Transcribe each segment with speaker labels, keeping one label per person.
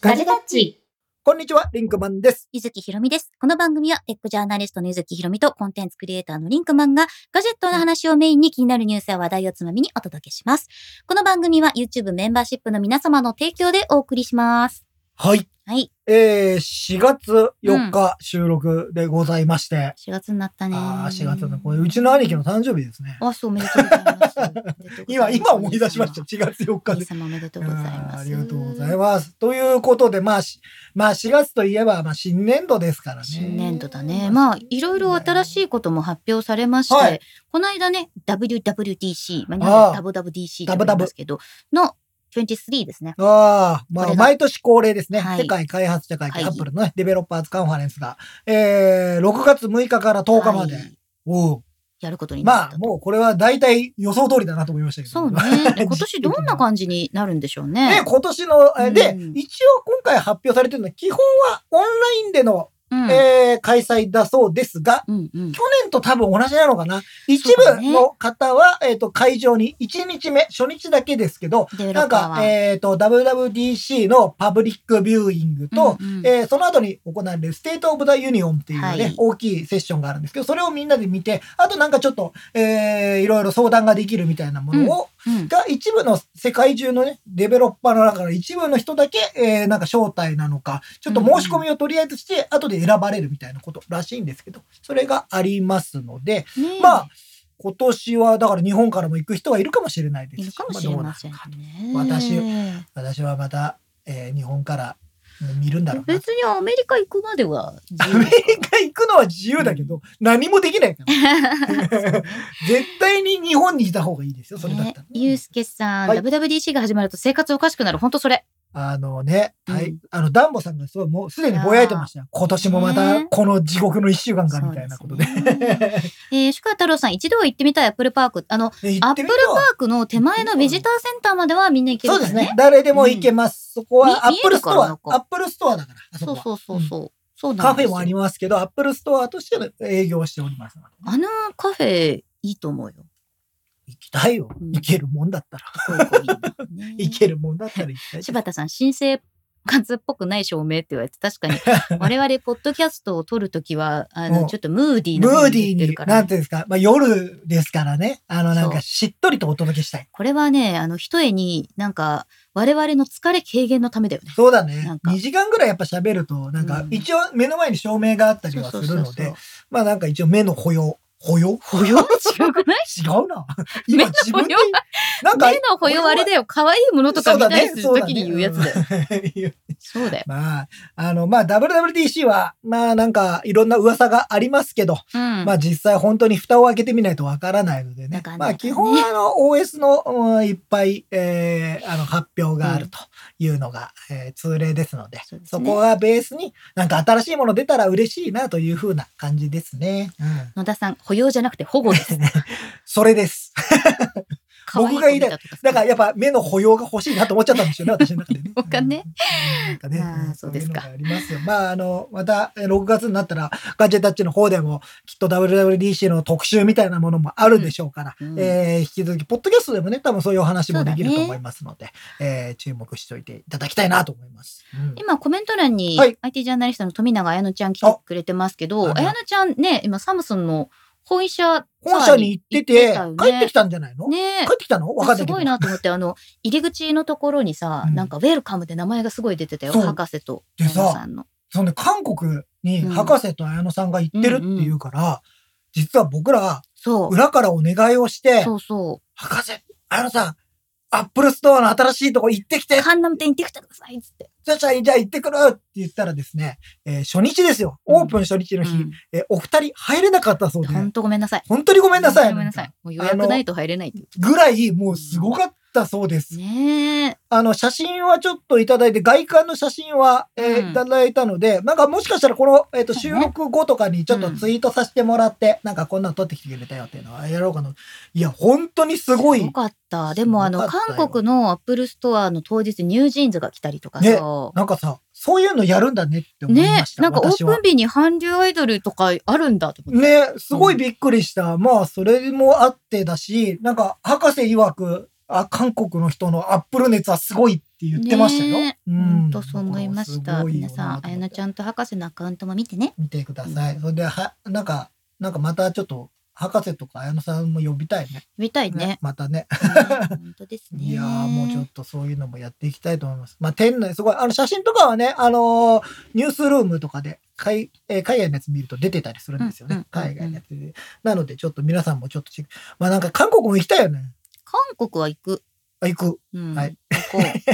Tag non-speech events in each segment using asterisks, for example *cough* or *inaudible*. Speaker 1: ガジェタッチ。
Speaker 2: こんにちは、リンクマンです。
Speaker 1: ゆずきひろみです。この番組はテックジャーナリストのゆずきひろみとコンテンツクリエイターのリンクマンがガジェットの話をメインに気になるニュースや話題をつまみにお届けします。この番組は YouTube メンバーシップの皆様の提供でお送りします。
Speaker 2: はい。
Speaker 1: はい。
Speaker 2: えー、4月4日収録でございまして、
Speaker 1: 4月になったね。
Speaker 2: ああ、4月だ。これ、うちの兄貴の誕生日ですね。
Speaker 1: あ、そう、おめでとうございます。
Speaker 2: *laughs* 今、今思い出しました。4月4
Speaker 1: お
Speaker 2: 日
Speaker 1: 兄
Speaker 2: で。
Speaker 1: 様おめでとうございます。
Speaker 2: あーありがとうござい
Speaker 1: ま
Speaker 2: ます。ということで、まあ、しまあ、4月といえば、まあ、新年度ですからね。
Speaker 1: 新年度だね。まあ、いろいろ新しいことも発表されまして、
Speaker 2: はい
Speaker 1: この間ね、WWDC、ま
Speaker 2: あ
Speaker 1: あ、
Speaker 2: あ
Speaker 1: 日本で WWDC と言いますけど、の23ですね。
Speaker 2: ああ、ま
Speaker 1: こ
Speaker 2: あ、
Speaker 1: れが
Speaker 2: 毎年恒例ですね。
Speaker 1: はい
Speaker 2: 世界開発者会議、
Speaker 1: はい
Speaker 2: アップルのね、デベロッパーズカンファレンスが、えー、6月6日から10日まで。
Speaker 1: はい
Speaker 2: おう
Speaker 1: やることになっ
Speaker 2: ま
Speaker 1: た
Speaker 2: あ、もうこれは大体予想通りだなと思いましたけど。
Speaker 1: そうね。
Speaker 2: *laughs*
Speaker 1: で今年どんな感じになるんでしょうね。
Speaker 2: で、今年の、えで
Speaker 1: うん、
Speaker 2: 一応今回発表されてるのは、基本はオンラインでの、
Speaker 1: うん
Speaker 2: *laughs* えー開催だそうですが、
Speaker 1: うんうん
Speaker 2: 去年と多分同じなのかな。一
Speaker 1: そうだ
Speaker 2: 部
Speaker 1: ね
Speaker 2: の方は、えっ、と、会場に1日目、初日だけですけど、
Speaker 1: デベロ
Speaker 2: な
Speaker 1: ッ
Speaker 2: ん
Speaker 1: パー
Speaker 2: か、
Speaker 1: は。
Speaker 2: えっ、と、WWDC のパブリックビューイングと、
Speaker 1: うんうん
Speaker 2: えーその後に行われるステート・オブ・ザ・ユニオンっていうね、
Speaker 1: はい
Speaker 2: 大きいセッションがあるんですけど、それをみんなで見て、あとなんかちょっと、えーいろいろ相談ができるみたいなものを、
Speaker 1: うん
Speaker 2: が一部の世界中のね、デベロッパーの中の一部の人だけ、えーなんか招待なのか、ちょっと申し込みをとりあえずして、後で選ばれるみたいなことらしいんですけど、それがありますので、
Speaker 1: ねえ
Speaker 2: まあ、今年はだから日本からも行く人はいるかもしれないですし
Speaker 1: いるかもしれません
Speaker 2: あどうなるか
Speaker 1: ね。
Speaker 2: 私私はまた、えー日本から見るんだろうな。
Speaker 1: 別にアメリカ行くまでは自
Speaker 2: ア
Speaker 1: 由
Speaker 2: メリカ行くのは自由だけど、何もできないから。
Speaker 1: *laughs*
Speaker 2: 絶対に日本にいた方がいい *laughs* ですよ、それだったら
Speaker 1: ね。ゆうすけさん、
Speaker 2: はい
Speaker 1: WWDC が始まると生活おかしくなる。本当それ。
Speaker 2: あのね、
Speaker 1: うん
Speaker 2: はい、あの、ダンボさんがすごい、もうすでにぼやいてましたよ。今年もまた
Speaker 1: ね
Speaker 2: この地獄の一週間か、みたいなことで。
Speaker 1: そうですねえー、宿川太郎さん、一度は行ってみたいアップルパーク。あの、
Speaker 2: ね行
Speaker 1: ア
Speaker 2: っ
Speaker 1: ップ
Speaker 2: て
Speaker 1: ル
Speaker 2: み
Speaker 1: パ
Speaker 2: た
Speaker 1: ークの手前のビジターセンターまではみんな行ける
Speaker 2: そう
Speaker 1: か
Speaker 2: で
Speaker 1: ら
Speaker 2: すね。。誰でも行けます。そこ
Speaker 1: み
Speaker 2: は、アップルスト
Speaker 1: 見える
Speaker 2: ア、
Speaker 1: から
Speaker 2: アップルストアだから、あそ
Speaker 1: そ
Speaker 2: こ
Speaker 1: う
Speaker 2: は。
Speaker 1: そうそうそう。そうな
Speaker 2: カ
Speaker 1: ん
Speaker 2: フェ
Speaker 1: ですよ
Speaker 2: もありますけど、アップルストアとしての営業をしておりますので
Speaker 1: あのカフェいいと思
Speaker 2: *laughs*
Speaker 1: うよ。
Speaker 2: 行きたいよ
Speaker 1: う。ん
Speaker 2: 行けるもんだったら。
Speaker 1: そういう子いいなね
Speaker 2: 行けるもんだったら行きたい。
Speaker 1: 柴田さん、新生活っぽくない照明って言われて、確
Speaker 2: *laughs*
Speaker 1: かに我々、ポッドキャストを撮るときは、
Speaker 2: も
Speaker 1: あの、
Speaker 2: う
Speaker 1: ちょっとムーディーな
Speaker 2: ム
Speaker 1: 方
Speaker 2: ー
Speaker 1: に
Speaker 2: ディ
Speaker 1: 行って
Speaker 2: ー
Speaker 1: る
Speaker 2: に
Speaker 1: か、
Speaker 2: な
Speaker 1: ら
Speaker 2: ん。ていうんですか、まあ夜ですからね。あの、なん
Speaker 1: そ
Speaker 2: か
Speaker 1: う
Speaker 2: しっとりとお届けしたい。
Speaker 1: これはね、あの、一重になんか、我々の疲れ軽減のためだよね。
Speaker 2: そうだ
Speaker 1: なん
Speaker 2: ね。
Speaker 1: か
Speaker 2: 2時間ぐらいやっぱ喋ると、なんか
Speaker 1: うん
Speaker 2: 一応目の前に照明があったりはす
Speaker 1: そう
Speaker 2: る
Speaker 1: そう
Speaker 2: の
Speaker 1: そうそう
Speaker 2: で、。まあなんか一応目の保養。保養保養違
Speaker 1: 違くないう *laughs*
Speaker 2: な。今自分で
Speaker 1: 目の保養。
Speaker 2: なんか
Speaker 1: 目、の保養あれだよ。可愛いものとか見たりするときに言うやつだよ。
Speaker 2: よ。
Speaker 1: そうだよ。
Speaker 2: *laughs* まあ、あの、まあ WWDC は、まあなんかいろんな噂がありますけど、
Speaker 1: うん。
Speaker 2: まあ実際本当に蓋を開けてみないとわからないのでね
Speaker 1: わか。ん
Speaker 2: ま
Speaker 1: ない
Speaker 2: あ基本はあの OS の、うんいっぱい、えーあの発表があ
Speaker 1: う
Speaker 2: るというのが、えー通例ですので、
Speaker 1: そうです
Speaker 2: そ
Speaker 1: ね
Speaker 2: こがベースになんか新しいもの出たら嬉しいなというふうな感じですね。うん
Speaker 1: 野田さん、保養じゃなくて保護です。
Speaker 2: それです。
Speaker 1: 可愛
Speaker 2: *laughs* 僕が言いたい
Speaker 1: 子見とか
Speaker 2: だからやっぱ目の保養が欲しいなと思っちゃったんですよね、私の中でね。
Speaker 1: *laughs* 保養がね
Speaker 2: うん。なんかね、
Speaker 1: まあ
Speaker 2: ん
Speaker 1: そうですか
Speaker 2: いのがありますよ。まああの、またえー6月になったらガジェタッチの方でもきっと WWDC の特集みたいなものもあるでしょうから、
Speaker 1: うんうん
Speaker 2: えー引き続き、ポッドキャストでもね、多分そういうお話もできる
Speaker 1: そうだ
Speaker 2: と
Speaker 1: ね
Speaker 2: 思いますので、えー注目しておいていただきたいなと思います。うん
Speaker 1: 今コメント欄に
Speaker 2: はい
Speaker 1: IT ジャーナリストの富永彩乃ちゃん来てくれてますけど、
Speaker 2: あ
Speaker 1: 彩乃ちゃんね、今サムスンの本社、
Speaker 2: 本社に行ってて、
Speaker 1: 行ってた
Speaker 2: 帰
Speaker 1: よね
Speaker 2: ってきたんじゃないの、
Speaker 1: ね
Speaker 2: 帰ってきたのわかんな
Speaker 1: す
Speaker 2: いけど
Speaker 1: ごい。なと思って、あの、入り口のところにさ、
Speaker 2: うん
Speaker 1: なんかウェルカムで名前がすごい出てたよ、
Speaker 2: そう
Speaker 1: 博士と
Speaker 2: でさ
Speaker 1: 彩乃さんの。
Speaker 2: そんで韓国に博士と綾乃さんが行ってるっていうから、実は僕ら
Speaker 1: そう。
Speaker 2: 裏からお願いをして、
Speaker 1: そうそ
Speaker 2: 博士、綾乃さん、アップルストアの新しいとこ行ってき
Speaker 1: う。
Speaker 2: て、
Speaker 1: カンナム店行ってきてくださいっつって。
Speaker 2: じゃあじゃあじゃあ行ってくるって言ったらですね、えー初日ですよ。オープン初日の日、
Speaker 1: うん
Speaker 2: えーお二人入れなかったそうで、
Speaker 1: ほんとごめんなさい。
Speaker 2: 本当にごめんなさい。
Speaker 1: ごめんなさい。もう予約ないと入れないって言って
Speaker 2: ぐらい、もうすごかったそうです。
Speaker 1: ねえ。
Speaker 2: あの、写真はちょっといただいて、外観の写真は、えー
Speaker 1: うん
Speaker 2: いただいたので、なんかもしかしたらこの、えっ、と、
Speaker 1: そう
Speaker 2: 収
Speaker 1: ね
Speaker 2: 録後とかにちょっと
Speaker 1: うん
Speaker 2: ツイートさせてもらって、なんかこんなの撮ってきてくれたよっていうのはやろうかな。いや、本当にすごい。
Speaker 1: よかった。でもあ
Speaker 2: す
Speaker 1: の、
Speaker 2: ごかったよ
Speaker 1: 韓国のアップルストアの当日ニュージーンズが来たりとかさ、
Speaker 2: ねなんかさ、そういうのやるんだねって思い
Speaker 1: ね
Speaker 2: ました。
Speaker 1: なんかオー
Speaker 2: 私
Speaker 1: プ
Speaker 2: は
Speaker 1: ン。日に韓流アイドルとかあるんだと思って。
Speaker 2: ね、すごいびっくりした。まあ、それもあってだし、なんか、博士曰く、あ、韓国の人のアップル熱はすごいってって言ってましたよ。
Speaker 1: ねえ
Speaker 2: うん
Speaker 1: 本当そう思いまし
Speaker 2: す
Speaker 1: た。
Speaker 2: ごいよな
Speaker 1: 皆さん、あやなちゃんと博士のアカウントも見てね。
Speaker 2: 見てください。
Speaker 1: うん
Speaker 2: それで、は、なんか、なんかまたちょっと、博士とか綾野さんも呼びたいね。
Speaker 1: 見たいね。
Speaker 2: またね。
Speaker 1: ね本当ですね。
Speaker 2: いやーもうちょっとそういうのもやっていきたいと思います。まあ、店内、すごい、あの、写真とかはね、あのーニュースルームとかで、海、えー海外のやつ見ると出てたりするんですよね。
Speaker 1: うんうんうんう
Speaker 2: 海
Speaker 1: ん
Speaker 2: 外のやつで。なので、ちょっと皆さんもちょっとチェックまあ、なんか韓国も行きたいよね。
Speaker 1: 韓国は行く。
Speaker 2: あ、行く。
Speaker 1: うん。
Speaker 2: はい
Speaker 1: 行こう。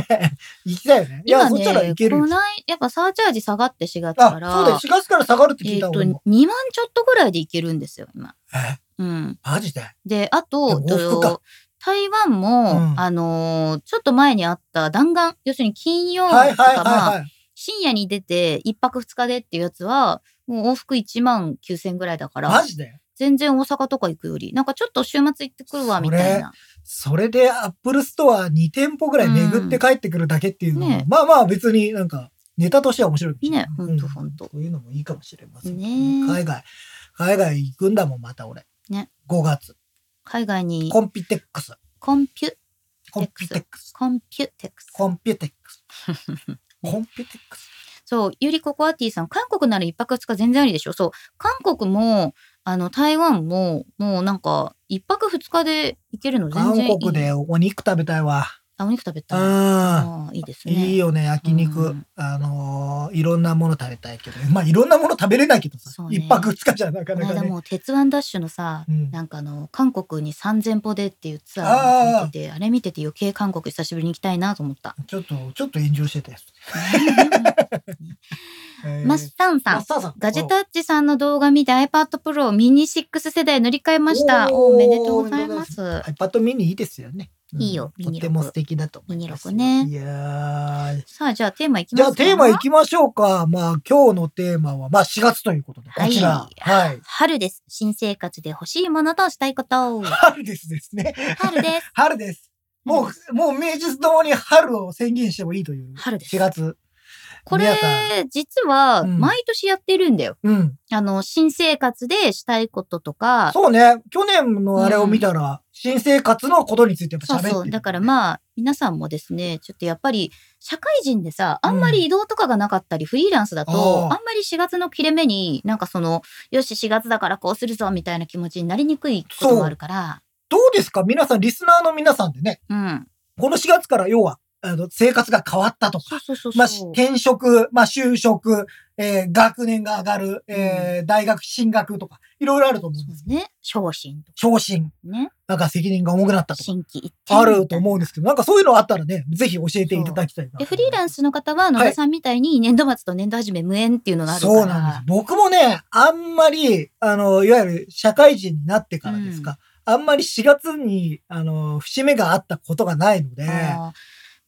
Speaker 2: 行きたいよね。いや、
Speaker 1: 今
Speaker 2: そしたら行
Speaker 1: ね、
Speaker 2: ける
Speaker 1: こ
Speaker 2: よ。
Speaker 1: ない、やっぱサーチャージ下がって4月
Speaker 2: あ、そ
Speaker 1: か
Speaker 2: う
Speaker 1: ら。
Speaker 2: だよ。4月から下がるって聞
Speaker 1: え
Speaker 2: い
Speaker 1: ったと、
Speaker 2: 俺
Speaker 1: 2
Speaker 2: も。
Speaker 1: 万ちょっとぐらいで行けるんですよ、今。
Speaker 2: え、
Speaker 1: うん。
Speaker 2: マジで
Speaker 1: で、あ
Speaker 2: で
Speaker 1: と、
Speaker 2: も往復か
Speaker 1: 台湾も、
Speaker 2: うん
Speaker 1: あのーちょっと前にあった弾丸、要するに金曜日
Speaker 2: はい
Speaker 1: とか、
Speaker 2: はいはい
Speaker 1: まあ、
Speaker 2: はい。
Speaker 1: 深夜に出て、1泊2日でっていうやつは、もう往復1万9000ぐらいだから
Speaker 2: マ、ジで
Speaker 1: 全然大阪とか行くより、なんかちょっと週末行ってくるわ、みたいな。
Speaker 2: それでアップルストア2店舗ぐらい巡って帰ってくるだけっていうのも、
Speaker 1: うんね
Speaker 2: まあまあ別になんかネタとしては面白いかもしれない
Speaker 1: ねほんとほんと
Speaker 2: そういうのもいいかもしれません
Speaker 1: ね
Speaker 2: 海外、海外行くんだもん、また俺。
Speaker 1: ね
Speaker 2: 5月。
Speaker 1: 海外に
Speaker 2: コンピテックス。
Speaker 1: コンピュ、
Speaker 2: コンピテックス。
Speaker 1: コンピュテックス。
Speaker 2: コンピテックス。コンピテックス。
Speaker 1: そう、ゆりココアティさん、韓国なら一泊二日全然ありでしょ。そう、韓国も、あの、台湾も、もうなんか、一泊二日で行けるの全
Speaker 2: 韓
Speaker 1: 然いい。
Speaker 2: 国でお肉食べたいわ。
Speaker 1: あ、お肉食べたい。
Speaker 2: うん。
Speaker 1: ああ、いいですね。
Speaker 2: いいよね、焼肉。
Speaker 1: うん
Speaker 2: あのーいろんなもの食べたいけど。まあ、いろんなもの食べれないけどさ。
Speaker 1: そうね
Speaker 2: 一、泊二日じゃなか
Speaker 1: こ
Speaker 2: な
Speaker 1: の
Speaker 2: か
Speaker 1: 間
Speaker 2: ね。
Speaker 1: もう、鉄腕ダッシュのさ、
Speaker 2: うん
Speaker 1: なんかあの、韓国に3000歩でっていうツアーが見てて、あれ見てて余計韓国久しぶりに行きたいなと思った。
Speaker 2: ちょっと、ちょっと炎上してたやつ。えー
Speaker 1: マッサンさ
Speaker 2: マ
Speaker 1: ん
Speaker 2: ッ。サーさん。
Speaker 1: ガジェタッチさんの動画見て iPad Pro をミニ6世代乗り換えました。
Speaker 2: おー
Speaker 1: おめでとうございます。
Speaker 2: iPad mini いいですよね。うん
Speaker 1: いいよミ
Speaker 2: と
Speaker 1: ニ
Speaker 2: っ
Speaker 1: 六
Speaker 2: ても素敵だと思いますよ。
Speaker 1: ミニ六ね
Speaker 2: いやー
Speaker 1: さあ、じゃあテーマい
Speaker 2: じ
Speaker 1: きま
Speaker 2: ゃ
Speaker 1: す
Speaker 2: あ
Speaker 1: か
Speaker 2: テーマいきましょうか。まあ今日のテーマは、まあ4月ということで、こちら。はい。
Speaker 1: 春です。新生活で欲しいものとしたいこと。
Speaker 2: 春ですですね。
Speaker 1: 春
Speaker 2: *laughs*
Speaker 1: です。
Speaker 2: 春です。もう、もう名実ともに春を宣言してもいいという。
Speaker 1: 春です
Speaker 2: 4月。
Speaker 1: こ
Speaker 2: 皆さ
Speaker 1: れ、実は、
Speaker 2: うん
Speaker 1: 毎年やってるんだよ。
Speaker 2: うん。
Speaker 1: あの、新生活でしたいこととか、
Speaker 2: そうね。去年のあれを見たら、新生活のことについてやっぱ
Speaker 1: そう
Speaker 2: 喋ってる
Speaker 1: そう。だからまあ、皆さんもですね、ちょっとやっぱり、社会人でさ、あんまり移動とかがなかったり、フリーランスだと、あ
Speaker 2: あ
Speaker 1: ん
Speaker 2: ー
Speaker 1: まり4月の切れ目に、なんかその、よし、4月だからこうするぞ、みたいな気持ちになりにくいこともあるから、
Speaker 2: どうですか皆さん、リスナーの皆さんでね、
Speaker 1: うん。
Speaker 2: この4月から要は、あの、生活が変わったとか
Speaker 1: そう、そうそうそう。
Speaker 2: まあ、転職、まあ、就職、えー学年が上がる、えー大学進学とか、いろいろあると思うん
Speaker 1: そ
Speaker 2: です。
Speaker 1: うね。昇進とか
Speaker 2: 昇進、
Speaker 1: ね。
Speaker 2: なんか責任が重くなったとか、
Speaker 1: 新規一転
Speaker 2: あると思うんですけど、なんかそういうのあったらね、ぜひ教えていただきたいな。
Speaker 1: でフリーラン
Speaker 2: ス
Speaker 1: スの方は野田さんみたいに年度末と年度始め無縁っていうのがあるから、
Speaker 2: そうなんです。僕もね、あんまり、あの、いわゆる社会人になってからですか、あんまり4月に、あの、節目があったことがないので、
Speaker 1: あ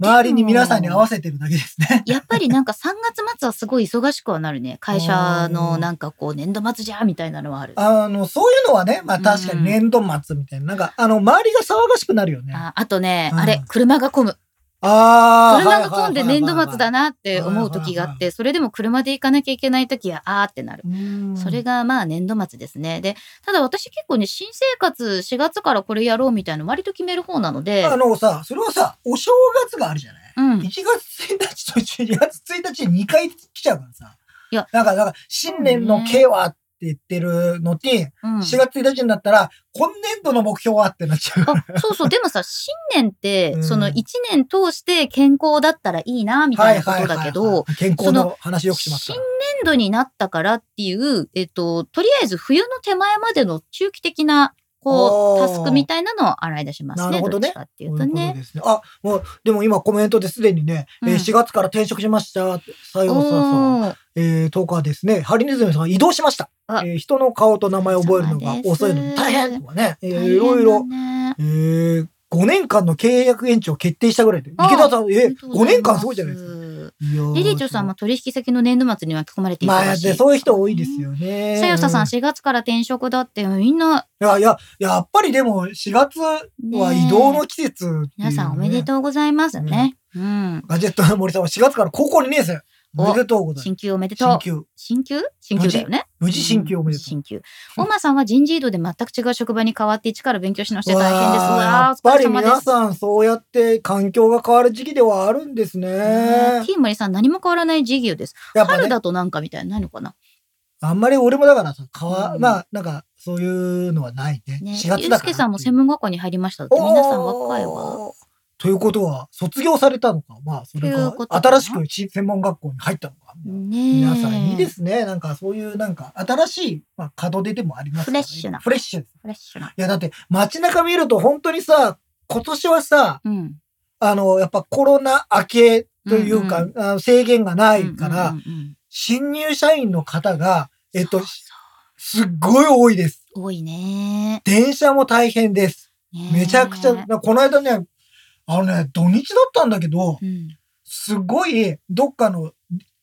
Speaker 2: 周りに皆さんに合わせてるだけですね。
Speaker 1: ーやっぱりなんか3月末はすごい忙しくはなるね会社のなんかこう年度末じゃみたいなのはあるあ
Speaker 2: あの、そういうのはね、まあ
Speaker 1: うん
Speaker 2: 確かに年度末みたいな、なんか、あの、周りが騒がしくなるよね。あ
Speaker 1: あとね、
Speaker 2: うん
Speaker 1: あれ車が混む
Speaker 2: あー。
Speaker 1: 車が混んで年度末だ
Speaker 2: ね。
Speaker 1: なって思う時があ
Speaker 2: はいは
Speaker 1: っ
Speaker 2: い
Speaker 1: てそれでも車で行かなきゃいけない時はあーってなる。
Speaker 2: うん
Speaker 1: それがまあ年度末ですね。で、ただ私結構ね、新生活4月からこれやろうみたいな割と決める方なので、
Speaker 2: あのさ、それはさ、お正月があるじゃない、
Speaker 1: うん
Speaker 2: 1。月1日と1月1日に2回来ちゃうからさ。
Speaker 1: いや
Speaker 2: なんか、なんか、新年の
Speaker 1: そうね
Speaker 2: K はって言ってるのに、
Speaker 1: うん
Speaker 2: 4月1日になったら、今年度の目標はってなっちゃう。
Speaker 1: あそうそう、でもさ、新年って、
Speaker 2: うん
Speaker 1: その一年通して健康だったらいいな、みたいなことだけど、
Speaker 2: 健康の話よくしますか
Speaker 1: 新
Speaker 2: ら
Speaker 1: 年。度になったからっていう、えっと、とりあえず冬の手前までの中期的な、こう、
Speaker 2: おー
Speaker 1: タスクみたいなのを洗い出しますね。
Speaker 2: なるほどね
Speaker 1: っちかってい
Speaker 2: そうう
Speaker 1: と
Speaker 2: いうこと
Speaker 1: ね。
Speaker 2: ですね。あ、もう、でも今コメントですでにね、えー
Speaker 1: うん
Speaker 2: 4月から転職しました。さようさん。
Speaker 1: おー
Speaker 2: えー、10日ですね、ハリネズミさんが移動しました。
Speaker 1: あ
Speaker 2: えー人の顔と名前を覚えるのが遅いのに大変とかね、えーいろい
Speaker 1: 大
Speaker 2: ろ、
Speaker 1: 変だね
Speaker 2: えー、5年間の契約延長決定したぐらいで、池
Speaker 1: あ
Speaker 2: 田さん、
Speaker 1: あ
Speaker 2: え
Speaker 1: りがとう
Speaker 2: 5
Speaker 1: ござ
Speaker 2: 年
Speaker 1: ま
Speaker 2: 間すごいじゃないですか。いやー
Speaker 1: 理事長さんも取引先の年度末に巻き込まれてい
Speaker 2: まあ、
Speaker 1: しい
Speaker 2: で、そういう人多いです。よね。
Speaker 1: さよささん、
Speaker 2: う
Speaker 1: 4月から転職だって、みんな、
Speaker 2: ん。いや、いや、やっぱりでも、4月は移動の季節っていうね
Speaker 1: 皆さんおめでとうございますね。うん。
Speaker 2: ガジェットの森さんは4月から高校2年生。おめでとうござい
Speaker 1: 新級おめでと
Speaker 2: ま
Speaker 1: う
Speaker 2: す。。進級。
Speaker 1: 新級新級だよね。
Speaker 2: 無事進級おめでとう。
Speaker 1: 新級。大間さんは人事異動で全く違う職場に変わって一から勉強し直して大変です。
Speaker 2: わあや
Speaker 1: わあ
Speaker 2: っぱり
Speaker 1: お疲れ様
Speaker 2: 皆
Speaker 1: です。
Speaker 2: さんそうやって環境が変わる時期ではあるんですね。
Speaker 1: ねえティーマリさん何も変わらない事業です。
Speaker 2: やっぱ
Speaker 1: 春
Speaker 2: ね、
Speaker 1: だとなんかみたいなのないのかな。
Speaker 2: あんまり俺もだからさ、変わ、
Speaker 1: うん
Speaker 2: まあなんかそういうのはないね。
Speaker 1: ね、
Speaker 2: 4
Speaker 1: ゆ
Speaker 2: 月
Speaker 1: う
Speaker 2: だ
Speaker 1: す
Speaker 2: から。
Speaker 1: けさんも専門学校に入りましただって。皆さん若いわ。
Speaker 2: おー。ということは、卒業されたのか、まあそれ
Speaker 1: という
Speaker 2: か
Speaker 1: こと、かな
Speaker 2: 新しくち専門学校に入ったのか。
Speaker 1: ねえ
Speaker 2: 皆さんいいですね。なんかそういうなんか新しい、まあ、門出でもありますからね
Speaker 1: フレッシュな
Speaker 2: フレッシュです。
Speaker 1: フレッシュな。
Speaker 2: いやだって街中見ると本当にさ、今年はさ、
Speaker 1: うん。
Speaker 2: あの、やっぱコロナ明けというか、
Speaker 1: う
Speaker 2: あの制限がないから、
Speaker 1: うんうんうん
Speaker 2: 新入社員の方が、えっと
Speaker 1: そう、
Speaker 2: すっごい多いです。
Speaker 1: そう多いね
Speaker 2: 電車も大変です。
Speaker 1: ね
Speaker 2: めちゃくちゃ、なこの間ね、あのね、土日だったんだけど、
Speaker 1: うん。
Speaker 2: すごい、どっかの、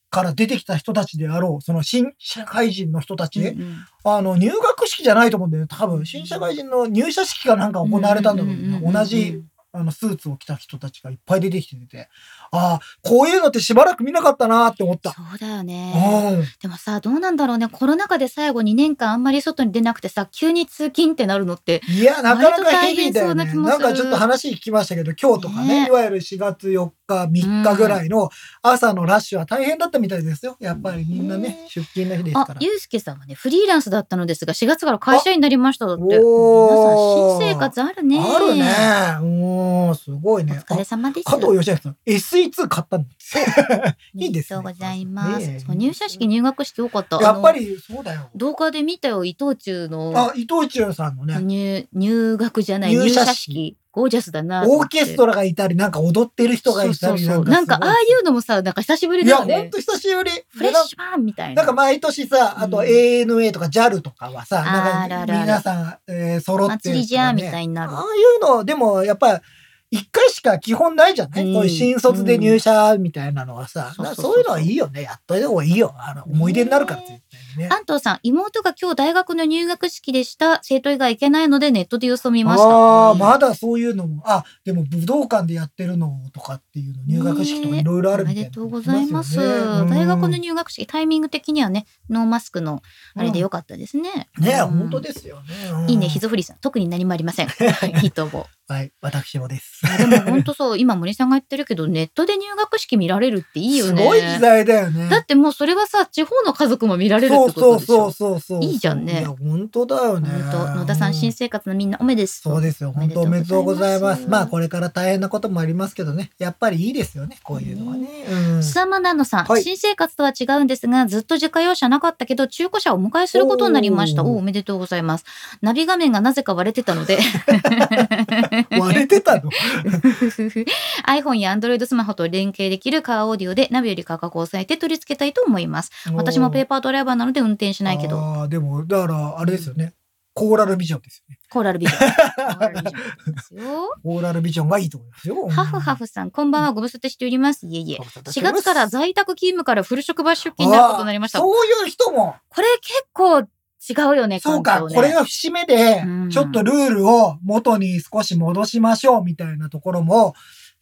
Speaker 2: から出てきた人たちであろう、その新社会人の人たち、
Speaker 1: うんうん
Speaker 2: あの、入学式じゃないと思うんだよね。多分、新社会人の入社式がなんか行われたんだろう
Speaker 1: うんうん
Speaker 2: ね
Speaker 1: うんう。ん
Speaker 2: 同じあの、スーツを着た人たちがいっぱい出てきてて、ああ、こういうのってしばらく見なかったなって思った。
Speaker 1: そうだよ
Speaker 2: う
Speaker 1: ね。
Speaker 2: ん。
Speaker 1: でもさ、どうなんだろうね。コロナ禍で最後2年間あんまり外に出なくてさ、急に通勤ってなるのって。
Speaker 2: いや、なかなかヘビーだよ
Speaker 1: 割と大変そうな
Speaker 2: ね。
Speaker 1: 気も
Speaker 2: な
Speaker 1: する
Speaker 2: んかちょっと話聞きましたけど、今日とかね、
Speaker 1: ね
Speaker 2: いわゆる4月4日、3日ぐらいの朝のラッシュは大変だったみたいですよ。やっぱりみんなね
Speaker 1: ね、
Speaker 2: 出勤の日ですか
Speaker 1: あ
Speaker 2: ら、。
Speaker 1: ゆうすけさんはね、フリーランスだったのですが、4月から会社員になりましただって。皆さん、
Speaker 2: おー
Speaker 1: 新生活あるね。
Speaker 2: あるね。うん、すごい
Speaker 1: お
Speaker 2: ね。
Speaker 1: 疲れ様です。
Speaker 2: あ加藤義明さん、SE2 買ったんです。いいですね
Speaker 1: おおめでとうございます。
Speaker 2: ねえ
Speaker 1: そう入社式入学式多かった。
Speaker 2: やっぱ
Speaker 1: あの
Speaker 2: りそうだよ。
Speaker 1: 動画で見たよ、伊藤忠の
Speaker 2: あ、伊藤忠さんのね、
Speaker 1: 入入学じゃない
Speaker 2: 入
Speaker 1: 入
Speaker 2: 社式
Speaker 1: 社式。ゴージャスだなと思
Speaker 2: オ
Speaker 1: っ
Speaker 2: ー
Speaker 1: て。
Speaker 2: ケストラがいたり、なんか踊ってる人がいたり、
Speaker 1: そうそうそう
Speaker 2: な
Speaker 1: なんん
Speaker 2: か
Speaker 1: か
Speaker 2: すごい。
Speaker 1: ああいうのもさ、なんか久しぶり
Speaker 2: い
Speaker 1: だ
Speaker 2: や、
Speaker 1: よ
Speaker 2: ほん
Speaker 1: ね。
Speaker 2: と久しぶり。
Speaker 1: フレッシュマンみたい
Speaker 2: な
Speaker 1: な。
Speaker 2: んか毎年さ、あ
Speaker 1: う
Speaker 2: と
Speaker 1: ん
Speaker 2: ANA とか JAL とかはさ、な
Speaker 1: あら
Speaker 2: ん
Speaker 1: ら
Speaker 2: か
Speaker 1: ら
Speaker 2: 皆さん、えー、揃って、
Speaker 1: 祭りじゃーみた
Speaker 2: い
Speaker 1: いになる。
Speaker 2: ああいうの、でもやっぱ、一回しか基本ないじゃない、
Speaker 1: うん
Speaker 2: こういう新卒で入社みたいなのはさ、
Speaker 1: うん
Speaker 2: な
Speaker 1: そうそうそうそ
Speaker 2: そう
Speaker 1: う
Speaker 2: いうのはいいよね。やっといた方がいいよ。あの、思い出になるから、絶対にね。
Speaker 1: 安藤さん、妹が今日大学の入学式でした。生徒以外行けないのでネットで様子を見ました。
Speaker 2: ああ、
Speaker 1: うん
Speaker 2: まだそういうのも、あ、でも武道館でやってるのとかっていうの、入学式とかいろいろある
Speaker 1: お
Speaker 2: み
Speaker 1: め
Speaker 2: たい
Speaker 1: で
Speaker 2: な
Speaker 1: と
Speaker 2: の
Speaker 1: う
Speaker 2: 聞
Speaker 1: ご
Speaker 2: きよ
Speaker 1: ざ
Speaker 2: ね、
Speaker 1: います。
Speaker 2: うん
Speaker 1: 大学の入学式、タイミング的にはね、ノーマスクのあれでよかったですね。
Speaker 2: ね、
Speaker 1: うん
Speaker 2: 本当ですよね。うん
Speaker 1: いいね、ひぞふりさん。特に何もあり
Speaker 2: *laughs*
Speaker 1: ません。いいと思う。
Speaker 2: はい、私もです。
Speaker 1: でも本当そう、今森さんが言ってるけど、ネットで入学式見られるっていいよね。
Speaker 2: すごい時代だよね。
Speaker 1: だってもうそれはさ、地方の家族も見られるって
Speaker 2: そう
Speaker 1: こ
Speaker 2: そ
Speaker 1: と
Speaker 2: う
Speaker 1: でしょ。
Speaker 2: そうそうそう。
Speaker 1: いいじゃんね
Speaker 2: いや、本当だよね。
Speaker 1: 本当野田さん、新生活のみんなおめです。
Speaker 2: そうですよ。本当おめでとうございます。ま
Speaker 1: ま
Speaker 2: あ、
Speaker 1: あ、こ
Speaker 2: これから大変なこともありますけどね。やっぱりいいですよね。こういうのはね。うん
Speaker 1: れ。須山奈々さん、
Speaker 2: はい
Speaker 1: 新生活とは違うんですが、ずっと自家用車なかったけど、中古車をお迎えすることになりました。
Speaker 2: おー
Speaker 1: おお、おめでとうございます。ナビ画面がなぜか割れてた
Speaker 2: *laughs*
Speaker 1: ので、
Speaker 2: 割れてたの
Speaker 1: iPhone や Android スマホと連携できるカーオーディオで、ナビより価格を抑えて取り付けたいと思います。 *laughs* 私もペーパードライバーなので運転し
Speaker 2: ー
Speaker 1: ないけど、
Speaker 2: ああ、でも、だから、あれですよね。コーラルビジョンですよね。
Speaker 1: コーラルビジョン。コーラルビジョンですよ。
Speaker 2: コーラルビジョンがいいと思いますよ。
Speaker 1: ハフハフさん、こんばんは、ご無沙汰しております。いえいえ
Speaker 2: ご。無沙汰して
Speaker 1: 4
Speaker 2: おりま
Speaker 1: 月
Speaker 2: す
Speaker 1: から在宅勤務からフル職場出勤になることになりました。
Speaker 2: あー
Speaker 1: こ
Speaker 2: そういう人も、
Speaker 1: れ結構違うよね、
Speaker 2: そうか、
Speaker 1: 環境ね
Speaker 2: これが節目で
Speaker 1: うん、
Speaker 2: ちょっとルールを元に少し戻しましょうみたいなところも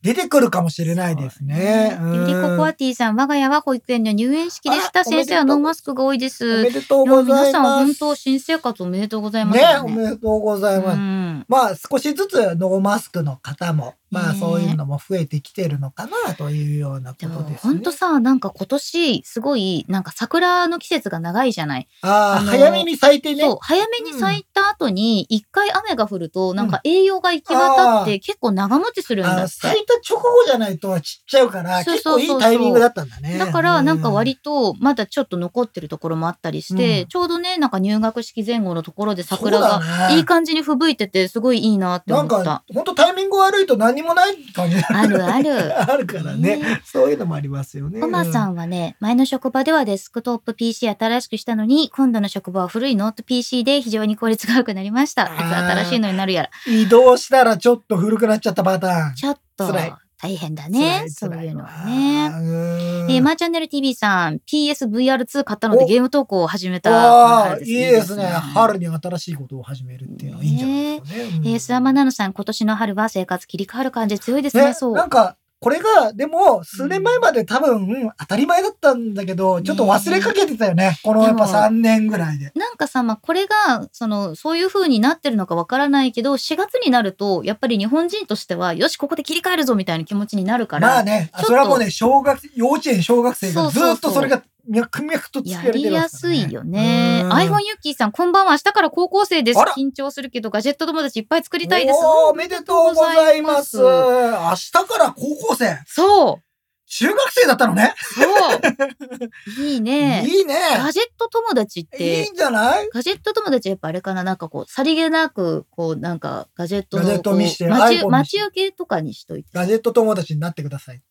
Speaker 2: 出てくるかもしれないですね。うん
Speaker 1: ゆりこコアティさん、我が家は保育園の入園式でし
Speaker 2: あ
Speaker 1: た。
Speaker 2: おめでとう
Speaker 1: 先生はノーマスクが多いで
Speaker 2: お
Speaker 1: す。
Speaker 2: めでとう
Speaker 1: いや
Speaker 2: ござ
Speaker 1: 皆
Speaker 2: い
Speaker 1: さん、
Speaker 2: ま
Speaker 1: 本
Speaker 2: す。
Speaker 1: 当、新生活おめでとうございます
Speaker 2: ね
Speaker 1: よ、
Speaker 2: お
Speaker 1: ね。
Speaker 2: めでとうございます。
Speaker 1: うん
Speaker 2: まあ少しずつノーマスクの方も、まあ
Speaker 1: ね
Speaker 2: そういうのも増えてきてるのかなというようなこ
Speaker 1: で
Speaker 2: と
Speaker 1: も
Speaker 2: ですね
Speaker 1: 本。当さ、なんか今年、すごい、なんか桜の季節が長いじゃない。
Speaker 2: ああ、
Speaker 1: あの
Speaker 2: 早めに咲いてね。
Speaker 1: そう、早めに咲いた後に、一回雨が降ると、なんか栄養が行き渡っ
Speaker 2: あ
Speaker 1: て、結構長持ちするん
Speaker 2: あ
Speaker 1: だ
Speaker 2: の
Speaker 1: っ
Speaker 2: 咲
Speaker 1: て。
Speaker 2: いた直後じゃないとちっちゃうから、
Speaker 1: そう
Speaker 2: 結
Speaker 1: そうそ
Speaker 2: 構
Speaker 1: う
Speaker 2: いいタイミングだったんだね。
Speaker 1: だから、なんか
Speaker 2: り
Speaker 1: 割と、まだちょっと残ってるところもあったりして、
Speaker 2: うん
Speaker 1: ちょうどね、なんか入学式前後のところで桜が、いい感じに吹雪いてて、すごいいいなって
Speaker 2: な
Speaker 1: 思
Speaker 2: ん
Speaker 1: った。
Speaker 2: か、本当タイミング悪いと何もない感じにな
Speaker 1: あるあ
Speaker 2: *laughs*
Speaker 1: る。
Speaker 2: あるからね。
Speaker 1: ね
Speaker 2: そういうのもありますよね。
Speaker 1: コマさ
Speaker 2: うん。
Speaker 1: んはね、前の職場ではデスクトップ PC 新しくしたのに、今度の職場は古いノート PC で非常に効率が良くなりました。いつ
Speaker 2: あー
Speaker 1: 新しいのになるやら。
Speaker 2: 移動したらちょっと古くなっちゃったパターン。
Speaker 1: ちょっと
Speaker 2: 辛い
Speaker 1: 大変だね。そ
Speaker 2: 辛
Speaker 1: う
Speaker 2: 辛
Speaker 1: いうの
Speaker 2: わ
Speaker 1: はね。
Speaker 2: うん
Speaker 1: えー、マーチャンネル TV さん、PSVR2 買ったので
Speaker 2: お
Speaker 1: ゲーム投稿を始めた。
Speaker 2: あ
Speaker 1: この
Speaker 2: あ、
Speaker 1: 春
Speaker 2: いいですね。春に新しいことを始めるっていうのはいいんじゃないですかね。
Speaker 1: えー、スワマナノさん、今年の春は生活切り替わる感じ強いですね。
Speaker 2: ね、
Speaker 1: そう。
Speaker 2: なんか、これが、でも、数年前まで多分、当たり前だったんだけど、ちょっと忘れかけてたよね。このやっぱ
Speaker 1: でも
Speaker 2: 3年ぐらいで。
Speaker 1: なんかさ、まあ、これが、その、そういう風になってるのかわからないけど、4月になると、やっぱり日本人としては、よし、ここで切り替えるぞみたいな気持ちになるから、
Speaker 2: まあね、
Speaker 1: ちょっと
Speaker 2: それはもうね、小学、幼稚園、小学生がずっとそれが脈々とつけら
Speaker 1: や
Speaker 2: れてる
Speaker 1: りや
Speaker 2: わけだ
Speaker 1: す
Speaker 2: からね
Speaker 1: いよね。
Speaker 2: うん
Speaker 1: iPhone ユッキーさん、こんばんは。明日から高校生です
Speaker 2: あら。
Speaker 1: 緊張するけど、ガジェット友達いっぱい作りたいです。
Speaker 2: おーおめでとうございます。
Speaker 1: おめでとう
Speaker 2: 明日から高校生、
Speaker 1: そう。
Speaker 2: 中学生だったのね。 *laughs*
Speaker 1: そう。いいね。
Speaker 2: いいね。
Speaker 1: ガジェット友達っ
Speaker 2: いい
Speaker 1: て、
Speaker 2: んじゃない
Speaker 1: ガジェット友達やっぱあれかななんかこう、さりげなく、こう、なんか、ガジェットの
Speaker 2: ガジェット見して
Speaker 1: こう待ち
Speaker 2: iPhone 見
Speaker 1: 待
Speaker 2: して
Speaker 1: ち受けとかにしといて。
Speaker 2: ガジェット友達になってくださ
Speaker 1: *laughs*
Speaker 2: い。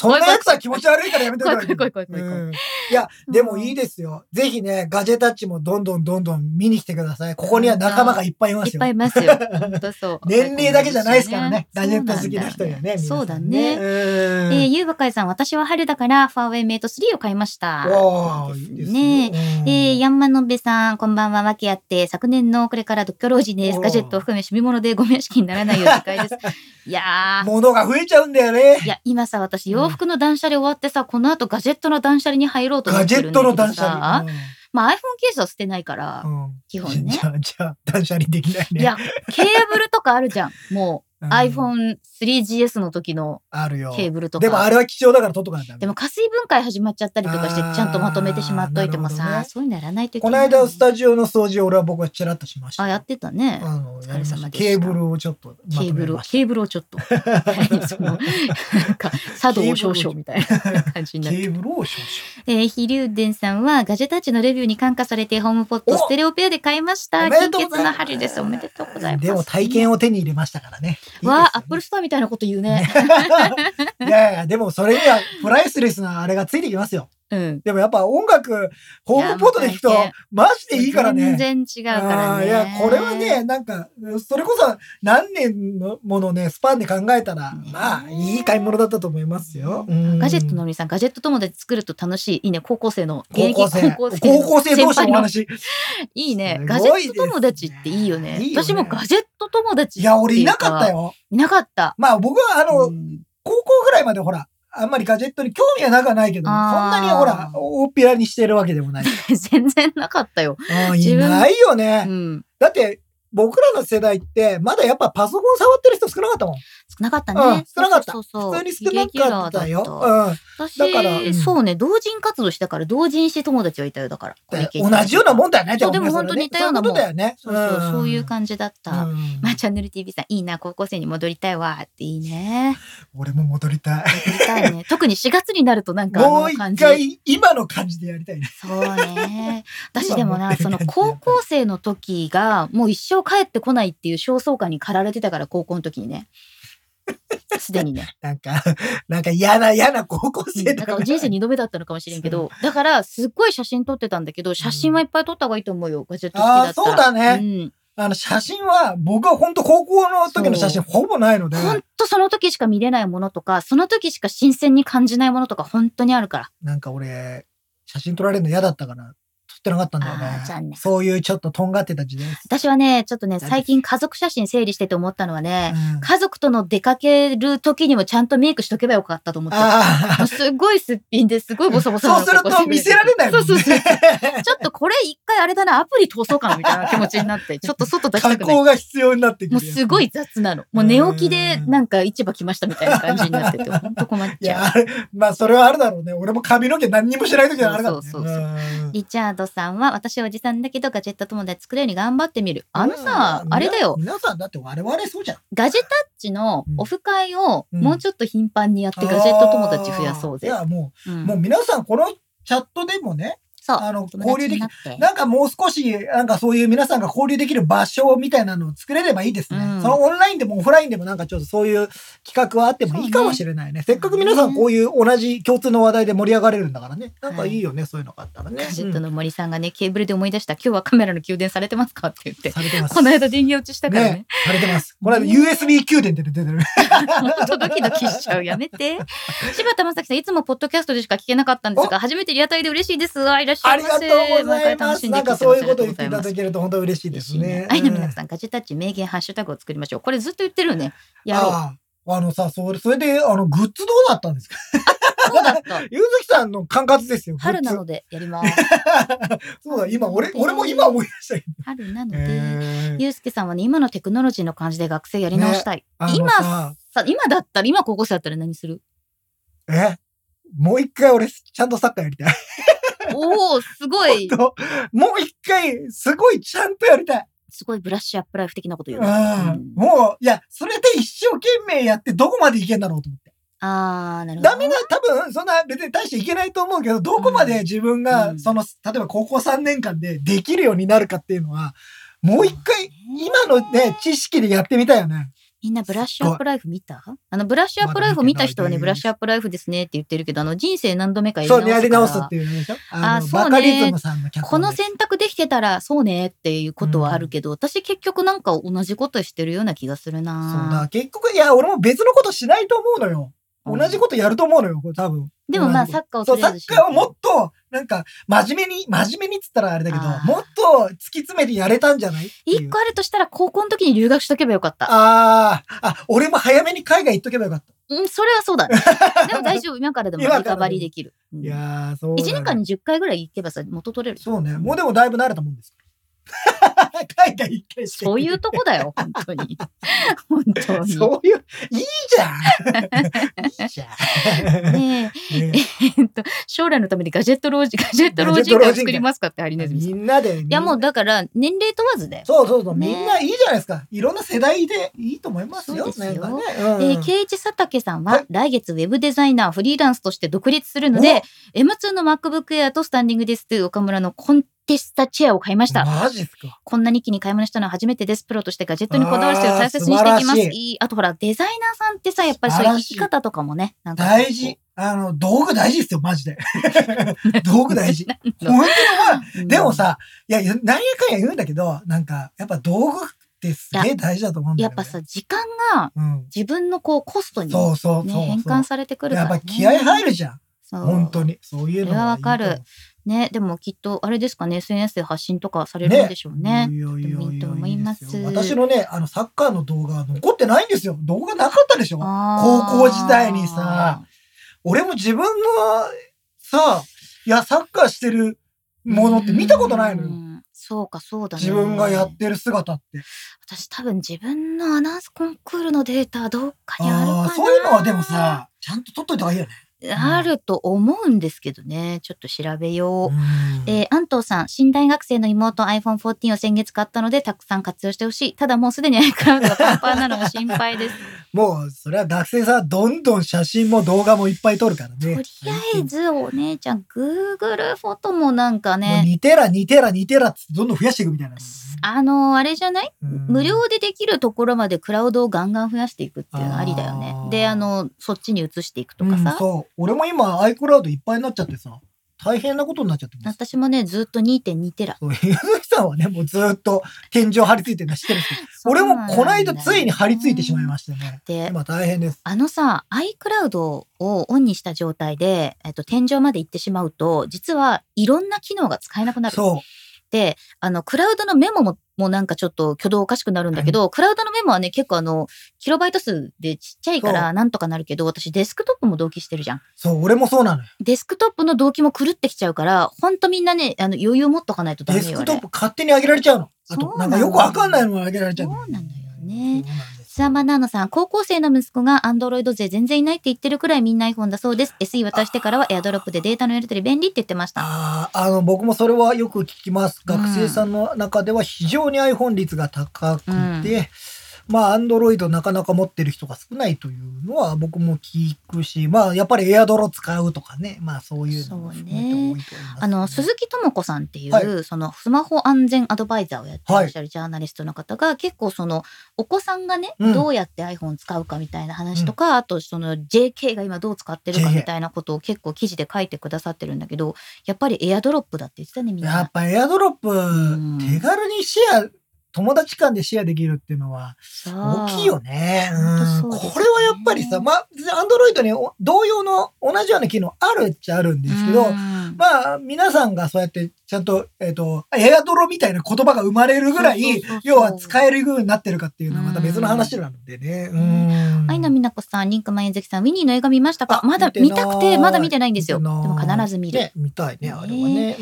Speaker 2: そんなやつは気持ち悪いからやめてください。
Speaker 1: 怖い怖い怖い怖い怖い
Speaker 2: うんいや、でもいいですよ。ぜひね、ガジェタッチもどんどんどんどん見に来てください。ここには仲間がいっぱいいます
Speaker 1: いっ
Speaker 2: よ。
Speaker 1: ぱい。いますよ。本当そう
Speaker 2: *laughs* 年齢だけじゃないですからね。
Speaker 1: そう
Speaker 2: ガジ
Speaker 1: な
Speaker 2: ェ
Speaker 1: ん
Speaker 2: ッ
Speaker 1: だ
Speaker 2: ト
Speaker 1: よ
Speaker 2: 好きな人にはね。皆さん
Speaker 1: そうだね。
Speaker 2: うん
Speaker 1: えー、ゆうばかいさん、私は春だから、ファーウェイメイト3を買いました。
Speaker 2: わあ、いいですね。
Speaker 1: ねえー、ヤンマノベさん、こんばんは、わけあって、昨年のこれから独居老人で
Speaker 2: お
Speaker 1: す。
Speaker 2: ー
Speaker 1: ガジェットを含め、趣味物でご面識にならないよう自戒です。
Speaker 2: *laughs*
Speaker 1: いやー。
Speaker 2: 物が増えちゃうんだよね
Speaker 1: い。や、今さ、私、洋服の断捨離終わってさ、この後ガジェットの断捨離に入ろうと思
Speaker 2: ガ
Speaker 1: っ
Speaker 2: ジ
Speaker 1: て
Speaker 2: ェ
Speaker 1: る
Speaker 2: ッ
Speaker 1: んだ
Speaker 2: ト
Speaker 1: け
Speaker 2: の
Speaker 1: ど
Speaker 2: 断捨
Speaker 1: さ
Speaker 2: 離。。
Speaker 1: まあ、iPhone ケースは捨てないから、
Speaker 2: うん
Speaker 1: 基本ね
Speaker 2: *laughs* じ。ゃあ、じゃあ、断捨離できないね。
Speaker 1: いや、ケーブルとかあるじゃん。もう、
Speaker 2: うん
Speaker 1: iPhone3GS の時の
Speaker 2: あるよ。
Speaker 1: ケーブルとか。
Speaker 2: でもあれは貴重だから取っとかないとダメ
Speaker 1: でも、加水分解始まっちゃったりとかして
Speaker 2: あー
Speaker 1: ちゃんとまとめてしまっといても
Speaker 2: なるほど
Speaker 1: さ、
Speaker 2: ね
Speaker 1: そういうのやらないといけ
Speaker 2: この
Speaker 1: ない
Speaker 2: 間、スタジオの掃除、俺は僕はチラッとしました。
Speaker 1: あやってたね
Speaker 2: あの、やりま
Speaker 1: お疲れ
Speaker 2: した
Speaker 1: 様でした
Speaker 2: ケーブルをちょっと
Speaker 1: ケ
Speaker 2: ま
Speaker 1: ー
Speaker 2: と
Speaker 1: ブ
Speaker 2: め
Speaker 1: ルを
Speaker 2: まし
Speaker 1: ケーブルをちょっと *laughs* 何そのなんか茶道少々みたいな感じ
Speaker 2: た。
Speaker 1: に
Speaker 2: ケ
Speaker 1: な
Speaker 2: ー
Speaker 1: って
Speaker 2: ブルを少
Speaker 1: えー、飛龍伝さんはガジェタッチのレビューに感化されてホームポッ
Speaker 2: お
Speaker 1: トステレオペアで買いました
Speaker 2: おめで
Speaker 1: 金
Speaker 2: とう
Speaker 1: 欠
Speaker 2: ございま
Speaker 1: の
Speaker 2: す
Speaker 1: 春ですおめでとうござ
Speaker 2: 々。
Speaker 1: います
Speaker 2: でも体験を手に入れましたからね。いいですよね
Speaker 1: わあアップルストアみたいなこと言うね
Speaker 2: *laughs* いやいや、でもそれにはプライスレスなあれがついてきますよ。 *laughs*
Speaker 1: うん
Speaker 2: でもやっぱ音楽、ホームポートで聞くと
Speaker 1: いやもう大変、
Speaker 2: マジでいいからね。
Speaker 1: 全然違うから
Speaker 2: あー
Speaker 1: ね
Speaker 2: いや、これはね、なんか、それこそ何年のものね、スパンで考えたら、
Speaker 1: ね
Speaker 2: まあ、いい買い物だったと思いますよ。うん
Speaker 1: ガジェットのりさん、ガジェット友達作ると楽しい。いいね、高校生の。
Speaker 2: 高校生、
Speaker 1: 高
Speaker 2: 高
Speaker 1: 校生の。
Speaker 2: 校生同士のお話。
Speaker 1: いいね。
Speaker 2: す
Speaker 1: ガジェ
Speaker 2: ごい
Speaker 1: ッ
Speaker 2: ですね
Speaker 1: ト友達っていいよね。
Speaker 2: いいよね
Speaker 1: 私もガジェット友達
Speaker 2: いや、俺いなかった
Speaker 1: よ。
Speaker 2: よ。
Speaker 1: いなかった。
Speaker 2: まあ、僕は、あの、
Speaker 1: うん
Speaker 2: 高校ぐらいまでほら、あんまりガジェットに興味はなくはないけど、そん
Speaker 1: あ
Speaker 2: な
Speaker 1: ー
Speaker 2: にほら、大っぴらにしてるわけでもない。
Speaker 1: 全然なかったよ。
Speaker 2: うん
Speaker 1: 自
Speaker 2: い
Speaker 1: 分
Speaker 2: ないよ
Speaker 1: う
Speaker 2: ね。
Speaker 1: ん。
Speaker 2: だって、僕らの世代って、まだやっぱパソコン触ってる人少なかったもん。
Speaker 1: 少なかった
Speaker 2: うん
Speaker 1: ね。
Speaker 2: 少なかった
Speaker 1: そうそうそう。
Speaker 2: 普通に少なかったよ。
Speaker 1: イレギュラーだっ
Speaker 2: うん。
Speaker 1: た私、
Speaker 2: だからうん
Speaker 1: そうね、同人活動したから、同人誌友達はいたよ、だから。
Speaker 2: 同じようなもんだよね。
Speaker 1: そう
Speaker 2: もね
Speaker 1: でも本当に似たようなもん
Speaker 2: そういうことだよね。
Speaker 1: そうそう、
Speaker 2: ん
Speaker 1: そういう感じだった。
Speaker 2: うん
Speaker 1: まあ、チャンネル TV さん、いいな、高校生に戻りたいわ、っていいね。
Speaker 2: 俺も戻りたい。
Speaker 1: 戻りた
Speaker 2: *laughs*
Speaker 1: いね。特に4月になるとなんか、あ
Speaker 2: もう
Speaker 1: の感
Speaker 2: 一
Speaker 1: じ。
Speaker 2: 回、今の感じでやりたいね。
Speaker 1: そうね。私
Speaker 2: 今
Speaker 1: でも
Speaker 2: 持
Speaker 1: な、
Speaker 2: ってる
Speaker 1: その
Speaker 2: 感じ
Speaker 1: 高校生の時が、もう一生帰ってこないっていう焦燥感に駆られてたから、高校の時にね。すでに
Speaker 2: *laughs*
Speaker 1: ね。
Speaker 2: なんか、なんか嫌な嫌な高校
Speaker 1: うん
Speaker 2: 生
Speaker 1: なん
Speaker 2: だ
Speaker 1: か人生2度目だったのかもしれんけど、だから、すっごい写真撮ってたんだけど、写真はいっぱい撮った方がいいと思うよ。ガジェット好きだったら。
Speaker 2: あーそうだ
Speaker 1: ね。
Speaker 2: あの、写真は、僕は本当高校の時の写真ほぼないの
Speaker 1: う
Speaker 2: で
Speaker 1: ん。、ほんとその時しか見れないものとか、その時しか新鮮に感じないものとか、本当にあるから。
Speaker 2: なんか俺、写真撮られるの嫌だったから、撮ってなかったんだよ
Speaker 1: あー残
Speaker 2: ね。
Speaker 1: 念
Speaker 2: そういうちょっととんがってた時代です。
Speaker 1: 私はね、ちょっとね、
Speaker 2: 丈夫
Speaker 1: 最近家族写真整理してて思ったのはね、
Speaker 2: うん
Speaker 1: 家族との出かける時にもちゃんとメイクしとけばよかったと思ってる。
Speaker 2: あ
Speaker 1: *laughs* もうすごいすっぴんですごいボソボ
Speaker 2: あ、
Speaker 1: ソな
Speaker 2: そう
Speaker 1: の
Speaker 2: すると見せられないもん
Speaker 1: そうそうそう
Speaker 2: ね。
Speaker 1: ちょっとこれ一回あれだな、アプリ通そうかなみたいな気持ちになって、ちょっと外出し
Speaker 2: 加
Speaker 1: たくない。
Speaker 2: 工が必要になってくる
Speaker 1: も
Speaker 2: や
Speaker 1: う
Speaker 2: つ。
Speaker 1: すごい雑なの。もう寝起きでなんか市場来ましたみたいな感じになっ
Speaker 2: *laughs*
Speaker 1: てて、ほんと困っ
Speaker 2: い
Speaker 1: ち
Speaker 2: や、
Speaker 1: ゃう。
Speaker 2: あれ、まあ、それはあるだろうね。俺も髪の毛何にもしない時はあれだろね。
Speaker 1: そうそうそう
Speaker 2: うん
Speaker 1: リチャードさんは、私はおじさんだけどガジェット友達作るように頑張ってみる。あのさ、
Speaker 2: うん
Speaker 1: あれだよ、
Speaker 2: 皆さんだって我々そうじゃん。
Speaker 1: ガジェタッチのオフ会を
Speaker 2: うん
Speaker 1: もうちょっと頻繁にやってガジェット友達増やそうぜ
Speaker 2: あ。ーいや、も
Speaker 1: う
Speaker 2: う、
Speaker 1: ん
Speaker 2: もう皆さんこのチャットでもね、
Speaker 1: そう、
Speaker 2: あの、
Speaker 1: 友
Speaker 2: 交流で
Speaker 1: 達
Speaker 2: き
Speaker 1: になっ
Speaker 2: る。
Speaker 1: て。
Speaker 2: なんかもう少し、なんかそういう皆さんが交流できる場所みたいなのを作れればいいですね。
Speaker 1: うん
Speaker 2: そのオンラインでもオフラインでもなんかちょっとそういう企画はあってもいいかもしれないね。せっかく皆さんこういう同じ共通の話題で盛り上がれるんだからね。なんかいいよね、そういうのがあったらね。
Speaker 1: ガジェット
Speaker 2: うん
Speaker 1: の森さんがね、ケーブルで思い出した、今日はカメラの給電されてますかって言って、
Speaker 2: されてます。
Speaker 1: この間電源落ちしたからね
Speaker 2: ね。されてます。この間 USB 給電って出て
Speaker 1: *laughs*
Speaker 2: る。
Speaker 1: ほんとドキドキしちゃう。や
Speaker 2: *laughs*
Speaker 1: めて。柴田正樹さん、いつもポッドキャストでしか聞けなかったんですが、初めてリアタイで嬉しいです。あいらっしゃ
Speaker 2: あ
Speaker 1: い
Speaker 2: り
Speaker 1: ま
Speaker 2: がと
Speaker 1: せ。
Speaker 2: うござい
Speaker 1: 毎回
Speaker 2: ま
Speaker 1: 楽
Speaker 2: す。
Speaker 1: しん
Speaker 2: な
Speaker 1: で
Speaker 2: ん
Speaker 1: きて
Speaker 2: か
Speaker 1: く
Speaker 2: そ
Speaker 1: だ
Speaker 2: う
Speaker 1: さ
Speaker 2: い
Speaker 1: り
Speaker 2: う
Speaker 1: あ
Speaker 2: こ
Speaker 1: りが
Speaker 2: とを言
Speaker 1: とうご
Speaker 2: っていた
Speaker 1: ざいます
Speaker 2: だ。けると本当嬉しいですね。
Speaker 1: 愛の皆
Speaker 2: ん。
Speaker 1: さん、ガジェタッチ名言ハッシュタグを作りましょう。これずっと言ってるよね。やろう。
Speaker 2: あああのさ、それ、それで、あの、グッズどうだったんですか
Speaker 1: そう
Speaker 2: *laughs*
Speaker 1: だった。
Speaker 2: ゆずきさんの管轄ですよ。グッズ
Speaker 1: 春なのでやります。
Speaker 2: *laughs* そうだ、今、俺、俺も今思い出したけど。
Speaker 1: 春なので。
Speaker 2: へー
Speaker 1: ゆうすけさんはね、今のテクノロジーの感じで学生やり直したい。
Speaker 2: あの
Speaker 1: 今
Speaker 2: さ
Speaker 1: さ、今だったら、今高校生だったら何する
Speaker 2: えもう一回俺、ちゃんとサッカーやりたい。
Speaker 1: おおすごい、
Speaker 2: ともう一回、すごいちゃんとやりたい。
Speaker 1: すごいブラッシュアップライフ的なこと言う
Speaker 2: う
Speaker 1: ね。
Speaker 2: ん。もう、いや、それで一生懸命やって、どこまでいけんだろうと思って。
Speaker 1: あー、なるほど。
Speaker 2: ダメだ、多分、そんな別に大していけないと思うけど、どこまで自分
Speaker 1: う
Speaker 2: が、
Speaker 1: ん
Speaker 2: その、例えば高校3年間でできるようになるかっていうのは、もう一回、今のね、知識でやってみたいよね。
Speaker 1: みんなブラッシュアップライフ見たあの、ブラッシュアップライフを見た人は
Speaker 2: まだ
Speaker 1: ね、
Speaker 2: 見てないです
Speaker 1: ブラッシュアップライフですねって言ってるけど、あの、人生何度目かやり
Speaker 2: そう
Speaker 1: 直す
Speaker 2: ね、
Speaker 1: から。
Speaker 2: やり直すっていうのでしょ。あ
Speaker 1: あ
Speaker 2: の、
Speaker 1: そうね
Speaker 2: バカリズムさんの脚
Speaker 1: こ
Speaker 2: 本
Speaker 1: の
Speaker 2: で
Speaker 1: 選択できてたら、そうねっていうことはあるけど、私結局なんか同じことしてるような気がする
Speaker 2: そう
Speaker 1: な
Speaker 2: だ、結局、いや、俺も別のことしないと思うのよ。
Speaker 1: うん
Speaker 2: 同じことやると思うのよ、これ多分。
Speaker 1: でもまあ、
Speaker 2: 同じ
Speaker 1: サッカーを
Speaker 2: そう、
Speaker 1: とりあ
Speaker 2: サ
Speaker 1: えず
Speaker 2: ッ
Speaker 1: しよう
Speaker 2: カーをもっと、なんか、真面目に、真面目にっつったらあれだけど
Speaker 1: あー、
Speaker 2: もっと突き詰めてやれたんじゃないってい
Speaker 1: 一
Speaker 2: う
Speaker 1: 個あるとしたら、高校の時に留学しとけばよかった。
Speaker 2: ああ、あ、俺も早めに海外行っとけばよかっ
Speaker 1: うん、それはそうだね。
Speaker 2: *laughs*
Speaker 1: でも大丈夫、今からでも
Speaker 2: 今から
Speaker 1: リ
Speaker 2: でも
Speaker 1: カバリーできる。うん
Speaker 2: た。いやー、そうだ
Speaker 1: 一
Speaker 2: ね。
Speaker 1: 年間に10回ぐらい行けばさ、元取れる。
Speaker 2: そうね。もうでもだいぶ慣れたもんです。 *laughs* 海外一回して。
Speaker 1: そういうとこだ
Speaker 2: *laughs*
Speaker 1: よ、本当に。本当に。
Speaker 2: そういう、いいじゃん *laughs* いいじゃん。
Speaker 1: ね
Speaker 2: ね
Speaker 1: え、えっと、将来のためにガジェット老人、ガジェット老人会を作りますかって、ハリネズミさ
Speaker 2: *laughs*
Speaker 1: ん。
Speaker 2: み
Speaker 1: い
Speaker 2: んなで。
Speaker 1: や、もうだから、年齢問わずだよ。
Speaker 2: そうそうそう、
Speaker 1: ね
Speaker 2: みんないいじゃないですか。いろんな世代でいいと思いますよ。
Speaker 1: そうですよ
Speaker 2: なんかね
Speaker 1: え
Speaker 2: うん
Speaker 1: ー、ケイチサタケさん
Speaker 2: は
Speaker 1: はい来月ウェブデザイナーフリーランスとして独立するので M2 の MacBook Air とスタンディングディスク岡村のコンテスタチェアを買いました。
Speaker 2: マジっすか。
Speaker 1: こんなに一気に買い物したのは初めてです。プロとしてガジェットにこだわる姿勢を大切にしていきま
Speaker 2: あー素
Speaker 1: す。
Speaker 2: 晴らし
Speaker 1: いいあとほら、デザイナーさんってさ、やっぱりそうい
Speaker 2: 素
Speaker 1: う
Speaker 2: 晴
Speaker 1: 生
Speaker 2: らしい
Speaker 1: き方とかもね、なんかこう
Speaker 2: 大事。。あの、道具大事ですよ、マジ
Speaker 1: *laughs*
Speaker 2: で。道具大事。本当に思う
Speaker 1: うん
Speaker 2: でも、さ、いや、何やかんや言うんだけど、なんか、やっぱ道具ってすげえ大事だと思うんだ
Speaker 1: や
Speaker 2: よ
Speaker 1: っ
Speaker 2: ね。
Speaker 1: ぱさ、時間が
Speaker 2: うん。
Speaker 1: 自分のこうコストに
Speaker 2: そうそう
Speaker 1: ね、
Speaker 2: そうそう。
Speaker 1: 変換されてくるか
Speaker 2: やっ
Speaker 1: ら、ね。
Speaker 2: ぱ気合入るじゃん。
Speaker 1: そう
Speaker 2: 本当に。そういうのがいいと思う
Speaker 1: それはわかね、でもきっと、あれですかね、SNS で発信とかされるんでしょうね。
Speaker 2: いやいやいや
Speaker 1: とてもいいと思います
Speaker 2: やですよ私のね、あの、サッカーの動画は残ってないんですよ。動画なかったでしょ
Speaker 1: あー
Speaker 2: 高校時代にさ、俺も自分の、さ、いや、サッカーしてるものって見たことないの
Speaker 1: う
Speaker 2: よ。
Speaker 1: んそうか、そうだね。
Speaker 2: 自分がやってる姿って。
Speaker 1: 私多分自分のアナウンスコンクールのデータどっかにあるか
Speaker 2: あ
Speaker 1: な
Speaker 2: あー、そういうのはでもさ、ちゃんと撮っといた方がいいよね。
Speaker 1: あると思うんですけどねちょっと調べ
Speaker 2: う
Speaker 1: よう、
Speaker 2: ん
Speaker 1: えー安藤さん新大学生の妹 iPhone14 を先月買ったのでたくさん活用してほしいただもうすでに iCloud がパンパンなのも心配です
Speaker 2: *laughs* もう、それは学生さん、どんどん写真も動画もいっぱい撮るから
Speaker 1: と
Speaker 2: ね。
Speaker 1: りあえずお姉ちゃん Google フォトもなんか
Speaker 2: もう
Speaker 1: ね
Speaker 2: 2テラ、2テラ、2テラってどんどん増やしていくみたいな。
Speaker 1: あのーあれじゃない
Speaker 2: うん
Speaker 1: 無料でできるところまでクラウドをガンガン増やしていくっていうのありだよ
Speaker 2: あ
Speaker 1: ね。
Speaker 2: ー
Speaker 1: で、あの、そっちに移していくとか
Speaker 2: うん、
Speaker 1: さ。
Speaker 2: そう。俺も今 iCloud いっぱいになっちゃってさ、大変なことになっちゃってます。
Speaker 1: 私もね、ずっと2.2テラ。
Speaker 2: そう、ゆずきさんはね、もうずっと天井張り付いてるの知ってるんですけど、俺もこの間ついに張り付いてしまいましたね。
Speaker 1: で、
Speaker 2: 今大変です。
Speaker 1: あのさ、iCloud をオンにした状態で、えっと、天井まで行ってしまうと、実はいろんな機能が使えなくなる。
Speaker 2: そ
Speaker 1: で、あの、クラウドのメモも、もうなんかちょっと挙動おかしくなるんだけど、クラウドのメモはね、結構あの、キロバイト数でちっちゃいか
Speaker 2: そ
Speaker 1: らなんとかなるけど、私デスクトップも同期してるじゃん。
Speaker 2: う。そう、俺もそうなのよ。
Speaker 1: デスクトップの動機も狂ってきちゃうから、ほんとみんなね、あの余裕持っとかないとダメ
Speaker 2: デ
Speaker 1: よ。
Speaker 2: スク
Speaker 1: あれ
Speaker 2: トップ勝手に上げられちゃうの。あ
Speaker 1: そ
Speaker 2: と、
Speaker 1: う
Speaker 2: な
Speaker 1: なの
Speaker 2: んかよくわかんないのが上げられちゃう
Speaker 1: そうなの
Speaker 2: そ
Speaker 1: よね
Speaker 2: うなんです
Speaker 1: スアマナーノさん、高校生の息子がアンドロイド勢全然いないって言ってるくらいみんな iPhone だそうです。SE 渡してからはエアドロップでデータのやり取り便利って言ってました。
Speaker 2: あーあの僕もそれはよく聞きます。
Speaker 1: うん
Speaker 2: 学生さんの中では非常に iPhone 率が高くて、
Speaker 1: うん
Speaker 2: まあ Android なかなか持ってる人が少ないというのは僕も聞くし、まあやっぱり AirDrop 使うとかね、まあそういうのも含めて多いと思います、
Speaker 1: あの、鈴木智子さんっていう、
Speaker 2: は
Speaker 1: そのスマホ安全アドバイザーをやってらっしゃるジャーナリストの方が、結構その、お子さんがね、
Speaker 2: うん
Speaker 1: どうやって iPhone 使うかみたいな話とか、あとその JK が今どう使ってるかみたいなことを結構記事で書いてくださってるんだけど、やっぱりエアドロップだって言ってたね、みんな。
Speaker 2: やっぱ AirDrop
Speaker 1: ん
Speaker 2: 手軽にシェア友達間でシェアできるっていうのは大きいよね。うん
Speaker 1: 本当そうですね
Speaker 2: これはやっぱりさ、まあ、アンドロイドにお同様の同じような機能あるっちゃあるんですけど、
Speaker 1: ま
Speaker 2: まあ、皆さんがそうやって、ちゃんと、えっ、と、エアドロみたいな言葉が生まれるぐらい
Speaker 1: そうそうそうそう、
Speaker 2: 要は使えるようになってるかっていうのはまた別の話なのでね。うん。
Speaker 1: アイナミナコさん、リンクマンゆずきさん、ウィニーの映画見ましたか
Speaker 2: あ
Speaker 1: まだ見
Speaker 2: 見てな
Speaker 1: た
Speaker 2: い
Speaker 1: くて、まだ見てないんですよ。
Speaker 2: 見
Speaker 1: で
Speaker 2: てない
Speaker 1: も必ず見る。
Speaker 2: ね、見たいね、あれはね。うん。
Speaker 1: え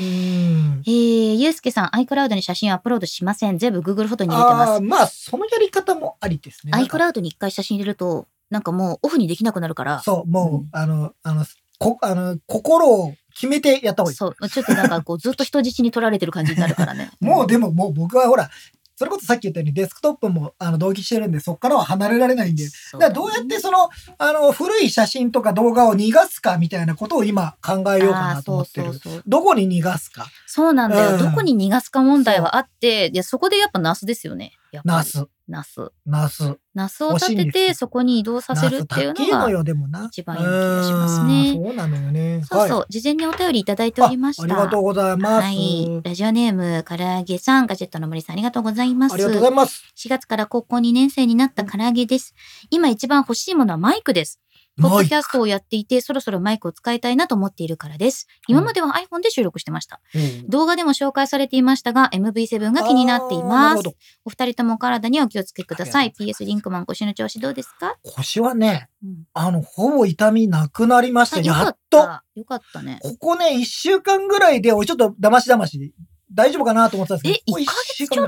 Speaker 1: ー、ゆうすけさん、iCloud に写真アップロードしません。全部 Google フォトに入れてま
Speaker 2: あ
Speaker 1: す
Speaker 2: あ。ー、まあ、そのやり方もありですね。なんか
Speaker 1: iCloud に一回写真入れると、なんかもうオフにできなくなるから、
Speaker 2: そう、もう、
Speaker 1: うん
Speaker 2: あの、あの、こ、あの、心を決めてやった方がいい。。
Speaker 1: そう、ちょっとなんかこう、ずっと人質に取られてる感じになるからね
Speaker 2: *laughs* もう、でも、もう僕はほら、それこそさっき言ったようにデスクトップもあの同期してるんで、そこからは離れられないんで、
Speaker 1: そ
Speaker 2: だから
Speaker 1: ね
Speaker 2: どうやってその、あの、古い写真とか動画を逃がすかみたいなことを今考えようか
Speaker 1: あ
Speaker 2: なと
Speaker 1: ーそ
Speaker 2: 思
Speaker 1: う
Speaker 2: って
Speaker 1: そう
Speaker 2: る。
Speaker 1: そう。
Speaker 2: どこに逃がすか
Speaker 1: そうなんだよ。
Speaker 2: うん
Speaker 1: どこに逃がすか問題はあって、でそこでやっぱナスですよね。やっぱり
Speaker 2: ナ。ス、
Speaker 1: ナス。
Speaker 2: ナス。
Speaker 1: ナスを立
Speaker 2: 惜しい
Speaker 1: て
Speaker 2: んです
Speaker 1: て、
Speaker 2: よ
Speaker 1: そこに移動させるってい
Speaker 2: ナ
Speaker 1: う
Speaker 2: ス高
Speaker 1: の
Speaker 2: いの
Speaker 1: が。
Speaker 2: よ、でもな。
Speaker 1: 一番いい気がしますね
Speaker 2: うんそうなのよね。
Speaker 1: そうそう、
Speaker 2: はい
Speaker 1: 事前にお便りいただいておりました。
Speaker 2: あありがとうございます。
Speaker 1: はい。ラジオネーム、唐揚げさん、ガジェットの森さん、ありがとうございます。
Speaker 2: ありがとうございます。
Speaker 1: 4月から高校2年生になった唐揚げです。今一番欲しいものはマイクです。ポッ
Speaker 2: マ
Speaker 1: ド
Speaker 2: イ
Speaker 1: キ
Speaker 2: ク
Speaker 1: ャストをやっていて、そろそろマイクを使いたいなと思っているからです。今までは iPhone で収録してました。動画でも紹介されていましたが、MV7 が気になってい
Speaker 2: あーな
Speaker 1: ま
Speaker 2: る
Speaker 1: す
Speaker 2: ほ。ど
Speaker 1: お二人ともお体にはお気をつけくださ
Speaker 2: あり
Speaker 1: い。PS リンクマン腰の調子どうですか、
Speaker 2: 腰はね、
Speaker 1: うん、
Speaker 2: あの、ほぼ痛みなくなりました。
Speaker 1: あよ
Speaker 2: や
Speaker 1: か
Speaker 2: っ
Speaker 1: っ
Speaker 2: と。
Speaker 1: た。よかったね。
Speaker 2: ここね、一週間ぐらいで、俺ちょっとだましだまし、大丈夫かなと思ってたんです
Speaker 1: え、
Speaker 2: けど、ここ
Speaker 1: 1ヶ月
Speaker 2: 週
Speaker 1: ち
Speaker 2: 間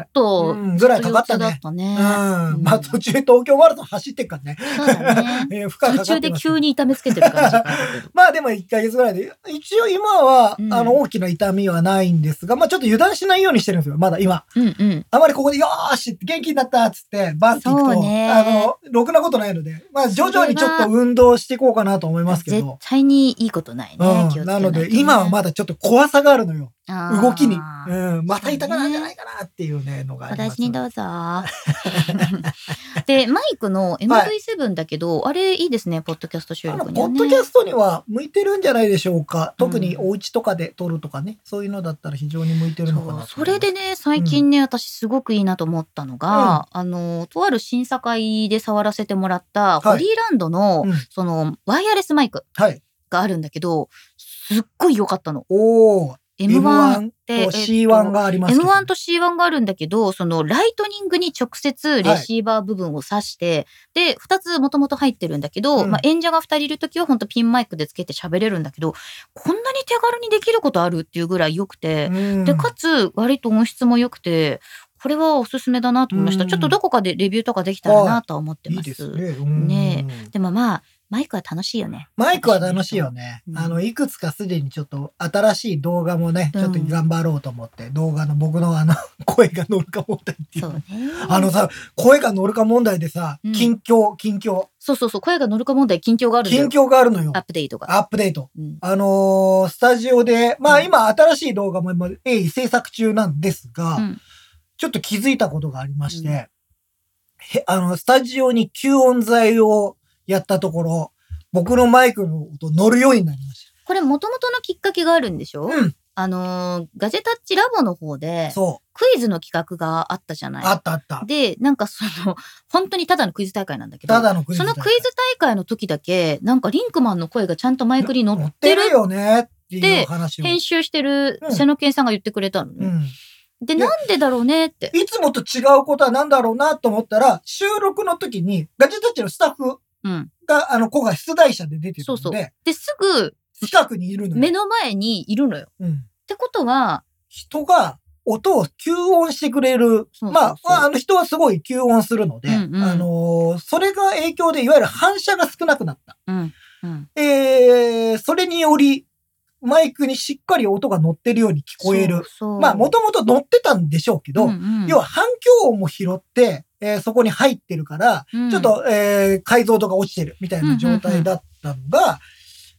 Speaker 2: ぐらいう
Speaker 1: ょっと、
Speaker 2: んぐらいかかった
Speaker 1: ずと腰痛だ
Speaker 2: ね
Speaker 1: っ。たね。
Speaker 2: うん。まあ途
Speaker 1: 途中
Speaker 2: 中東京マラソン走ってっからね。。
Speaker 1: そうだね
Speaker 2: えー負荷かかっ
Speaker 1: 途
Speaker 2: てます
Speaker 1: 中
Speaker 2: け
Speaker 1: で
Speaker 2: ど
Speaker 1: 急に痛めつけてる感じがあるけど
Speaker 2: まあでも1ヶ月ぐらいで、一応今は、
Speaker 1: うん
Speaker 2: あの、大きな痛みはないんですが、まあちょっと油断しないようにしてるんですよ、まだ今。
Speaker 1: うんうん。
Speaker 2: あまりここで、よーし元気になったっつって、バンっていくと、あ
Speaker 1: そうね
Speaker 2: の、ろくなことないので、まあ徐々にちょっと運動していこうかなと思いますけ
Speaker 1: 絶
Speaker 2: ど。
Speaker 1: 対にいいことないね。気をつけ
Speaker 2: うん、
Speaker 1: い
Speaker 2: なので、今はまだちょっと怖さがあるのよ。
Speaker 1: だ
Speaker 2: 動きに。う
Speaker 1: お
Speaker 2: ん。また痛くなるんじゃないかなっていうね、のがあります。
Speaker 1: 大事にどうぞ。で、マイクの MV7 だけど、あれいいですね、ポッドキャスト収
Speaker 2: あの、
Speaker 1: 録に
Speaker 2: ポ
Speaker 1: は
Speaker 2: ッ
Speaker 1: ね。
Speaker 2: ドキャストには向いてるんじゃないでしょうか。特に
Speaker 1: うん
Speaker 2: お家とかで撮るとかね、そういうのだったら非常に向いてるのかなと思います
Speaker 1: そうそれでね最近ね、私すごくいいなと思ったのが、あのとある審査会で触らせてもらっ
Speaker 2: はい
Speaker 1: たホリーランドの、
Speaker 2: うん
Speaker 1: そのワイヤレスマイク
Speaker 2: はい。
Speaker 1: があるんだけどすっごい良かったの。
Speaker 2: おー、
Speaker 1: M1 って
Speaker 2: と C1
Speaker 1: が
Speaker 2: がありますけど
Speaker 1: M1 と C1 があるんだけど、そのライトニングに直接レシーバー部分を挿して、で、2つもともと入ってるんだけど、
Speaker 2: うん
Speaker 1: まあ、演者が2人いるときは本当ピンマイクでつけて喋れるんだけど、こんなに手軽にできることあるっていうぐらい良くて、
Speaker 2: うん
Speaker 1: でかつ割と音質も良くてこれはおすすめだなと思いました、
Speaker 2: うん
Speaker 1: ちょっとどこかでレビューとかできたらなとは思って
Speaker 2: いい
Speaker 1: ます,、
Speaker 2: です
Speaker 1: で
Speaker 2: ね。うん
Speaker 1: ねもまあマイクは楽しいよね
Speaker 2: マイクは楽しいよね
Speaker 1: う。ん
Speaker 2: あの、いくつかすでにちょっと新しい動画もね、
Speaker 1: うん
Speaker 2: ちょっと頑張ろうと思って、動画の僕のあ *laughs* の、声が乗るか問題ってい
Speaker 1: そう
Speaker 2: う。
Speaker 1: ね
Speaker 2: *laughs* あのさ、声が乗るか問題でさ
Speaker 1: うん、
Speaker 2: 近況、近況、
Speaker 1: そうそうそう声が乗るか問題近況があるんだ
Speaker 2: 近
Speaker 1: よ
Speaker 2: 況があるのよ
Speaker 1: ア。ップデートが、
Speaker 2: アップデート。
Speaker 1: うん
Speaker 2: あのースタジオで、ま
Speaker 1: う
Speaker 2: あ
Speaker 1: ん
Speaker 2: 今新しい動画も今、鋭意制作中なんですが、
Speaker 1: うん
Speaker 2: ちょっと気づいたことがありまして、
Speaker 1: うん
Speaker 2: へあの、スタジオに吸音材をやったところ、僕のマイクの音乗るようになりまし
Speaker 1: これもともとのきっかけがあるんでしょ、
Speaker 2: うん
Speaker 1: あのーガジェタッチラボの方で
Speaker 2: た。そ
Speaker 1: クイズの企画があったじゃ
Speaker 2: う。
Speaker 1: ない
Speaker 2: あったあった。
Speaker 1: でなんかその *laughs* 本当にただのクイズ大会なんだけど
Speaker 2: ただのクイズ
Speaker 1: そ
Speaker 2: 大
Speaker 1: の
Speaker 2: 会。
Speaker 1: クイズ大会の時だけなんかリンクマンの声がちゃんとマイクに乗
Speaker 2: 乗
Speaker 1: っ
Speaker 2: ってて
Speaker 1: る
Speaker 2: るよねっていう話を。
Speaker 1: 編集してる
Speaker 2: うん
Speaker 1: 瀬野健さんが言ってくれたのね、
Speaker 2: うん。で
Speaker 1: で、なんでだろうねって。
Speaker 2: いつもと違うことは何だろうなと思ったら、収録の時にガジェタッチのスタッフ
Speaker 1: うん。
Speaker 2: が、あの、子が出題者で出てるので、
Speaker 1: そうそうで、すぐ
Speaker 2: 近くにいるのよ。
Speaker 1: 目の前にいるのよ。っ
Speaker 2: うん
Speaker 1: てことは、
Speaker 2: 人が音を吸音してくれる。
Speaker 1: そうそうそう
Speaker 2: まあ、まあ、あの人はすごい吸音するので、
Speaker 1: うんうん
Speaker 2: あのーそれが影響で、いわゆる反射が少なくなった。
Speaker 1: うん。うん。
Speaker 2: えー、それにより、マイクにしっかり音が乗ってるように聞こえる。
Speaker 1: そう。
Speaker 2: まあ、もともと乗ってたんでしょうけど、要
Speaker 1: は、
Speaker 2: は反響音も拾って、えーそこに入ってるから、
Speaker 1: うん
Speaker 2: ちょっ、と、えー解像度が落ちてるみたいな状態だったのが、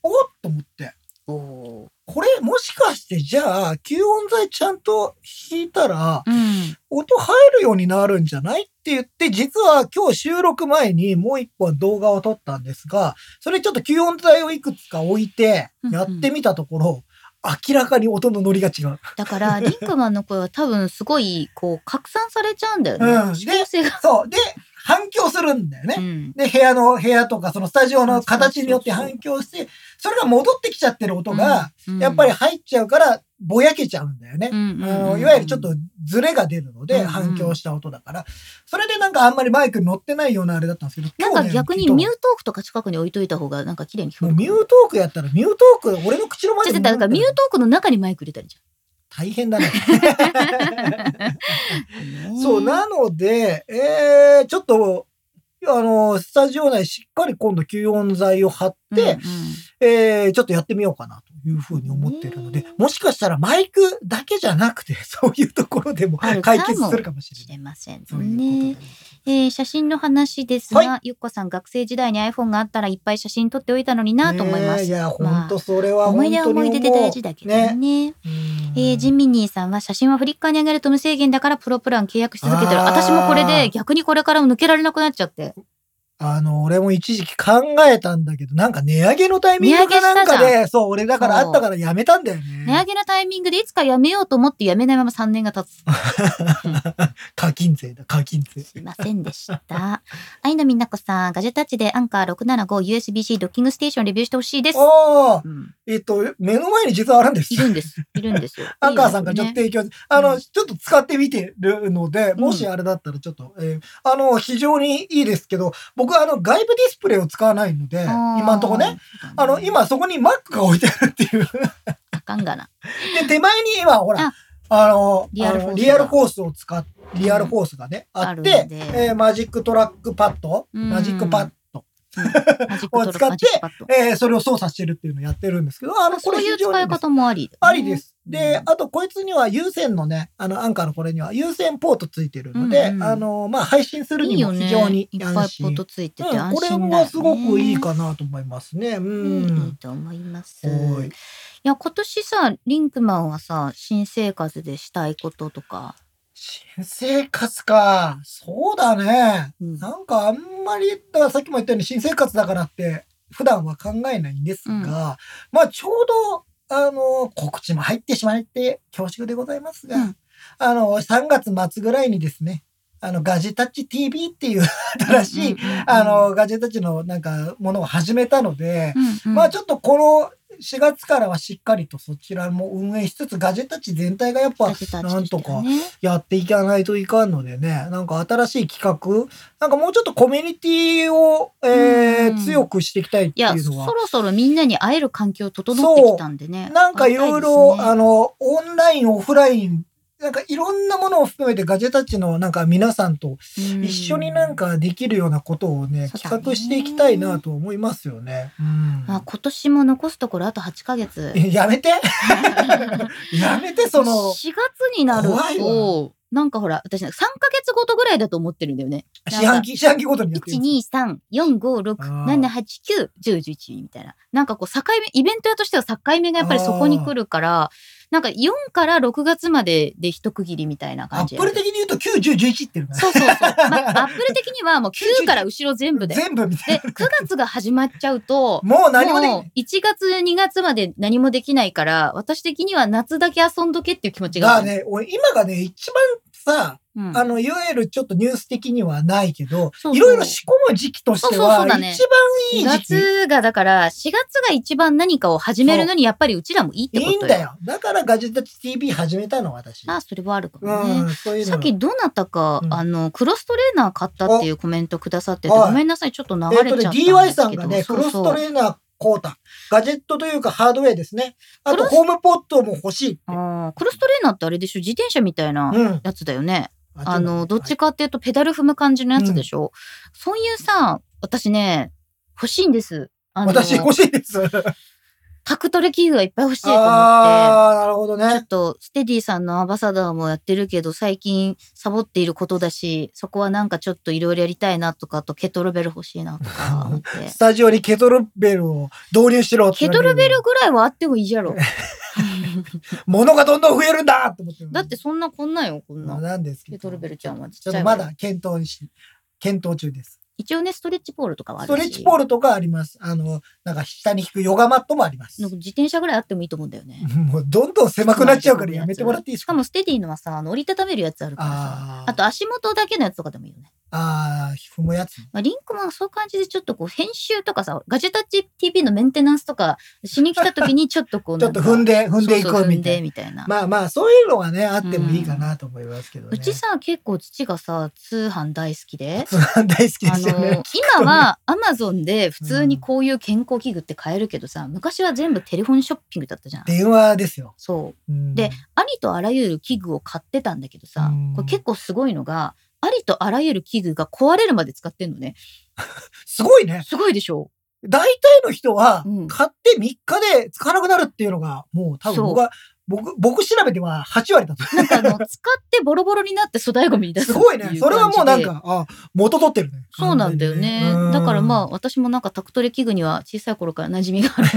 Speaker 2: おっと思って、
Speaker 1: おー
Speaker 2: これもしかしてじゃあ、吸音材ちゃんと弾いたら、
Speaker 1: うん。
Speaker 2: 音入るようになるんじゃないって言って、実は今日収録前にもう一本動画を撮ったんですが、それちょっと吸音材をいくつか置いて
Speaker 1: うんうん
Speaker 2: やってみたところ、明らかに音のノリが違う。
Speaker 1: だから、リンクマンの声は多分すごい、こう、拡散されちゃうんだよね。
Speaker 2: うん
Speaker 1: 指向性が。
Speaker 2: そう。で、反響するんだよね。
Speaker 1: うん。
Speaker 2: で、部屋の、部屋とか、そのスタジオの形によって反響して、それが戻ってきちゃってる音が、
Speaker 1: うん
Speaker 2: やっぱり、入っちゃうから、ぼやけちゃうんだよね
Speaker 1: う。んうんうん
Speaker 2: あのいわゆるちょっとズレが出るの
Speaker 1: うんう
Speaker 2: で、
Speaker 1: ん
Speaker 2: 反響した音だから。それでなんかあんまりマイクに乗ってないようなあれだったんですけど、
Speaker 1: なんか逆にミュー
Speaker 2: ー
Speaker 1: トークとか近くに置いといた方がなんか綺麗に聞こ
Speaker 2: も
Speaker 1: え
Speaker 2: う
Speaker 1: る。
Speaker 2: ミュートークやったら、ミュートーク、俺の口の前
Speaker 1: ちょ
Speaker 2: で
Speaker 1: っとだからミュートークの中にマイク入れたりじ
Speaker 2: 大変だね。
Speaker 1: ゃん。ね
Speaker 2: そう、なので、えー、ちょっと、あの、スタジオ内しっかり今度吸音材を貼っ
Speaker 1: うん
Speaker 2: て、
Speaker 1: うん
Speaker 2: えー、ちょっとやってみようかなというふうに思っているので
Speaker 1: ね、
Speaker 2: もしかしたらマイクだけじゃなくて、 *laughs* そういうところでも
Speaker 1: ある
Speaker 2: 解
Speaker 1: かも
Speaker 2: 決するかもしれ
Speaker 1: 知
Speaker 2: ない。
Speaker 1: れません
Speaker 2: そういう
Speaker 1: ね
Speaker 2: こと。で
Speaker 1: えー写真の話ですが、ゆっこさん学生時代に iPhone があったらいっぱい写真撮っておいたのになと思いま
Speaker 2: ねえ
Speaker 1: す。
Speaker 2: いや、
Speaker 1: まあ
Speaker 2: 本当それは本当
Speaker 1: 思い
Speaker 2: に
Speaker 1: 出は
Speaker 2: 思う
Speaker 1: 思い出で大事だけどね。
Speaker 2: うん
Speaker 1: えージミニーさんは写真はフリッカーに上げると無制限だからプロプラン契約し続けてる。
Speaker 2: あー
Speaker 1: 私もこれで逆にこれからも抜けられなくなっちゃって。
Speaker 2: あの、俺も一時期考えたんだけど、なんか値上げのタイミングかなん
Speaker 1: 値上
Speaker 2: か
Speaker 1: げした
Speaker 2: で、そう、俺だからあったからやめたんだよね。
Speaker 1: 値上げのタイミングでいつかやめようと思ってやめないまま3年が経つ。
Speaker 2: 課金税だ、課金税。
Speaker 1: すいません
Speaker 2: *laughs*
Speaker 1: でした。愛のみなこさん、ガジェタッチでアンカー 675USB-C ドッキングステーションレビューしてほしいです。
Speaker 2: ああ、
Speaker 1: うん、
Speaker 2: えっと、目の前に実はあるんです
Speaker 1: いるんです。いるんですよ。
Speaker 2: *laughs* アンカーさんからちょっと
Speaker 1: いい
Speaker 2: 提供、あ
Speaker 1: う
Speaker 2: の、
Speaker 1: ん
Speaker 2: ちょっと使ってみてるので、もしあれだったらちょっと、えーあの、非常にいいですけど、僕はあの、外部ディスプレイを使わないので、
Speaker 1: ですよね
Speaker 2: 今んとこね、。あの、。今そこに Mac が置いてあるって
Speaker 1: *laughs*
Speaker 2: いう。
Speaker 1: あかんがな。
Speaker 2: で、手前に今、ほら
Speaker 1: あ、
Speaker 2: あの、
Speaker 1: リアルフォ
Speaker 2: あ
Speaker 1: ースが
Speaker 2: のリアルフォースを使っリアルフォースがね、
Speaker 1: ん
Speaker 2: あっ
Speaker 1: ある
Speaker 2: て
Speaker 1: ん、で
Speaker 2: えーマジックトラックパッド、
Speaker 1: うん
Speaker 2: マジックパッド、
Speaker 1: マジック
Speaker 2: を
Speaker 1: ト
Speaker 2: 使
Speaker 1: ロ
Speaker 2: っ
Speaker 1: マジックパッド。
Speaker 2: えーそれを操作してるっていうのをやってるんですけど、あの、こ
Speaker 1: そ
Speaker 2: れ
Speaker 1: ういう
Speaker 2: 非常に
Speaker 1: 使
Speaker 2: いい
Speaker 1: い
Speaker 2: です
Speaker 1: 方もありだよね、
Speaker 2: ありです。で
Speaker 1: う、ん
Speaker 2: あと、こいつには有線のね、あの、アンカーのこれには有線ポートついてるので、
Speaker 1: うんうん
Speaker 2: あの、まあ、配信する
Speaker 1: いい
Speaker 2: に
Speaker 1: よ
Speaker 2: も
Speaker 1: ね。
Speaker 2: 非常に
Speaker 1: いっぱ
Speaker 2: 安
Speaker 1: いポ
Speaker 2: 心。
Speaker 1: ットついてて
Speaker 2: うん
Speaker 1: 安
Speaker 2: これ
Speaker 1: 心だよね。
Speaker 2: はすごくいいかなと思いますね。う
Speaker 1: うん。いい
Speaker 2: ん。
Speaker 1: と思います。
Speaker 2: はい
Speaker 1: いや、今年さ、リンクマンはさ、新生活でしたいこととか。
Speaker 2: 新生活か。そうだね。
Speaker 1: うん
Speaker 2: なんかあんまり、だからさっきも言ったように新生活だからって、普段は考えないんですが、
Speaker 1: うん
Speaker 2: まあちょうど、あの、告知も入ってしまって恐縮でございますが、
Speaker 1: うん
Speaker 2: あの、3月末ぐらいにですね、あの、ガジェタッチ TV っていう *laughs* 新しい、
Speaker 1: うんうんう
Speaker 2: *laughs*
Speaker 1: ん
Speaker 2: あの、ガジェタッチのなんかものを始めたので、
Speaker 1: うんうん
Speaker 2: まあちょっとこの4月からはしっかりとそちらも運営しつつ、ガジェタッチ全体がやっぱ
Speaker 1: ガジェタッチ
Speaker 2: なんとか
Speaker 1: ね
Speaker 2: やっていかないといかんのでね、なんか新しい企画、なんかもうちょっとコミュニティを、え
Speaker 1: う
Speaker 2: ー
Speaker 1: ん
Speaker 2: 強くしていきたいっ
Speaker 1: い
Speaker 2: て
Speaker 1: や、
Speaker 2: いう
Speaker 1: そ
Speaker 2: のは、
Speaker 1: ろそろみんなに会える環境を整ってきたんでね。
Speaker 2: なんかいろいろ、あ
Speaker 1: の、
Speaker 2: の、オンライン、オフライン、なんかいろんなものを含めてガジェタッチのなんか皆さんと
Speaker 1: うん
Speaker 2: 一緒になん。かできるようなことをね、
Speaker 1: そうだね
Speaker 2: 企画していきたいなと思いますよね。うん
Speaker 1: まあ、今年も残すところあと8ヶ月。
Speaker 2: や *laughs* めてやめて、その
Speaker 1: 4、月になる
Speaker 2: 怖いわ
Speaker 1: と、なんかほら、私、3ヶ月ごとぐらいだと思ってるんだよね。
Speaker 2: 四半期、四半期ごとにやってる
Speaker 1: 1、2、3、4、5、6、
Speaker 2: あー
Speaker 1: 7、8、9、10、11みたいな。なんかこう、境目、イベント屋としては境目がやっぱりそこに来るから、なんか4から6月までで一区切りみたいな
Speaker 2: ア
Speaker 1: 感じ
Speaker 2: ップル的に言うと9、10、11っていうのがね
Speaker 1: そうそうそう。ま
Speaker 2: *laughs*
Speaker 1: あ、アップル的にはもう9から後ろ全部で。
Speaker 2: 全部みたい
Speaker 1: で、9月が始まっちゃうと、
Speaker 2: な。もう *laughs* 何もできな
Speaker 1: も。
Speaker 2: いう
Speaker 1: 1月2月まで何もできないから、私的には夏だけ遊んどけっていう気持ちが
Speaker 2: が
Speaker 1: ある。
Speaker 2: ね、俺今がね、一番さ、
Speaker 1: うん
Speaker 2: あの、いわゆるちょっとニュース的にはないけど、
Speaker 1: そうそう
Speaker 2: いろいろ仕込む時期としては、
Speaker 1: そうそうそ
Speaker 2: 一
Speaker 1: うだ
Speaker 2: 番
Speaker 1: ね
Speaker 2: いい
Speaker 1: 4
Speaker 2: 時期。
Speaker 1: 月がだから、4月が一番何かを始めるのに、やっぱりうちらもいいって
Speaker 2: い
Speaker 1: こと
Speaker 2: い
Speaker 1: よ。
Speaker 2: んだよ。だからガジェタッチ TV 始めたの、私。
Speaker 1: まあ、それはあるかも
Speaker 2: う
Speaker 1: ね。
Speaker 2: ん、そういうの。
Speaker 1: さっきどなたか、
Speaker 2: うん
Speaker 1: あの、クロストレーナー買ったっていうコメントくださってて、
Speaker 2: はい
Speaker 1: ごめんなさい、ちょっと流れち
Speaker 2: え
Speaker 1: ゃ
Speaker 2: っ
Speaker 1: った
Speaker 2: と
Speaker 1: んで
Speaker 2: ね、
Speaker 1: すけど。
Speaker 2: DY さんがね、クロス
Speaker 1: そう
Speaker 2: トレーナーコータ、ガジェットというかハードウェアですね。あ
Speaker 1: ク
Speaker 2: と、
Speaker 1: ロス
Speaker 2: ホームポットも欲しいって。
Speaker 1: あークロストレーナーってあれでしょ自転車みたいな
Speaker 2: うん。
Speaker 1: やつだよね。あ
Speaker 2: は
Speaker 1: の、
Speaker 2: い
Speaker 1: どっちかっていうと、ペダル踏む感じのやつでしょ、そういうさ、私ね、欲しいんです。あの、
Speaker 2: 私欲しいです。
Speaker 1: タクトレ器具がいっぱい欲しいと思って。
Speaker 2: ああ、なるほど
Speaker 1: ちょ
Speaker 2: ね
Speaker 1: っ。と、ステディさんのアンバサダーもやってるけど、最近サボっていることだし、そこはなんかちょっといろいろやりたいなとか、あとケトルベル欲しいなと
Speaker 2: *laughs*
Speaker 1: か思って
Speaker 2: ス。タジオにケトルベルを導入しろって
Speaker 1: ケ
Speaker 2: 言われ
Speaker 1: ト
Speaker 2: る
Speaker 1: ルベルぐらいはあってもいい
Speaker 2: *laughs*
Speaker 1: じゃろ。
Speaker 2: 物がどんどん増えるんだと思ってる
Speaker 1: だってそんなこんなんよ、こんなん。
Speaker 2: なんですけど。
Speaker 1: ケトルベルちゃんはちっち
Speaker 2: ちょっ
Speaker 1: ゃい
Speaker 2: と
Speaker 1: わ
Speaker 2: ま
Speaker 1: よ
Speaker 2: だ検討し、検討中です。
Speaker 1: 一応ね、ストレッチポールとかはあ
Speaker 2: ス
Speaker 1: る
Speaker 2: ト
Speaker 1: し。
Speaker 2: レッチポールとかあります。あの、なんか下に引くヨガマットもあります
Speaker 1: なん。か自転車ぐらいあってもいいと思うんだよね。
Speaker 2: もうどんどん狭くなっちゃうからやめてもらっていいです
Speaker 1: しか
Speaker 2: か
Speaker 1: もステディのはさ、あの折りたためるやつあるからさ。
Speaker 2: あ
Speaker 1: あ
Speaker 2: あ
Speaker 1: と足元だけのやつとかでもいいよね。
Speaker 2: ああ、踏むやつ。
Speaker 1: まあ、リンクもそういう感じでちょっとこう編集とかさ、ガジェタッチ TV のメンテナンスとかしに来
Speaker 2: *laughs*
Speaker 1: た時にちょっとこう
Speaker 2: ち
Speaker 1: な
Speaker 2: ょっ
Speaker 1: ん
Speaker 2: と
Speaker 1: か
Speaker 2: 踏んで、踏んでい
Speaker 1: そうそう
Speaker 2: く
Speaker 1: 踏
Speaker 2: み
Speaker 1: ん
Speaker 2: た
Speaker 1: で
Speaker 2: いな。
Speaker 1: みたいな。
Speaker 2: まあまあ、そういうのがね、あってもいいかなと思いますけどね。
Speaker 1: うちさ、結構父がさ、通販大好きで、
Speaker 2: 大好きで
Speaker 1: あ
Speaker 2: すよね *laughs*
Speaker 1: の。、今はアマゾンで普通にこういう健康器具って買えるけどさ、昔は全部テレフォンショッピングだったじゃん。
Speaker 2: 電話ですよ。
Speaker 1: そう。
Speaker 2: うん
Speaker 1: でありとあらゆる器具を買ってたんだけどさ
Speaker 2: うん、
Speaker 1: これ結構すごいのが、ありとあらゆる器具が壊れるまで使ってんのね。
Speaker 2: すごいね。
Speaker 1: すごいでしょ
Speaker 2: 大体の人は
Speaker 1: うん、
Speaker 2: 買って3日で使わなくなるっていうのが、もう多分僕は、僕、僕調べては8割だと。
Speaker 1: なん
Speaker 2: *laughs*
Speaker 1: かあの、使ってボロボロになって粗大ゴミに出す
Speaker 2: す
Speaker 1: って
Speaker 2: ごいうね。それはもうな
Speaker 1: 感
Speaker 2: ん
Speaker 1: じで。
Speaker 2: か、あ元取ってるね。
Speaker 1: そうなんだよね。だからまあ私もなんかタクトレ器具には小さい頃から馴染みがある。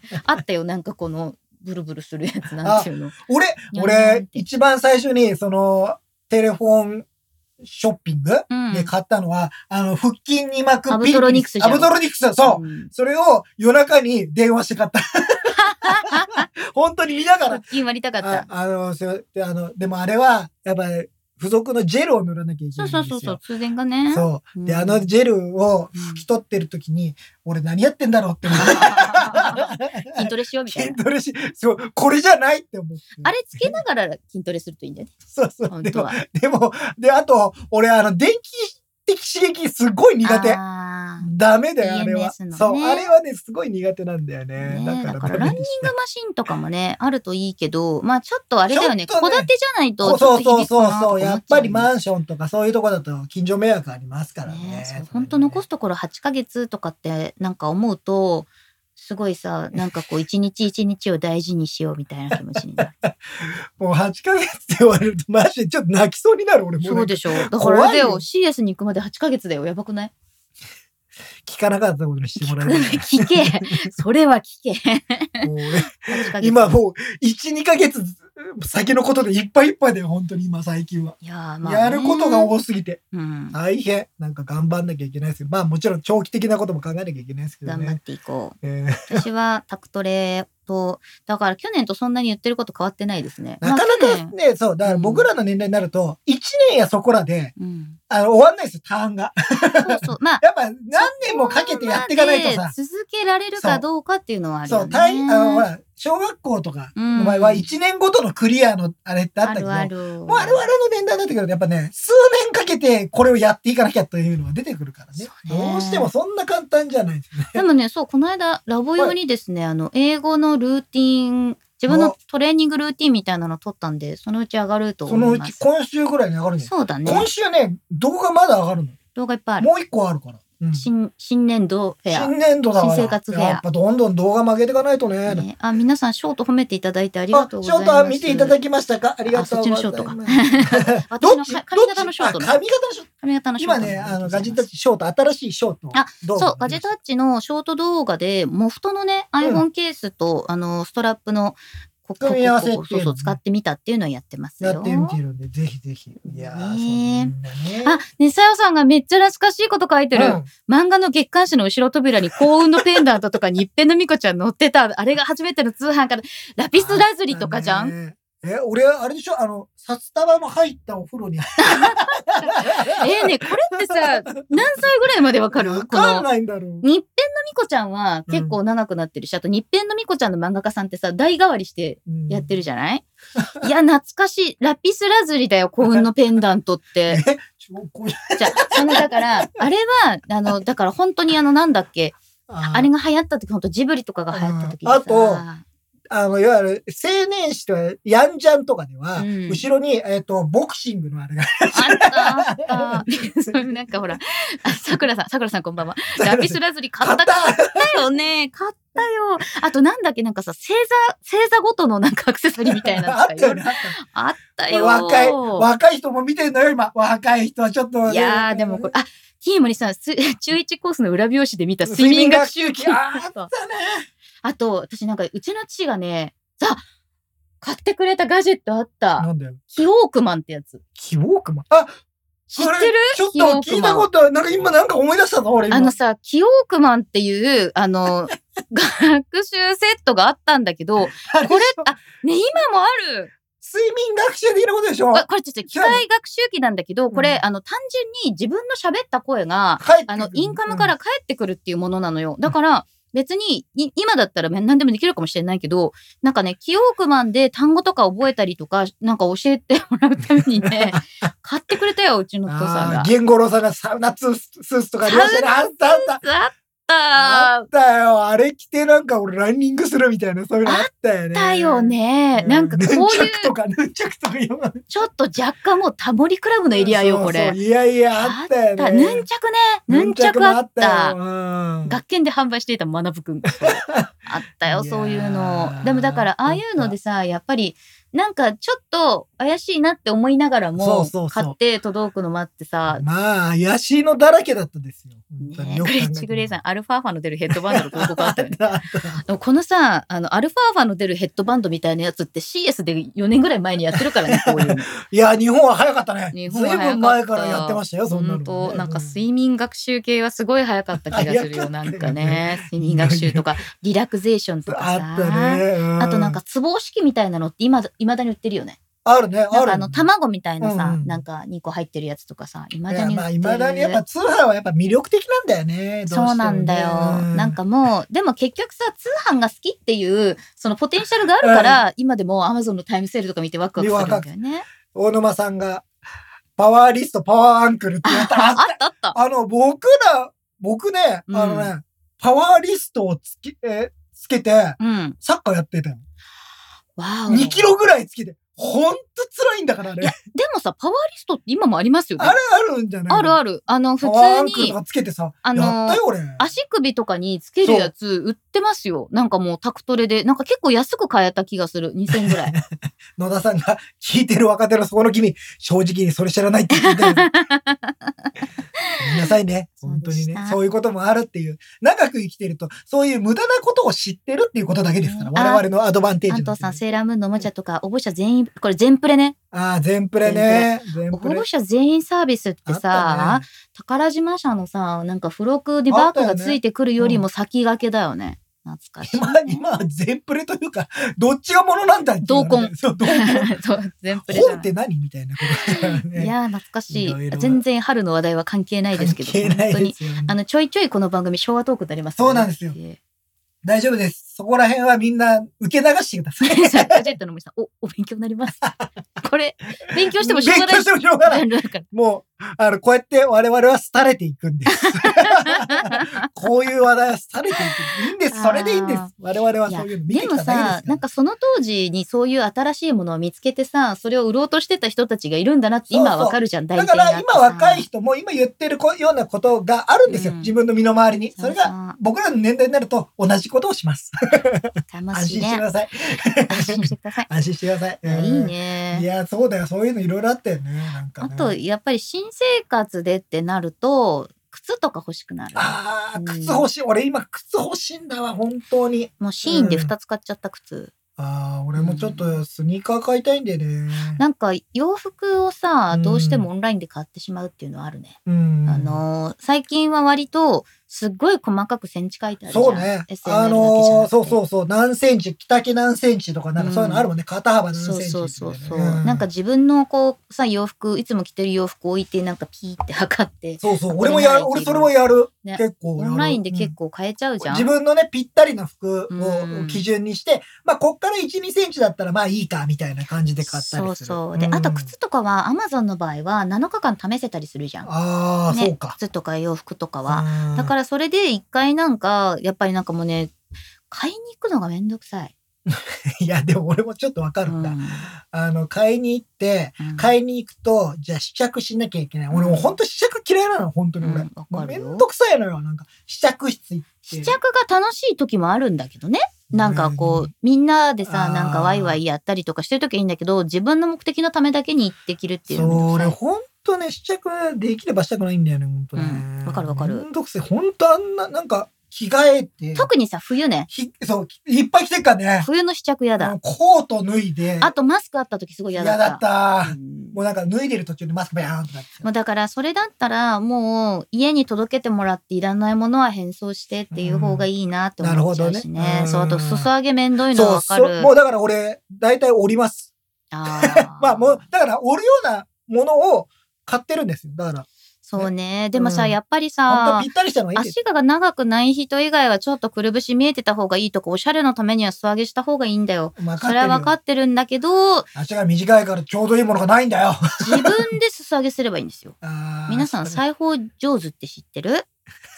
Speaker 1: *laughs* あったよ、なんかこのブルブルするやつなんていうの
Speaker 2: あ。。俺、俺、一番最初に、その、テレフォンショッピング
Speaker 1: うん
Speaker 2: で買ったのは、あの、腹筋に巻く
Speaker 1: アブトロニクスじゃ
Speaker 2: ア
Speaker 1: ん
Speaker 2: ブトロニクスだ、そう。
Speaker 1: うん
Speaker 2: それを夜中に電話して買
Speaker 1: *laughs*
Speaker 2: った。本当に見ながら
Speaker 1: 腹、筋割りたかっ
Speaker 2: あ
Speaker 1: た。
Speaker 2: あのそうであの、でもあれは、やっぱり、付属のジェルを塗らなきゃいけ
Speaker 1: そ
Speaker 2: な
Speaker 1: う
Speaker 2: いんです
Speaker 1: そ
Speaker 2: よ。
Speaker 1: うそうそう、通電がね。
Speaker 2: そうう。
Speaker 1: ん
Speaker 2: で、あのジェルを拭き取ってる時に、俺何やってんだろうって思って。
Speaker 1: *laughs* 筋トレしようみたい
Speaker 2: 筋
Speaker 1: な。
Speaker 2: トレし、そう、これじゃないって思って。
Speaker 1: あれつけながら筋トレするといいんだよね。
Speaker 2: *laughs* そうそう。
Speaker 1: 本
Speaker 2: で
Speaker 1: 当
Speaker 2: も、
Speaker 1: は。
Speaker 2: でも、で、あと、俺、あの、電気的刺激すごい苦手。
Speaker 1: あー
Speaker 2: ダメだよ、あれは。
Speaker 1: EMS のね
Speaker 2: そう、あれはね、すごい苦手なんだよね。
Speaker 1: ね、だから
Speaker 2: ダ
Speaker 1: ラン
Speaker 2: メ
Speaker 1: ニン
Speaker 2: で
Speaker 1: グ
Speaker 2: した
Speaker 1: マシンとかもねあるといいけどまあちょっとあれだよね
Speaker 2: ちょっ
Speaker 1: 戸
Speaker 2: とね
Speaker 1: 建てじゃない
Speaker 2: そ
Speaker 1: と
Speaker 2: う
Speaker 1: ちょ
Speaker 2: そ
Speaker 1: っ
Speaker 2: う
Speaker 1: と
Speaker 2: そう
Speaker 1: 響
Speaker 2: そうそう。
Speaker 1: くかなと思ちゃ
Speaker 2: やっぱり
Speaker 1: ね
Speaker 2: マンションとかそういうとこだと近所迷惑ありますからね。
Speaker 1: そう本当残すところ8ヶ月とかってなんか思うとすごいさなんか
Speaker 2: *laughs*
Speaker 1: こう一日一日を大事にしようみたいな気持ちになる
Speaker 2: もう8ヶ月って言われるとマジでちょっと泣きそうになる俺も
Speaker 1: そうう
Speaker 2: ね
Speaker 1: でしょだからあれだよ
Speaker 2: 怖
Speaker 1: CS に行くまで8ヶ月だよやばくない
Speaker 2: 聞かなかったことにしてもらえる。
Speaker 1: 聞け *laughs* それは聞け
Speaker 2: もう
Speaker 1: 8ヶ月
Speaker 2: 今もう1、2ヶ月先のことでいっぱいいっぱいだよ、本当に今最近は。
Speaker 1: いやーまあね
Speaker 2: やることが多すぎて
Speaker 1: うん
Speaker 2: 大変なんか頑張んなきゃいけないですけどまあもちろん長期的なことも考えなきゃいけないですけど
Speaker 1: 頑張っ
Speaker 2: ね。
Speaker 1: ていこう
Speaker 2: え
Speaker 1: 私はタクトレと、だから去年とそんなに言ってること変わってないですね。
Speaker 2: ーなか
Speaker 1: まあ
Speaker 2: な
Speaker 1: 去
Speaker 2: か
Speaker 1: 年
Speaker 2: ね、そう、だから僕らの年代になると1年やそこらで
Speaker 1: うん、
Speaker 2: あの終わんないですよ、ターンが。 *laughs*
Speaker 1: そうそう。まあ、
Speaker 2: やっぱ何年もかけてやっていかないとさ、
Speaker 1: そこまで続けられるかどうかっていうのはある
Speaker 2: そ
Speaker 1: よ
Speaker 2: う、
Speaker 1: ね。
Speaker 2: 大あの、ほら、小学校とかの場合は
Speaker 1: うん
Speaker 2: 1年ごとのクリアのあれってあった
Speaker 1: あ
Speaker 2: けど、
Speaker 1: るある。
Speaker 2: もう我々の年代になってくると、やっぱね、数年かけてこれをやっていかなきゃというのが出てくるからね。
Speaker 1: そうね
Speaker 2: どうしてもそんな簡単じゃないですね。
Speaker 1: でもね、そう、この間、ラボ用にですね、あの、英語のルーティン、自分のトレーニングルーティンみたいなの取ったんで、そのうち上がると
Speaker 2: その
Speaker 1: 思
Speaker 2: う
Speaker 1: いま
Speaker 2: ち
Speaker 1: す。
Speaker 2: 今週ぐらいに上がるんです
Speaker 1: そうだね。
Speaker 2: 今週ね、動画まだ上がるの。
Speaker 1: 動画いっぱいある。
Speaker 2: もう一個あるから。うん
Speaker 1: 新、新年度フェア。
Speaker 2: 新年度だから。
Speaker 1: 新生活フェア
Speaker 2: やっぱどんどん動画曲げていかないとね。
Speaker 1: ね、あ、皆さん、ショート褒めていただいてあり
Speaker 2: あ
Speaker 1: が
Speaker 2: ち
Speaker 1: とう
Speaker 2: ょ
Speaker 1: ご
Speaker 2: っ
Speaker 1: ざいます。
Speaker 2: とあ見ていただきましたかありがとうございます。
Speaker 1: あそっちのショートか
Speaker 2: ど
Speaker 1: 私
Speaker 2: っ
Speaker 1: の
Speaker 2: ち
Speaker 1: か髪型のショート
Speaker 2: どっ
Speaker 1: ね
Speaker 2: ちあ髪型のショート。
Speaker 1: 髪型のショー
Speaker 2: 今
Speaker 1: ト
Speaker 2: ね、あの、
Speaker 1: もりがとうござ
Speaker 2: ガ
Speaker 1: い
Speaker 2: ジェ
Speaker 1: ま
Speaker 2: タ
Speaker 1: す
Speaker 2: ッチショート、新しいショート。
Speaker 1: あ
Speaker 2: 動画
Speaker 1: そう、ガジェタッチのショート動画で、モフトのね、
Speaker 2: う
Speaker 1: iPhone ケースと、あの、ストラップの、ここ
Speaker 2: 組み合わせっていう
Speaker 1: こ
Speaker 2: の
Speaker 1: こ
Speaker 2: ね
Speaker 1: そうそう、使ってみたっていうのをやってますよ。
Speaker 2: やってみてるんで、ぜひぜひ。いやー、そ
Speaker 1: ねえ
Speaker 2: んなね。
Speaker 1: あ、ね、さよさんがめっちゃ懐かしいこと書いてる。
Speaker 2: うん
Speaker 1: 漫画の月刊誌の後ろ扉に幸運のペンダントとか日編のみこちゃん載ってた。あれが初めての通販から、ラピスラズリとかじゃん。
Speaker 2: ん。え、俺、あれでしょあの、札束の入ったお風呂に。
Speaker 1: えーね、これってさ、何歳ぐらいまでわかる
Speaker 2: わ
Speaker 1: こ
Speaker 2: かん
Speaker 1: の、
Speaker 2: ないんだろう。
Speaker 1: 日編のみこちゃんは結構長くなってるし、あと日編のみこちゃんの漫画家さんってさ、代替わりして
Speaker 2: うん
Speaker 1: やってるじゃない、いや、懐かしい。ラピスラズリだよ、幸運のペンダント *laughs* って。
Speaker 2: え、ちょ、これ、
Speaker 1: じゃあ、その、だから、あれは、あの、だから本当にあの、なんだっけ、
Speaker 2: あ
Speaker 1: あれが流行った時、本当ジブリとかが流行った時
Speaker 2: あああの、いわゆる、青年誌とはヤンジャンとかでは、
Speaker 1: うん
Speaker 2: 後ろに、えっ、と、ボクシングのあれが、
Speaker 1: あった、あ *laughs* った。そうなんかほら、あさくらさん、さくらさんこんばんは。ラピスラズリ買った、
Speaker 2: 買
Speaker 1: 買
Speaker 2: っ
Speaker 1: ったよね。買ったよ。あと、なんだっけ、なんかさ、星座、星座ごとのなんかアクセサリーみたいな
Speaker 2: あ
Speaker 1: の
Speaker 2: った
Speaker 1: とか
Speaker 2: よ
Speaker 1: よ
Speaker 2: ね。あ
Speaker 1: ね。
Speaker 2: った
Speaker 1: あった
Speaker 2: これ
Speaker 1: よ。
Speaker 2: 若い、若い人も見てんのよ、今。若い人はちょっと、
Speaker 1: いやー、でもこれ、あ、キーモリさん、す *laughs* 中1コースの裏表紙で見た睡
Speaker 2: *laughs* 睡
Speaker 1: 眠
Speaker 2: 眠
Speaker 1: 学
Speaker 2: 学
Speaker 1: 習
Speaker 2: 習
Speaker 1: 記
Speaker 2: 記
Speaker 1: ああと、私なんか、うちの父がね、さ、買ってくれたガジェットあった。
Speaker 2: なんだよ。
Speaker 1: キオークマンってやつ。
Speaker 2: キウォークマン。あ、
Speaker 1: 知ってる
Speaker 2: ちょっと聞いたことある。なんか今なんか思い出したぞ、俺今。
Speaker 1: あのさ、キオークマンっていう、あの、 *laughs* 学習セットがあったんだけど、こ
Speaker 2: あれ *laughs*
Speaker 1: れ
Speaker 2: でしょ、
Speaker 1: あ、ね、今もある
Speaker 2: 睡眠学習的なことでしょ
Speaker 1: あこれちょっと機械学習機なんだけど、これ、
Speaker 2: うん
Speaker 1: あの、単純に自分の喋った声が、
Speaker 2: 帰ってくる
Speaker 1: あの、インカムから。返ってくるっていうものなのよ。だから、別に、い今だったら何でもできるかもしれないけど、なんかね、キオークマンで単語とか覚えたりとか、なんか教えてもらうために *laughs* ね、買ってくれたよ、うちのお父さん
Speaker 2: あ
Speaker 1: が
Speaker 2: あ、。ゲンゴロウさんがサウナツーススーツとかありましたね。あったあった。
Speaker 1: あ
Speaker 2: あ
Speaker 1: っ
Speaker 2: ったよ。あれ着てなんか俺ランニングするみたいな、そういうのあったよね。
Speaker 1: たよね。
Speaker 2: う。
Speaker 1: なん *laughs* かこうい
Speaker 2: ヌンチャク
Speaker 1: う
Speaker 2: と、か、ヌンチャクとか言わない
Speaker 1: ちょっと若干もうタモリクラブのエリアよ、こ
Speaker 2: そう
Speaker 1: れ
Speaker 2: そう。いやいや、あったよ
Speaker 1: だ
Speaker 2: ね。
Speaker 1: ヌンチャクね。ヌンチャク
Speaker 2: も
Speaker 1: あった。
Speaker 2: よ。うん
Speaker 1: 学研で販売していた学ぶくん。あったよ、
Speaker 2: いやー
Speaker 1: そういうの。でもだから、ああいうのでさ、やっぱり、なんかちょっと怪しいなって思いながら
Speaker 2: そう
Speaker 1: も
Speaker 2: そうそう、
Speaker 1: 買って届くのもあってさ、
Speaker 2: まあ、怪しいのだらけだったですよ。本当に
Speaker 1: ね
Speaker 2: よ
Speaker 1: グ
Speaker 2: く考
Speaker 1: レ
Speaker 2: え
Speaker 1: ッ
Speaker 2: て
Speaker 1: チグレイさん、アルファーファの出るヘッドバンドの広告あったよね。
Speaker 2: *laughs* あっ
Speaker 1: でもこのさ、あの、アルファーファの出るヘッドバンドみたいなやつって CS で4年ぐらい前にやってるか
Speaker 2: *laughs*
Speaker 1: らね、こういう
Speaker 2: *laughs*
Speaker 1: の。
Speaker 2: いや、日本は早かったね。ずいぶ
Speaker 1: 日本は早かった
Speaker 2: ん前からやってましたよ、そんなの
Speaker 1: 本
Speaker 2: ね。
Speaker 1: 当なんか
Speaker 2: うん
Speaker 1: 睡眠学習系はすごい早かった気がするよ、
Speaker 2: 早か
Speaker 1: な
Speaker 2: ったよ
Speaker 1: ん
Speaker 2: ね
Speaker 1: かね。睡眠学習とか、リラクゼーションとか
Speaker 2: あ
Speaker 1: さ。
Speaker 2: ったね。う
Speaker 1: あとなんか、、ツボ押式みたいなのって今、いまだに売ってるよね。
Speaker 2: あるね、
Speaker 1: な
Speaker 2: あ
Speaker 1: んか
Speaker 2: る。
Speaker 1: あの、卵みたいな
Speaker 2: うん
Speaker 1: さ
Speaker 2: う、ん
Speaker 1: なんか2個入ってるやつとかさ、いま
Speaker 2: い
Speaker 1: だ
Speaker 2: や
Speaker 1: に売
Speaker 2: ま
Speaker 1: っ
Speaker 2: あ、
Speaker 1: て
Speaker 2: い
Speaker 1: る。
Speaker 2: まだにやっぱ通販はやっぱ魅力的なんだよね。ど
Speaker 1: そうなんだよ。なんかもう、でも結局さ、通販が好きっていう、そのポテンシャルがあるから、今でも Amazon のタイムセールとか見てワクワクするんだよね。
Speaker 2: 大沼さんが、パワーリスト、パワーアンクルってやった。あ
Speaker 1: ああったあった。
Speaker 2: あの、僕ら、僕ね、
Speaker 1: うん
Speaker 2: あのね、パワーリストをつけ、えーつけて、
Speaker 1: うん。
Speaker 2: サッカーやってたよ。
Speaker 1: わお。
Speaker 2: 2キロぐらいつけて、ほんと辛いんだから、あれ。
Speaker 1: いやでもさ、パワーリストって今もありますよね。
Speaker 2: あれあるんじゃない
Speaker 1: あるある。あの、普
Speaker 2: パワーアン
Speaker 1: 通
Speaker 2: クルと
Speaker 1: に、
Speaker 2: かつけてさ、
Speaker 1: あのー
Speaker 2: やったよ、俺。
Speaker 1: 足首とかにつけるやつ売ってますよ。なんかもうタクトレで。なんか結構安く買えた気がする。2000ぐらい。
Speaker 2: 野田さんが聞いてる若手のそこの君、正直にそれ知らないって言ってたよ。ごめんなさいね。本当に
Speaker 1: そうで
Speaker 2: ね
Speaker 1: し。た
Speaker 2: そういうこともあるっていう。長く生きてると、そういう無駄なことを知ってるっていうことだけですから。
Speaker 1: ね
Speaker 2: 我々のアドバンテー
Speaker 1: 安
Speaker 2: ジ
Speaker 1: 藤さん、
Speaker 2: ですね。
Speaker 1: セーラームーンのおもちゃとか、応募者全員、これ全プレね。
Speaker 2: ああ、全プレね。全
Speaker 1: 応
Speaker 2: プレ
Speaker 1: 募。者全員サービスって
Speaker 2: あっ
Speaker 1: さ、
Speaker 2: たね
Speaker 1: 宝島社のさ、なんか付録でバークがついてくるよりも先駆けだよね。懐かしい、
Speaker 2: 今、今、全プレというか、どっちがものなんだっていう
Speaker 1: 同梱
Speaker 2: *laughs* そう、同梱。
Speaker 1: そう全プレじゃ
Speaker 2: 本
Speaker 1: な
Speaker 2: っ
Speaker 1: い。
Speaker 2: て何みたいなことだからね。
Speaker 1: いやー懐かしい
Speaker 2: いろいろ
Speaker 1: 全然春の話題は関係ないですけど
Speaker 2: 関係ない
Speaker 1: 本当に
Speaker 2: ですよね
Speaker 1: あのちょいちょいこの番組昭和トークになりますね
Speaker 2: そうなんですよ大丈夫です。そこら辺はみんな受け流してくださ
Speaker 1: *laughs*
Speaker 2: い。
Speaker 1: さガジェットの森さんおお勉強になりますこれ勉強してもしょうがな
Speaker 2: 勉強
Speaker 1: い
Speaker 2: してもしょうがない。
Speaker 1: ジャンルだから
Speaker 2: もう、あの、こうやって我々は廃れていくん
Speaker 1: *laughs*
Speaker 2: です。こういう話題は廃れていく。いいんです。それでいいんです
Speaker 1: あー。
Speaker 2: 我々はそういうの見て
Speaker 1: で
Speaker 2: き
Speaker 1: も
Speaker 2: ただけですから
Speaker 1: さなんかその当時にそういう新しいものを見つけてさそれを売ろうとしてた人たちがいるんだなって今はわかるじゃん大
Speaker 2: だか
Speaker 1: 体
Speaker 2: ら
Speaker 1: なん
Speaker 2: 今
Speaker 1: さ
Speaker 2: 若い人も今言ってるこようなことがあるんですよ。
Speaker 1: うん
Speaker 2: 自分の身の回りに。それ
Speaker 1: う
Speaker 2: が
Speaker 1: さ
Speaker 2: 僕らの年代になると同じことをします。
Speaker 1: 楽
Speaker 2: 安
Speaker 1: し
Speaker 2: 心して
Speaker 1: いね
Speaker 2: ください。
Speaker 1: 安心してください
Speaker 2: 安心してください。
Speaker 1: *laughs* いやいい
Speaker 2: うん。い
Speaker 1: ね
Speaker 2: や、そうだよ。そういうのいろいろあったよね。なんか
Speaker 1: あ
Speaker 2: ね
Speaker 1: とやっぱり新生活でってなると靴とか欲しくなる
Speaker 2: ああ、
Speaker 1: うん
Speaker 2: 靴欲しい。俺今靴欲しいんだわ、本当に。
Speaker 1: もうシーンで2つ買っちゃった靴、
Speaker 2: ああ、俺もちょっとスニーカー買いたいんでね。
Speaker 1: なんか洋服をさ
Speaker 2: うん
Speaker 1: どうしてもオンラインで買ってしまうっていうのはあるね、
Speaker 2: うん。
Speaker 1: あのー最近は割とすっごい細かくセンチ書いてあるじゃん
Speaker 2: そうね。
Speaker 1: SNL
Speaker 2: あ
Speaker 1: だけじゃな
Speaker 2: のー
Speaker 1: くて
Speaker 2: そうそうそう。何センチ、北着何センチとか、なんかそういうのあるもんね。肩幅何セン
Speaker 1: そう
Speaker 2: チ
Speaker 1: そう
Speaker 2: とか
Speaker 1: そ
Speaker 2: ね、
Speaker 1: うそう、なんか自分のこうさ洋服いつも着てる洋服置いてなんかピーって測って
Speaker 2: そうそう。俺もやる。
Speaker 1: こ
Speaker 2: 俺
Speaker 1: れならいける
Speaker 2: それもやる。
Speaker 1: ね
Speaker 2: 結構や
Speaker 1: オ
Speaker 2: る
Speaker 1: ンラインで結構変えちゃうじゃん、
Speaker 2: 自分のね、ぴったりな服
Speaker 1: う
Speaker 2: を
Speaker 1: ん
Speaker 2: 基準にして、まあ、こっから1、2センチだったら、まあいいか、みたいな感じで買ったりする。
Speaker 1: そうそうで、
Speaker 2: ん
Speaker 1: あと靴とかはアマゾンの場合は7日間試せたりするじゃん、
Speaker 2: ああ、
Speaker 1: ね
Speaker 2: そうか。
Speaker 1: 靴とか洋服とかは、
Speaker 2: うん
Speaker 1: だからそれで一回なんかやっぱりなんかもうね買いに行くのがめんどくさい、
Speaker 2: *laughs* いや、でも俺もちょっとわかるんだ。
Speaker 1: うん
Speaker 2: あの、買いに行って、
Speaker 1: うん
Speaker 2: 買いに行くと、じゃあ試着しなきゃいけない。俺もうほんと試着嫌いなの、本当に俺。
Speaker 1: うんわ
Speaker 2: もう
Speaker 1: か
Speaker 2: め
Speaker 1: るよ
Speaker 2: んどくさいのよ、なんか。試着室行って。
Speaker 1: 試着が楽しい時もあるんだけどねなんかこうみんなでさ
Speaker 2: あー
Speaker 1: なんかワイワイやったりとかしてる時はいいんだけど自分の目的のためだけに行ってきるっていうの
Speaker 2: そう、
Speaker 1: も
Speaker 2: 俺
Speaker 1: さ
Speaker 2: ほんとね、試着できればしたくないんだよね、ほんとね
Speaker 1: うん。わかるわかる
Speaker 2: めんどくせえ。ほんとあんな、なんか、着替えて、
Speaker 1: 特にさ、冬ね。
Speaker 2: ひそう、いっぱい着てっからね。
Speaker 1: 冬の試着嫌だ。
Speaker 2: コート脱いで、
Speaker 1: あとマスクあった時すごい嫌
Speaker 2: 嫌
Speaker 1: だった。
Speaker 2: だった
Speaker 1: う。ん
Speaker 2: もうなんか脱いでる途中でマスクバヤーンとなって
Speaker 1: もうだからそれだったらもう家に届けてもらっていらないものは変装してっていう方がいいなって思っちゃうしね。
Speaker 2: うんなるほどね
Speaker 1: そうあと
Speaker 2: うん
Speaker 1: 裾上げめんどいの
Speaker 2: そ
Speaker 1: わ
Speaker 2: う
Speaker 1: か
Speaker 2: そ
Speaker 1: る。
Speaker 2: う、もうだから俺、大体折ります。
Speaker 1: あ
Speaker 2: まあも
Speaker 1: う
Speaker 2: う、だから折るようなものを買ってるんですよ。だから、
Speaker 1: そうね。でもさ、
Speaker 2: うん
Speaker 1: やっぱ
Speaker 2: 本
Speaker 1: りさ
Speaker 2: 当ぴったりしたのがいいです。
Speaker 1: 足が長くない人以外はちょっとくるぶし見えてた方がいいとかおしゃれのためには素上げした方がいいんだよ。
Speaker 2: 分かっ
Speaker 1: そ
Speaker 2: て
Speaker 1: れ
Speaker 2: る
Speaker 1: は
Speaker 2: よ
Speaker 1: 分かってるんだけど
Speaker 2: 足が短いからちょうどいいものがないんだ
Speaker 1: *laughs*
Speaker 2: よ。
Speaker 1: 自分で裾上げすればいいんですよ。
Speaker 2: *laughs* あー
Speaker 1: 皆さん裁縫上手って知ってる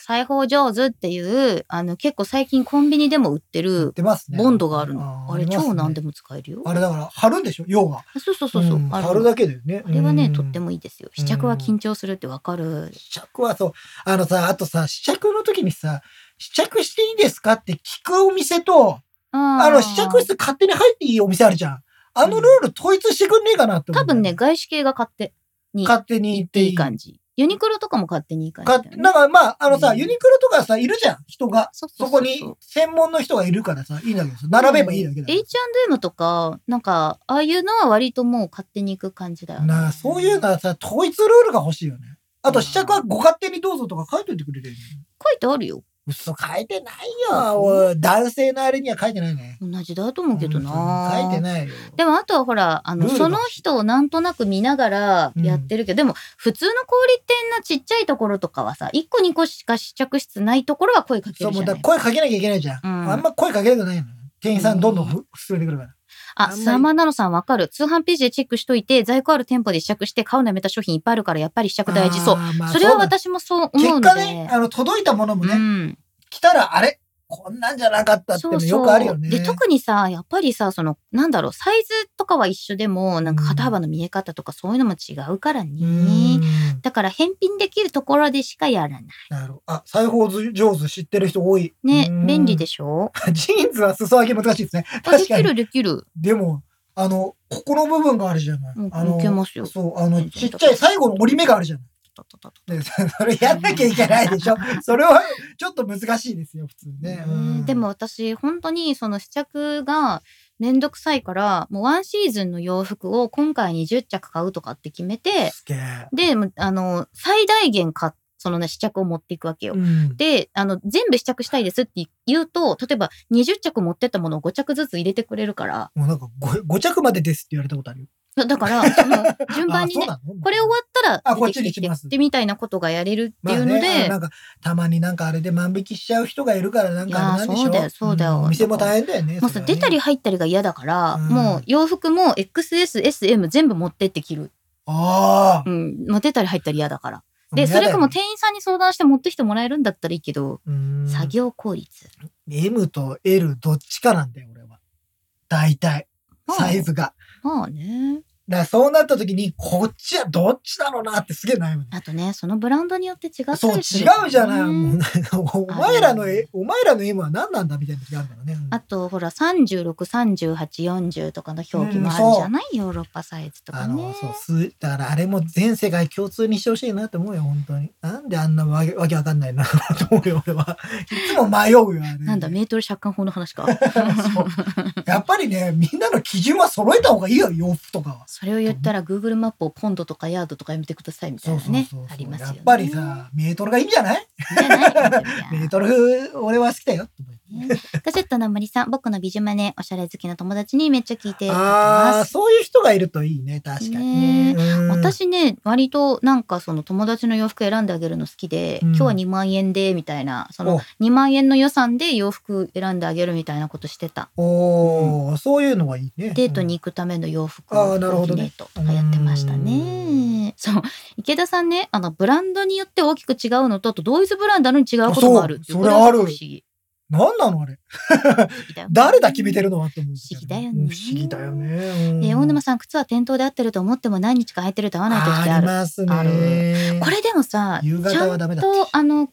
Speaker 1: 裁縫上手っていうあの結構最近コンビニでも売って
Speaker 2: 売っ
Speaker 1: る
Speaker 2: てますね。
Speaker 1: ボンドがあるの。
Speaker 2: ー
Speaker 1: あれ、
Speaker 2: りますね
Speaker 1: 超何でも使えるよ。
Speaker 2: あれだから貼るんでしょ要は。
Speaker 1: そうそうそうそう。
Speaker 2: ん
Speaker 1: ある
Speaker 2: 貼るだけだよね。
Speaker 1: あれはね、とって
Speaker 2: も。
Speaker 1: もいいですよ。試着は緊張するってわかる。
Speaker 2: 試着はそう。あのさ、あとさ、試着の時にさ、試着していいですかって聞くお店と、
Speaker 1: あ
Speaker 2: あ
Speaker 1: ー
Speaker 2: の、試着室勝手に入っていいお店あるじゃん。あのルール統一してくんねえかなって思うん
Speaker 1: 多
Speaker 2: だよ
Speaker 1: 分ね、、外資系が勝手に
Speaker 2: 勝手に
Speaker 1: 行
Speaker 2: 行
Speaker 1: っ
Speaker 2: ってて
Speaker 1: い
Speaker 2: い
Speaker 1: い
Speaker 2: い。
Speaker 1: 感じ。ユニクロとかも勝手にいい感じだ
Speaker 2: か
Speaker 1: よね。
Speaker 2: なんかまあ、あのさ、
Speaker 1: うん
Speaker 2: ユニクロとかさ、いるじゃん、人が。
Speaker 1: そうそう
Speaker 2: そこ
Speaker 1: そう
Speaker 2: に専門の人がいるからさ、いいんだけどさ、並べばいいだけだよ
Speaker 1: H&M とか、なんか、ああいうのは割ともう勝手に行く感じだよね。
Speaker 2: なあ、そういうのはさ、統一ルールが欲しいよね。あと、試着はご勝手にどうぞとか書いといてくれるよね。
Speaker 1: 書いてあるよ。
Speaker 2: 嘘、書いてないよ。おい男性のあれには書いてないね。
Speaker 1: 同じだと思うけどな。
Speaker 2: 書いてないよ。
Speaker 1: でもあとはほら、あの、
Speaker 2: ルール
Speaker 1: そ
Speaker 2: が
Speaker 1: の人をなんとなく見ながらやってるけど、でも普通の小売店のちっちゃいところとかはさ、1個2個しか試着室ないところは声かけ
Speaker 2: そう、
Speaker 1: る
Speaker 2: も
Speaker 1: じ
Speaker 2: う
Speaker 1: ゃな
Speaker 2: だ
Speaker 1: い
Speaker 2: から声かけなきゃいけないじゃん。
Speaker 1: うん
Speaker 2: あんま声かけたくないのよ。店員さんどんどんふ進めてくるから。
Speaker 1: あ、
Speaker 2: あんまり
Speaker 1: スアマナノさんわかる。通販ページでチェックしといて、在庫ある店舗で試着して買うのやめた商品いっぱいあるから、やっぱり試着大事そう。
Speaker 2: あーまあ
Speaker 1: それは
Speaker 2: うだね
Speaker 1: 私もそう思うので。
Speaker 2: 結果ね、あの、届いたものもね、
Speaker 1: うん、
Speaker 2: 来たら、あれこんなんじゃなかったって
Speaker 1: そ
Speaker 2: の
Speaker 1: うそ
Speaker 2: よ
Speaker 1: う
Speaker 2: くあるよね。
Speaker 1: で特にさやっぱりさそのなんだろうサイズとかは一緒でもなんか肩幅の見え方とかそういうのも違うから
Speaker 2: う
Speaker 1: ね、
Speaker 2: ん
Speaker 1: だから返品できるところでしかやらない
Speaker 2: なるほど。あ、裁縫上手知ってる人多い。
Speaker 1: ね
Speaker 2: うん
Speaker 1: 便利でしょ
Speaker 2: *laughs* ジーンズは裾上げ難しいですね。
Speaker 1: あで
Speaker 2: 確か
Speaker 1: き
Speaker 2: に。
Speaker 1: るできる
Speaker 2: でも、あの、ここの部分があるじゃない。
Speaker 1: うん
Speaker 2: あの
Speaker 1: いけますよ
Speaker 2: そう、あの、
Speaker 1: 全然
Speaker 2: ちっちゃい最後の折り目があるじゃ
Speaker 1: *laughs*
Speaker 2: ない。ね、そそれやんなきゃいけないでしょ。それはちょっと難しいですよ、普通ね。うん
Speaker 1: でも、私本当にその試着がめんどくさいからもうワンシーズンの洋服を今回に10着買うとかって決めて
Speaker 2: すげえ。
Speaker 1: でもうあの最大限かそのね試着を持っていくわけよ、
Speaker 2: うん
Speaker 1: であの全部試着したいですって言うと例えば20着持ってったものを5着ずつ入れてくれるから
Speaker 2: もうなんか5着までですって言われたことあるよ。
Speaker 1: だから
Speaker 2: *laughs*
Speaker 1: その順番にね
Speaker 2: あそうなの
Speaker 1: これ終わったら
Speaker 2: あこっ
Speaker 1: 出
Speaker 2: ち
Speaker 1: て
Speaker 2: に
Speaker 1: き
Speaker 2: してま
Speaker 1: っ
Speaker 2: す
Speaker 1: てみたいなことがやれるっていうの
Speaker 2: ま
Speaker 1: で、
Speaker 2: あねあなんかたまになんかあれで万引きしちゃう人がいるからなんかあれなんでしょ
Speaker 1: いやそうだよそうだよ
Speaker 2: んお店も大変だよね。
Speaker 1: もう
Speaker 2: それ
Speaker 1: さ、
Speaker 2: はね
Speaker 1: 出たり入ったりが嫌だから、
Speaker 2: うん
Speaker 1: もう洋服も XS、SM 全部持ってって着る。
Speaker 2: ああ
Speaker 1: う。ん。もう出たり入ったり嫌だから。
Speaker 2: も
Speaker 1: で、
Speaker 2: う
Speaker 1: そ
Speaker 2: やだ
Speaker 1: れ
Speaker 2: よ
Speaker 1: かもう店員さんに相談して持ってきてもらえるんだったらいいけど、
Speaker 2: うん
Speaker 1: 作業効率。
Speaker 2: M と L どっちかなんだよ、俺は。大体。サイズが。
Speaker 1: まあね。
Speaker 2: だからそうなった時に、こっちはどっちだろうなってすげえ悩むね。
Speaker 1: あとね、そのブランドによって違ったりす
Speaker 2: そう、
Speaker 1: る、
Speaker 2: 違うじゃない。もう。お前らの、えお前らの M は何なんだみたいな時あるからね。
Speaker 1: あと、ほら、36、38、40とかの表記もあるじゃない、ヨーロッパサイズとか
Speaker 2: あ
Speaker 1: ね
Speaker 2: の、。そう、す、だからあれも全世界共通にしてほしいなって思うよ、本当に。なんであんなわけわけわかんないなと思うよ、俺は。いつも迷うよ、あれ。
Speaker 1: なんだ、メートル借款法の
Speaker 2: *laughs*
Speaker 1: 話か。
Speaker 2: やっぱりね、みんなの基準は揃えた方がいいよ、洋服とかは。
Speaker 1: *laughs* それを言ったら Google マップをポンドとかヤードとかやめてくださいみたい
Speaker 2: そう
Speaker 1: な
Speaker 2: そうそう
Speaker 1: ね
Speaker 2: そう。
Speaker 1: ありますよ
Speaker 2: やっ
Speaker 1: ね。
Speaker 2: ぱりさ、メートルがいいんじゃない
Speaker 1: いいじゃない。 *laughs*
Speaker 2: メートル、俺は好きだよ。
Speaker 1: ガジェットの森さん、僕の美女マネ、おしゃれ好きな友達にめっちゃ聞いて
Speaker 2: あ
Speaker 1: ま
Speaker 2: あ、
Speaker 1: す。
Speaker 2: そういう人がいるといいね、確かにね。うん、
Speaker 1: 私ね、割となんかその友達の洋服選んであげるの好きで、
Speaker 2: うん
Speaker 1: 今日は2万円で、みたいな、その
Speaker 2: お
Speaker 1: 2万円の予算で洋服選んであげるみたいなことしてた。
Speaker 2: おー、そういうのはいいね。
Speaker 1: デートに行くための洋服
Speaker 2: あーなるほど
Speaker 1: デ
Speaker 2: ね
Speaker 1: ート流行ってましたね。そう。池田さんね、あの、ブランドによって大きく違うのと、あと同一ブランドのに違うこともあるっていう。
Speaker 2: あそうそれ
Speaker 1: こはすご
Speaker 2: あ
Speaker 1: く
Speaker 2: る
Speaker 1: 不思議。
Speaker 2: うん。何なのあれ。
Speaker 1: 不思議だ
Speaker 2: *laughs*
Speaker 1: よね
Speaker 2: 誰だ決めてるのって思うけどね。
Speaker 1: 不思議だよね
Speaker 2: うん不思議だよね。うん
Speaker 1: えー大沼さん靴は店頭で合ってると思っても何日か履いてると合わない時
Speaker 2: あ
Speaker 1: あ
Speaker 2: り
Speaker 1: る
Speaker 2: ます
Speaker 1: あ
Speaker 2: ね。
Speaker 1: これでもさち
Speaker 2: 夕
Speaker 1: ゃ
Speaker 2: 方は
Speaker 1: ん
Speaker 2: ダメだ
Speaker 1: とあの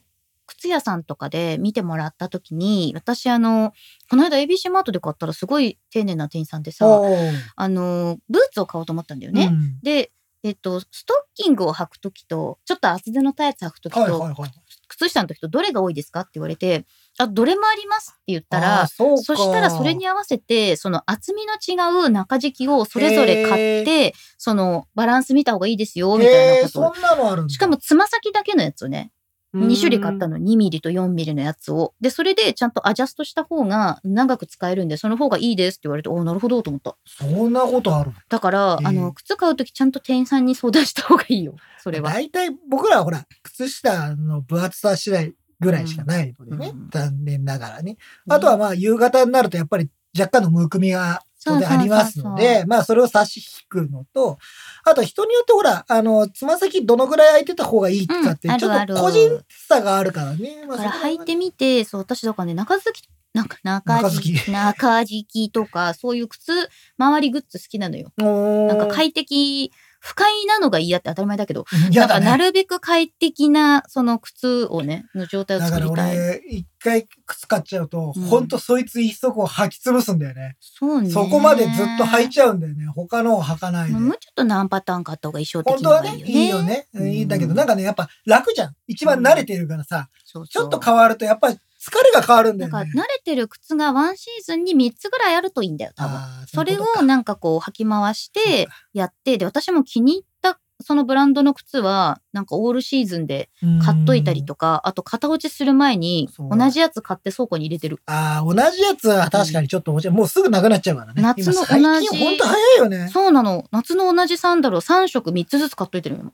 Speaker 1: 靴屋さんとかで見てもらった時に私あのこの間 ABC マートで買ったらすごい丁寧な店員さんでさ
Speaker 2: おー
Speaker 1: あのブーツを買おうと思ったんだよね。
Speaker 2: うん
Speaker 1: でえっと、ストッキングを履く時とちょっと厚手のタイツ履く時と、
Speaker 2: はいはいはい。
Speaker 1: 靴下の時とどれが多いですかって言われてあ、どれもありますって言った
Speaker 2: あー
Speaker 1: ら、
Speaker 2: そうか
Speaker 1: そしたらそれに合わせて、その厚みの違う中敷きをそれぞれ買って、そのバランス見た方がいいですよ、みたい
Speaker 2: へー
Speaker 1: なことを
Speaker 2: そんなのあるんだ
Speaker 1: しかもつま先だけのやつをね、2種類買った
Speaker 2: の
Speaker 1: の、2ミリと4ミリのやつを。で、それでちゃんとアジャストした方が長く使えるんで、その方がいいですって言われて、おお、なるほどと思った。
Speaker 2: そんなことある
Speaker 1: だから、
Speaker 2: えー
Speaker 1: あの、靴買うときちゃんと店員さんに相談した方がいいよ、 *laughs* それは。
Speaker 2: 大体僕らはほら靴下の分厚さ次第ぐらいしかないのでね、
Speaker 1: うん
Speaker 2: 残念ながらねあとはまあ夕方になるとやっぱり若干のむくみが当然ありますので、
Speaker 1: そうそうそう
Speaker 2: まあそれを差し引くのと、あと人によってほら、あの、つま先どのぐらい空いてた方がいいとかって、
Speaker 1: うん
Speaker 2: ちょ
Speaker 1: あ
Speaker 2: っと
Speaker 1: るある
Speaker 2: 個人差があるからね。ま
Speaker 1: だ
Speaker 2: あ
Speaker 1: から
Speaker 2: そこは
Speaker 1: 履いてみて、そう、私だからね、中敷き、なんか中敷き、中敷きとか、そういう靴、周りグッズ好きなのよ。
Speaker 2: おー
Speaker 1: なんか快適、不快なのが嫌って当たり前だけど、
Speaker 2: 嫌
Speaker 1: な
Speaker 2: だ
Speaker 1: ん
Speaker 2: ね
Speaker 1: かなるべく快適な、その靴をね、の状態を
Speaker 2: だか
Speaker 1: 作
Speaker 2: ら
Speaker 1: りたい。
Speaker 2: 俺、一回靴買っちゃうと、
Speaker 1: うん
Speaker 2: ほんとそいつ一足を履き潰すんだよね。
Speaker 1: そうね。
Speaker 2: そこまでずっと履いちゃうんだよね。他のを履かないで。
Speaker 1: まあもうちょっと何パターン買った方が衣装的
Speaker 2: 本
Speaker 1: に
Speaker 2: 当は
Speaker 1: はい
Speaker 2: ね
Speaker 1: い、よね。
Speaker 2: いいよね。うんいいんだけど、なんかね、やっぱ楽じゃん。一番慣れてるからさ、
Speaker 1: そう
Speaker 2: ち
Speaker 1: そう
Speaker 2: ょっと変わると、やっぱり疲れが変わるんだ
Speaker 1: なん
Speaker 2: よ
Speaker 1: か
Speaker 2: ね
Speaker 1: 慣。れてる靴がワンシーズンに3つぐらいあるといいんだよ、多分。
Speaker 2: あー
Speaker 1: それ
Speaker 2: ういうこと
Speaker 1: を
Speaker 2: か
Speaker 1: なんかこう履き回してやって、で、私も気に入ったそのブランドの靴は、なんかオールシーズンで買っといたりとか、あと型落ちする前に
Speaker 2: そうだ
Speaker 1: 同じやつ買って倉庫に入れてる。
Speaker 2: ああ、同じやつは確かにちょっと面白い。もうすぐなくなっちゃうからね。
Speaker 1: 夏の
Speaker 2: 今最
Speaker 1: 同
Speaker 2: 近
Speaker 1: じ
Speaker 2: ほんと早いよね。
Speaker 1: そうなの。夏の同じサンダルを3色3つずつ買っといてる
Speaker 2: *laughs*
Speaker 1: の。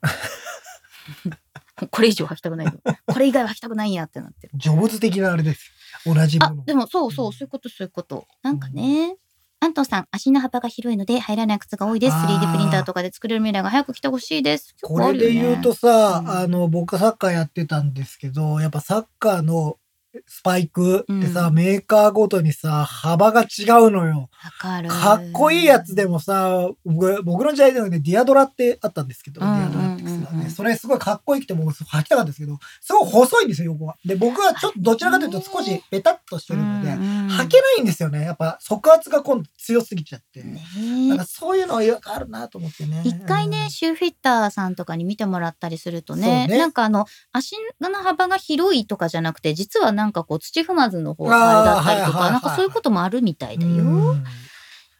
Speaker 1: これ以上履きたくないよ。これ以外は履きたくないやってなってる。
Speaker 2: ジョブズ的なあれです。同じも
Speaker 1: あ
Speaker 2: の。、
Speaker 1: でもそうそう、そういうことそういうこと。なんかね。安藤さん、足の幅が広いので入らない靴が多いです。
Speaker 2: あー
Speaker 1: 3D プリンターとかで作れる未来が早く来てほしいです。
Speaker 2: これで言うとさ、
Speaker 1: うん
Speaker 2: あの、僕はサッカーやってたんですけど、やっぱサッカーのスパイクってさ、
Speaker 1: うん
Speaker 2: メーカーごとにさ、幅が違うのよ。
Speaker 1: わかる。
Speaker 2: かっこいいやつでもさ、僕僕の時代でもね、ディアドラってあったんですけど、
Speaker 1: うんうんうんうん
Speaker 2: ディアドラってさ、ね、それすごいかっこよくて、僕履きたかったんですけど、すごい細いんですよ、横は。で、僕はちょっとどちらかというと少しベタっとしてるので、履けないんですよね。やっぱ、即圧が今度強すぎちゃって。
Speaker 1: ね
Speaker 2: なんかそういうのはよくあるなと思ってね。
Speaker 1: 一回ね、シューフィッターさんとかに見てもらったりするとね
Speaker 2: そうね
Speaker 1: なんかあの足の幅が広いとかじゃなくて実はなんかこう土踏まずの方があれだったり
Speaker 2: あー
Speaker 1: と
Speaker 2: は
Speaker 1: か
Speaker 2: いはいはいはい
Speaker 1: なんかそういうこともあるみたいだ
Speaker 2: う
Speaker 1: よ。
Speaker 2: ん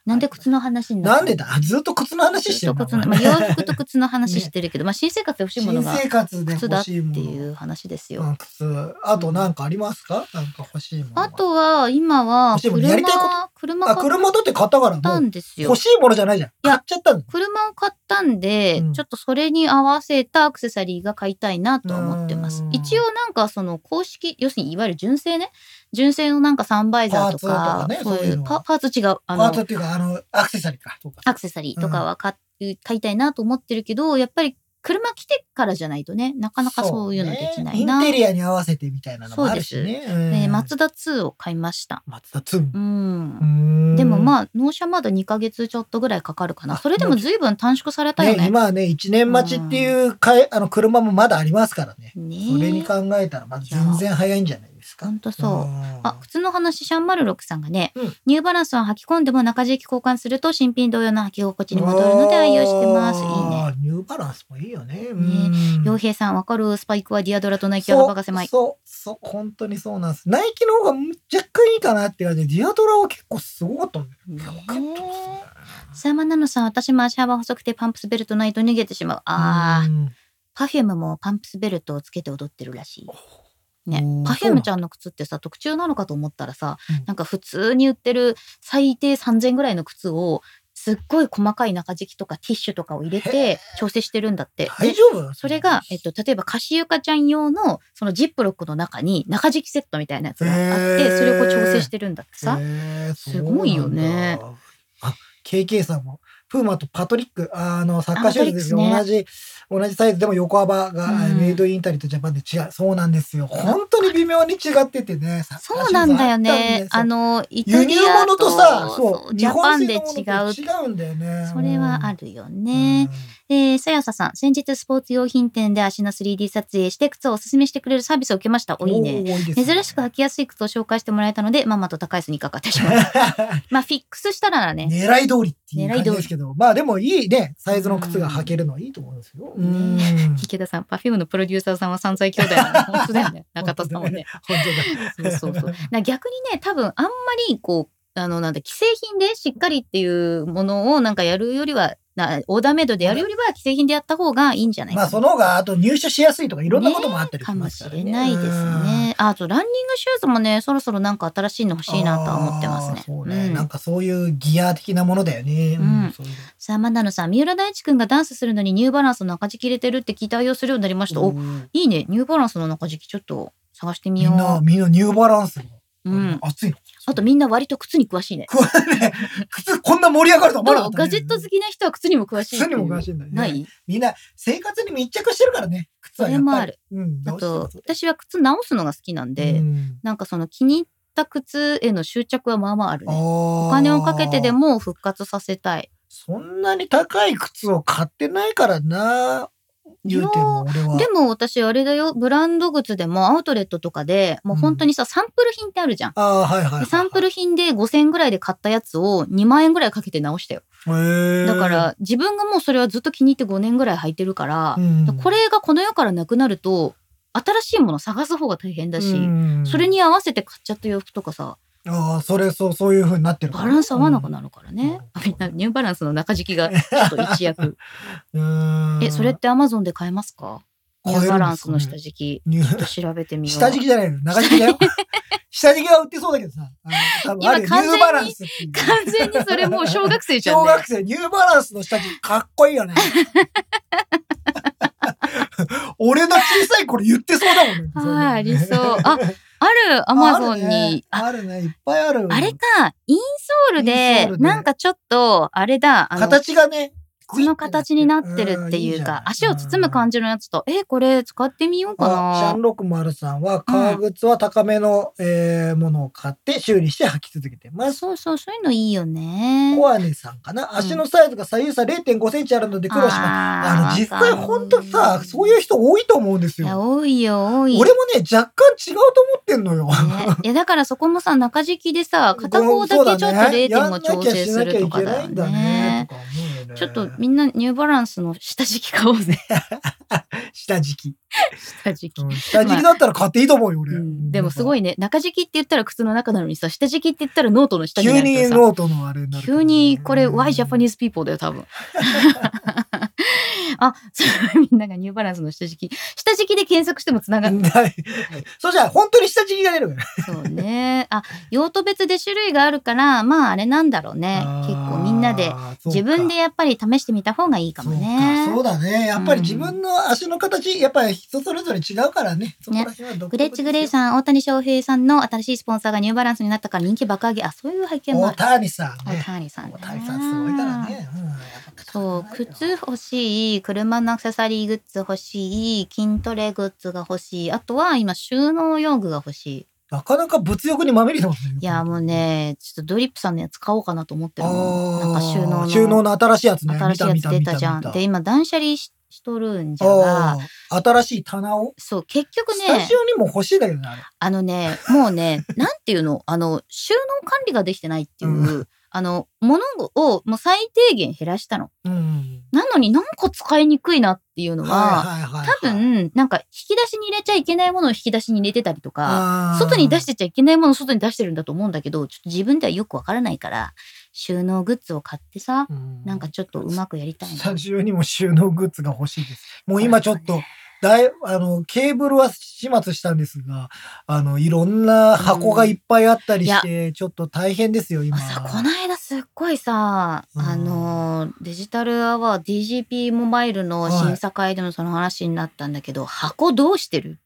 Speaker 1: なんで靴の話にな
Speaker 2: な
Speaker 1: った
Speaker 2: んでだずっと靴の話して
Speaker 1: ずっ
Speaker 2: る
Speaker 1: と
Speaker 2: の
Speaker 1: 靴の、まあ、洋服と靴の話してるけど、まあ新生活で欲しいもの
Speaker 2: 新
Speaker 1: が
Speaker 2: 生活で
Speaker 1: 靴だ
Speaker 2: 欲
Speaker 1: っ
Speaker 2: していもの。
Speaker 1: いう話ですよ。
Speaker 2: うん靴。あとなんかありますかなんか欲しいもの。
Speaker 1: あ、とは今は
Speaker 2: 欲しいものやりたいこ
Speaker 1: 車車
Speaker 2: あ、
Speaker 1: 買っ
Speaker 2: 車だって買ったから、
Speaker 1: た
Speaker 2: もうん
Speaker 1: ですよ
Speaker 2: 欲。しいものじゃないじゃん。
Speaker 1: や
Speaker 2: 買っちゃったんだ。
Speaker 1: 車を買ったんで、
Speaker 2: うん
Speaker 1: ちょっとそれに合わせたアクセサリーが買いたいなとは思ってます
Speaker 2: う。ん
Speaker 1: 一応なんかその公式、要するにいわゆる純正ね。純正のなんかサンバイザー
Speaker 2: パー
Speaker 1: と
Speaker 2: ツと
Speaker 1: か
Speaker 2: かね、
Speaker 1: そう
Speaker 2: そうい
Speaker 1: いうう
Speaker 2: の
Speaker 1: パパーツ違う。あ
Speaker 2: あと
Speaker 1: の、
Speaker 2: っていうか、あの、アクセサリーか。そうか
Speaker 1: アクセサリーとかは買,、買いたいなと思ってるけど、やっぱり車来てからじゃないとね、なかなかそういうのできないな。
Speaker 2: そうねインテリアに合わせてみたいなのもあるしね。うん
Speaker 1: えーマツダ2を買いました。
Speaker 2: 松田ツン
Speaker 1: う。
Speaker 2: うんん
Speaker 1: でもまあ、納車まだ2ヶ月ちょっとぐらいかかるかな。
Speaker 2: あ
Speaker 1: それでも随分短縮されたよ
Speaker 2: ね
Speaker 1: ね。
Speaker 2: 今はね、1年待ちっていうかえあの車もまだありますからね。
Speaker 1: ね
Speaker 2: それに考えたら、まあ全然早いんじゃないですか。
Speaker 1: ほんとそう
Speaker 2: うん
Speaker 1: あ、靴の話、シャンマルロクさんがね、
Speaker 2: うん
Speaker 1: ニューバランスを履き込んでも中敷き交換すると新品同様の履き心地に戻るので愛用してます。いいね。
Speaker 2: あーニューバランスもいいよね。
Speaker 1: 洋平さん、わかるスパイクはディアドラとナイキは幅が狭い。
Speaker 2: そう、そう、そう本当にそうなんです。ナイキの方が若干いいかなっていう感じで、ディアドラは結構すごかったんだよ。
Speaker 1: ねえ
Speaker 2: よかったですね
Speaker 1: さあ、マナノさん、私も足幅細くてパンプスベルトないと逃げてしまう。ああ、
Speaker 2: うん
Speaker 1: パフュームもパンプスベルトをつけて踊ってるらしい。ね
Speaker 2: おー、
Speaker 1: パフュームちゃんの靴ってさ、特注なのかと思ったらさ、
Speaker 2: うん
Speaker 1: なんか普通に売ってる最低3000ぐらいの靴を、すっごい細かい中敷きとかティッシュとかを入れ
Speaker 2: へ
Speaker 1: て調整してるんだって。
Speaker 2: 大丈夫
Speaker 1: それが、えっと、例えば、カシユカちゃん用の、そのジップロックの中に、中敷きセットみたいなやつがあ
Speaker 2: へ
Speaker 1: って、
Speaker 2: ー
Speaker 1: それをこう調整してるんだってさ。
Speaker 2: へー
Speaker 1: すごいよね。
Speaker 2: そうなんだあ、KK さんも、プーマとパトリック、あの、サッカーシューズですけど、
Speaker 1: あ
Speaker 2: 同
Speaker 1: パト
Speaker 2: じ、同じサイズでも横幅が、
Speaker 1: うん
Speaker 2: メイドインイタリーとジャパンで違う。そうなんですよ。本当に微妙に違っててね。サッカー
Speaker 1: そう
Speaker 2: シュ
Speaker 1: な
Speaker 2: ーズ
Speaker 1: んだよね。
Speaker 2: あ
Speaker 1: あ
Speaker 2: の、
Speaker 1: の、イタ
Speaker 2: 輸
Speaker 1: リ
Speaker 2: 入
Speaker 1: ア
Speaker 2: 物
Speaker 1: と
Speaker 2: とさ、
Speaker 1: そうジャパンで違う。
Speaker 2: 違うんだよね。
Speaker 1: それはあるよ
Speaker 2: うん
Speaker 1: ね。えー、さやささん、先日スポーツ用品店で足の 3D 撮影して靴をおすすめしてくれるサービスを受けました。おいいね。
Speaker 2: おー。いいですね
Speaker 1: 珍しく履きやすい靴を紹介してもらえたので、ママと高いスニーカー買ってしまった。
Speaker 2: *laughs*
Speaker 1: まあ、フィックスしたらね。
Speaker 2: 狙い通りっていう感じですけど、まあでもいいね、サイズの靴が履けるのはいいと思うんですよ。
Speaker 1: うん
Speaker 2: うん
Speaker 1: 池田さん、パフュームのプロデューサーさんは3歳兄弟
Speaker 2: *laughs*
Speaker 1: なの。本当だよね。中田さんもね。
Speaker 2: 本当
Speaker 1: そう
Speaker 2: だ。
Speaker 1: そうそう。な逆にね、多分あんまりこう、あの、なんだ、既製品でしっかりっていうものをなんかやるよりは、なオーダーメイドでやるよりは既製品でやった方がいいんじゃない
Speaker 2: ま
Speaker 1: か
Speaker 2: あ
Speaker 1: な
Speaker 2: その方が、あと入手しやすいとかいろんなこともあったりし
Speaker 1: か
Speaker 2: ま
Speaker 1: も
Speaker 2: す
Speaker 1: し
Speaker 2: からね。
Speaker 1: れないですね。ああと、ランニングシューズもね、そろそろなんか新しいの欲
Speaker 2: うん。
Speaker 1: しいなとは思ってますね
Speaker 2: あー。そう
Speaker 1: う
Speaker 2: ね。
Speaker 1: ん
Speaker 2: なんかそういうギア的なものだよね。
Speaker 1: うん
Speaker 2: そういう
Speaker 1: さあ、マダノさん、三浦大知くんがダンスするのにニューバランスの中敷き入れてるって聞いて愛用するようになりました。お、
Speaker 2: うん
Speaker 1: いいね。ニューバランスの中敷きちょっと探してみ
Speaker 2: み
Speaker 1: よ
Speaker 2: んな、
Speaker 1: う。
Speaker 2: みんなニューバランスが
Speaker 1: うん。
Speaker 2: 熱いの。
Speaker 1: あとみんな割と靴に詳しいね。
Speaker 2: これね、靴こんな盛り上がるとは思わなか
Speaker 1: ど
Speaker 2: っ
Speaker 1: う
Speaker 2: たね。
Speaker 1: ガジェット好きな人は靴にも詳しいって
Speaker 2: 靴
Speaker 1: いう。
Speaker 2: にも詳しいんだよね。
Speaker 1: ない
Speaker 2: みんな生活に密着してるからね、靴はやっぱり。
Speaker 1: それもある。
Speaker 2: うん、
Speaker 1: あ
Speaker 2: どうしても
Speaker 1: と
Speaker 2: そう、
Speaker 1: 私は靴直すのが好きなんで、
Speaker 2: うん
Speaker 1: なんかその気に入った靴への執着はまあまああるね。
Speaker 2: お
Speaker 1: お金をかけてで。も復活させたい。
Speaker 2: そんなに高い靴を買ってないからな、言うても俺は。
Speaker 1: でも私あれだよ、ブランド靴でもアウトレットとかで、もう本当にさ、サンプル品ってあるじゃん。
Speaker 2: ああ、はいはいはいはい。
Speaker 1: でサンプル品で5000円ぐらいで買ったやつを2万円ぐらいかけて直したよ。
Speaker 2: へえ
Speaker 1: だか、ら自分がもうそれはずっと気に入って5年ぐらい履いてるから、これがこの世からなくなると、新しいもの探す方が大変だ
Speaker 2: だ
Speaker 1: し、それ、に合わせて買っちゃった洋服とかさ、
Speaker 2: ああ、それそう、そういう風になってるか
Speaker 1: バ
Speaker 2: ら。
Speaker 1: ランス合わなくなるからね。 *laughs*
Speaker 2: うん
Speaker 1: みんなニューバランスの中敷き
Speaker 2: *laughs*
Speaker 1: がちょっと一躍。
Speaker 2: うん。
Speaker 1: え、それってアマゾンで買えますかニューバランスの下
Speaker 2: 敷
Speaker 1: 敷き。
Speaker 2: き。
Speaker 1: ちょっと調べてみよう。
Speaker 2: 下敷きじゃないの長敷きだ
Speaker 1: *laughs*
Speaker 2: よ。下敷きは売ってそうだけどさ。あの多分あるよ
Speaker 1: 今完全に
Speaker 2: ニューバランスっていう
Speaker 1: 完全にそれもう小学生じゃん、
Speaker 2: 小
Speaker 1: ね。
Speaker 2: 学生、ニューバランスの下着、かっこいい
Speaker 1: *laughs*
Speaker 2: よね。俺の小さい頃言ってそうだもんね。
Speaker 1: はい、ありそう。
Speaker 2: *laughs*
Speaker 1: あ、ある、アマゾンに。あ
Speaker 2: あるね。あるね。いっぱいある。
Speaker 1: あれか、インソール
Speaker 2: イン
Speaker 1: で
Speaker 2: ソー、ルで
Speaker 1: なんかちょっと、あれだ、あの、
Speaker 2: 形がね、
Speaker 1: 靴の形になってるっていうか、足を包む感
Speaker 2: じ
Speaker 1: じのやつと、え、これ使ってみようか
Speaker 2: あシャ
Speaker 1: な
Speaker 2: ン。ロクマルさんは、革靴は高めの、えーものを買って修理して履き続けてます。
Speaker 1: そうそう、そういうのいいよね。
Speaker 2: コアネさんかな足のサイズが左右差0.5センチあるので苦労します。あ
Speaker 1: あ
Speaker 2: の、
Speaker 1: ー
Speaker 2: 実際
Speaker 1: わかる
Speaker 2: 本当さ、そういう人多いと思うんです
Speaker 1: いや、
Speaker 2: よ。
Speaker 1: 多いよ、多い。
Speaker 2: 俺もね、若干違うと思ってんのよ。 *laughs*
Speaker 1: ね、いやだからそこもさ中敷きでさ片方だけちょっと0.5調整するとかだ
Speaker 2: *laughs*
Speaker 1: よね。ちょっとみんなニューバランスの下敷き買おうぜ
Speaker 2: 下敷き。
Speaker 1: 下敷き。
Speaker 2: *laughs* 下敷きだったら買っていいと思うよ、俺。
Speaker 1: うんでもすごいね中敷きって言ったら靴の中なのにさ下敷きって言ったらノートの下にな
Speaker 2: 急
Speaker 1: るか
Speaker 2: に
Speaker 1: らさ
Speaker 2: ノートのあれになるからね。
Speaker 1: 急にこれ Why Japanese people だよ多分。あそうみんながニューバランスの下敷き下敷きで検索してもつながる。
Speaker 2: ない *laughs* そうじゃあ本当に下敷きが出るから。
Speaker 1: そうねあ用途別で種類があるからまああれなんだろうね結構みんなで。
Speaker 2: あー
Speaker 1: 自分でやっぱり試してみた方がいいかも
Speaker 2: そうかそ
Speaker 1: ね。
Speaker 2: うだね。やっぱり自分の足の形、やっぱり人それぞれ違うからね。そこら辺は独特
Speaker 1: グレッチグレイさん、大谷翔平さんの新しいスポンサーがニューバランスになったから人気爆上げ。あ、そういう背景も
Speaker 2: 大
Speaker 1: ある。
Speaker 2: 谷さん
Speaker 1: 大
Speaker 2: ね。
Speaker 1: 谷さん、ね。
Speaker 2: 大谷さんすごいからね。うんやっぱ
Speaker 1: そう、靴欲しい、車のアクセサリーグッズ欲しい、筋トレグッズが欲しい、あとは今収納用具が欲しい。
Speaker 2: なかなか物欲にまみれてますね。
Speaker 1: いや、もうね、ちょっとドリップさんのやつ買おうかなと思ってるもん。
Speaker 2: あ
Speaker 1: なんか収納の。
Speaker 2: ー収納の新しいやつね。
Speaker 1: 新しいやつ出たじゃん。
Speaker 2: 見見
Speaker 1: で、今断捨離ししとるんじゃ
Speaker 2: あ
Speaker 1: が、
Speaker 2: ー新しい棚を。
Speaker 1: そう、結局ね。
Speaker 2: スタジオにも欲しいだけどね、あれ。
Speaker 1: あのね、もうね、なんていうの、あの、収納管理ができてないっていう、
Speaker 2: う
Speaker 1: あの、物をもう最低限減らしたの。
Speaker 2: うん。
Speaker 1: なのになんか使いにくいなっていうのは、
Speaker 2: はいはいはいはい。
Speaker 1: 多分、なんか引き出しに入れちゃいけないものを引き出しに入れてたりとか、
Speaker 2: あー、
Speaker 1: 外に出してちゃいけないものを外に出してるんだと思うんだけど、ちょっと自分ではよくわからないから、収納グッズを買ってさ、
Speaker 2: う、
Speaker 1: なんかちょっとうまくやりたい
Speaker 2: ス
Speaker 1: な
Speaker 2: タ。ジオにも収納グッズが欲しいです。もう今ちょっと、だい、あの、ケーブルは始末したんですが、あの、いろんな箱がいっぱいあったりして、ちょっと大変ですよ、今。
Speaker 1: さこの間すっごいさ、
Speaker 2: うん
Speaker 1: あのデジタルアワー DGP モバイルの審査会でのその話になったんだけど、箱どうしてる、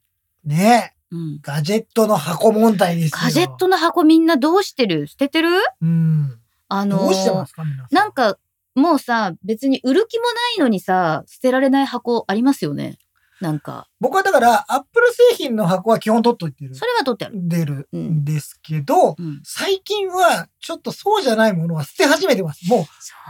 Speaker 2: ね
Speaker 1: うん、
Speaker 2: ガジェットの箱問題ですよ。
Speaker 1: ガジェットの箱みんなどうしてる捨ててる
Speaker 2: うん。
Speaker 1: あの
Speaker 2: どうしてますか、皆さん。
Speaker 1: なんかもうさ別に売る気もないのにさ捨てられない箱ありますよねなんか
Speaker 2: 僕はだから、アップル製品の箱は基本取っといてる
Speaker 1: そ。れは取ってある、
Speaker 2: 出る
Speaker 1: うん
Speaker 2: ですけど、
Speaker 1: うん、
Speaker 2: 最近はちょっと
Speaker 1: *laughs*
Speaker 2: そうじゃないものは捨て始めてます。もう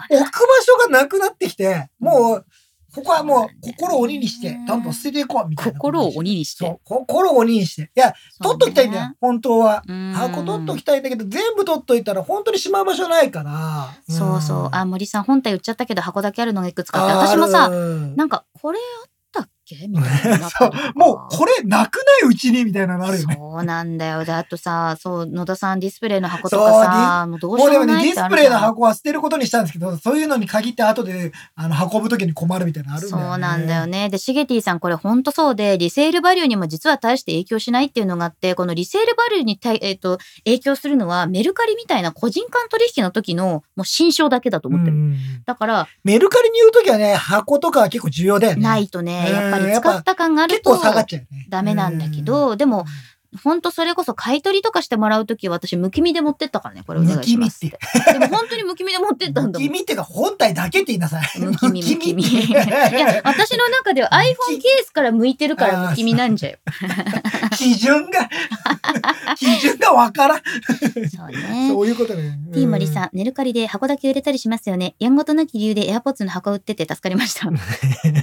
Speaker 1: そ
Speaker 2: 置く場所がなくなってきて、もうここはもう心を鬼にして、どんどん捨てていこうみたいな。
Speaker 1: 心を鬼にし
Speaker 2: そ
Speaker 1: て
Speaker 2: う。心を鬼にして。いや、取っときたいんだよ、本当は。
Speaker 1: そうね。
Speaker 2: あ、こう取っと
Speaker 1: き
Speaker 2: きたいんだけど、全部取っといたら本当にしまう場所ないから。
Speaker 1: そうそう。
Speaker 2: ん、
Speaker 1: あ、森さん、本体売っちゃったけど箱だけあるのがいくつかあって、
Speaker 2: あ
Speaker 1: 私もさ、
Speaker 2: る
Speaker 1: なんか、これあったっけみたいな。
Speaker 2: *laughs* そう、もうこれなくないうちにみたいなのあるよね。
Speaker 1: そうなんだよ。で、あとさ、そう、野田さんディスプレイの箱と
Speaker 2: そう
Speaker 1: か
Speaker 2: デ
Speaker 1: さ、もうどうし
Speaker 2: も
Speaker 1: よ
Speaker 2: う
Speaker 1: う
Speaker 2: でもね、
Speaker 1: もない
Speaker 2: デ
Speaker 1: って
Speaker 2: ィ
Speaker 1: あ
Speaker 2: ス
Speaker 1: る
Speaker 2: プレ
Speaker 1: じ
Speaker 2: イ
Speaker 1: ゃ
Speaker 2: の
Speaker 1: ん
Speaker 2: 箱は捨てることにしたんですけど、そういうのに限って後で、あの、運ぶときに困るみたいなのあるんだよね。
Speaker 1: そうなんだよね。で、シゲティさん、これほんとそうで、リセールバリューにも実は大して影響しないっていうのがあって、このリセールバリューに対、えっ、と、影響するのはメルカリみたいな個人間取引の時の、もう新商だけだと
Speaker 2: う
Speaker 1: 思ってる。
Speaker 2: ん。
Speaker 1: だから、
Speaker 2: メルカリに言うときはね、箱とかは結構重要だよね。
Speaker 1: ないとね、
Speaker 2: うん
Speaker 1: やっぱり
Speaker 2: やっぱ
Speaker 1: 使った感がある
Speaker 2: 結
Speaker 1: と
Speaker 2: 構下がっちゃうよね。
Speaker 1: ダメなんだけ
Speaker 2: うん、
Speaker 1: ど、でも、ほんとそれこそ買い取りとかしてもらうときは私、むき身で持ってったからね、これお願いしますって。でも本当にむき身で持ってったんだもん
Speaker 2: 君。っていうか本体だけって言いなさい。
Speaker 1: むきみむきみ。
Speaker 2: む
Speaker 1: い
Speaker 2: きみ
Speaker 1: や、私の中では iPhone ケースから向いてるからむきみなんじゃ
Speaker 2: *laughs*
Speaker 1: よ。
Speaker 2: 基準が、 *laughs* 基準がわからん。
Speaker 1: そうね。
Speaker 2: そういうことね。うん
Speaker 1: T 森さん、メルカリで箱だけ売れたりしますよね。やんごとなき理由で AirPods の箱売ってて助かりま
Speaker 2: *laughs*
Speaker 1: した。い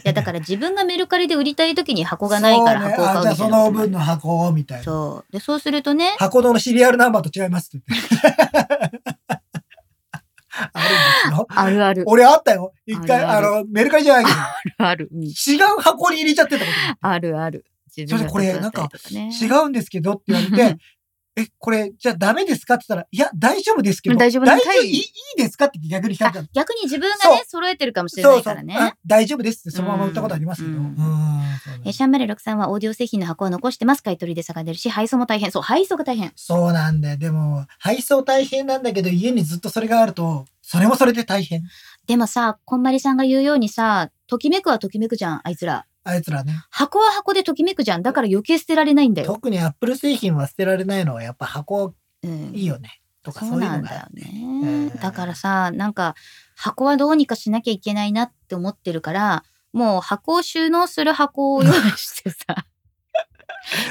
Speaker 1: や、だから自分がメルカリで売りたい時に箱がないから箱を買う
Speaker 2: そう
Speaker 1: みたい
Speaker 2: ねあじゃあその
Speaker 1: な
Speaker 2: 分。の箱をみたいな。
Speaker 1: そう。で、そうするとね、
Speaker 2: 箱のシリアルナンバーと違い
Speaker 1: *laughs*
Speaker 2: ますって言って。あるんですよ。
Speaker 1: あるある、
Speaker 2: 俺あったよ。一回、
Speaker 1: あ
Speaker 2: あ
Speaker 1: るあ
Speaker 2: の、メルカリじゃないけど、
Speaker 1: ある、うん
Speaker 2: 違う箱に入れちゃってたことがある
Speaker 1: あるある。自分が
Speaker 2: それこれ
Speaker 1: 手伝ったりとね
Speaker 2: 違うんですけどって言われて、え、これ、じゃあダメですかって言ったら、いや、大丈夫ですけど。
Speaker 1: 大丈夫な回
Speaker 2: いいいいですかって逆に聞か
Speaker 1: あ
Speaker 2: れたの
Speaker 1: 逆に自分が
Speaker 2: そう
Speaker 1: ね、揃えてるかもしれないからね。
Speaker 2: あ大丈夫ですってそのまま売ったことありますけど。
Speaker 1: うん
Speaker 2: うんそう
Speaker 1: え
Speaker 2: ね
Speaker 1: シャンマレル6さんはオーディオ製品の箱は残してます。買い取りで差が出るし、配送も大変。そう、配送が大変。
Speaker 2: そうなんだよ。でも、配送大変なんだけど、家にずっとそれがあると、それもそれで大変。
Speaker 1: でもさ、こんまりさんが言うようにさ、ときめくはときめくじゃん、あいつら。
Speaker 2: あいつらね。
Speaker 1: 箱は箱でときめくじゃん。だから余計捨てられないんだよ。
Speaker 2: 特にアップル製品は捨てられないのは、やっぱ箱
Speaker 1: うん
Speaker 2: いいよね。とか、
Speaker 1: そ
Speaker 2: そうういう
Speaker 1: な
Speaker 2: の
Speaker 1: んだよ
Speaker 2: が。
Speaker 1: ね。
Speaker 2: うん
Speaker 1: だからさ、なんか、箱はどうにかしなきゃいけないなって思ってるから、もう箱を収納する箱を用意して
Speaker 2: *laughs*
Speaker 1: さ。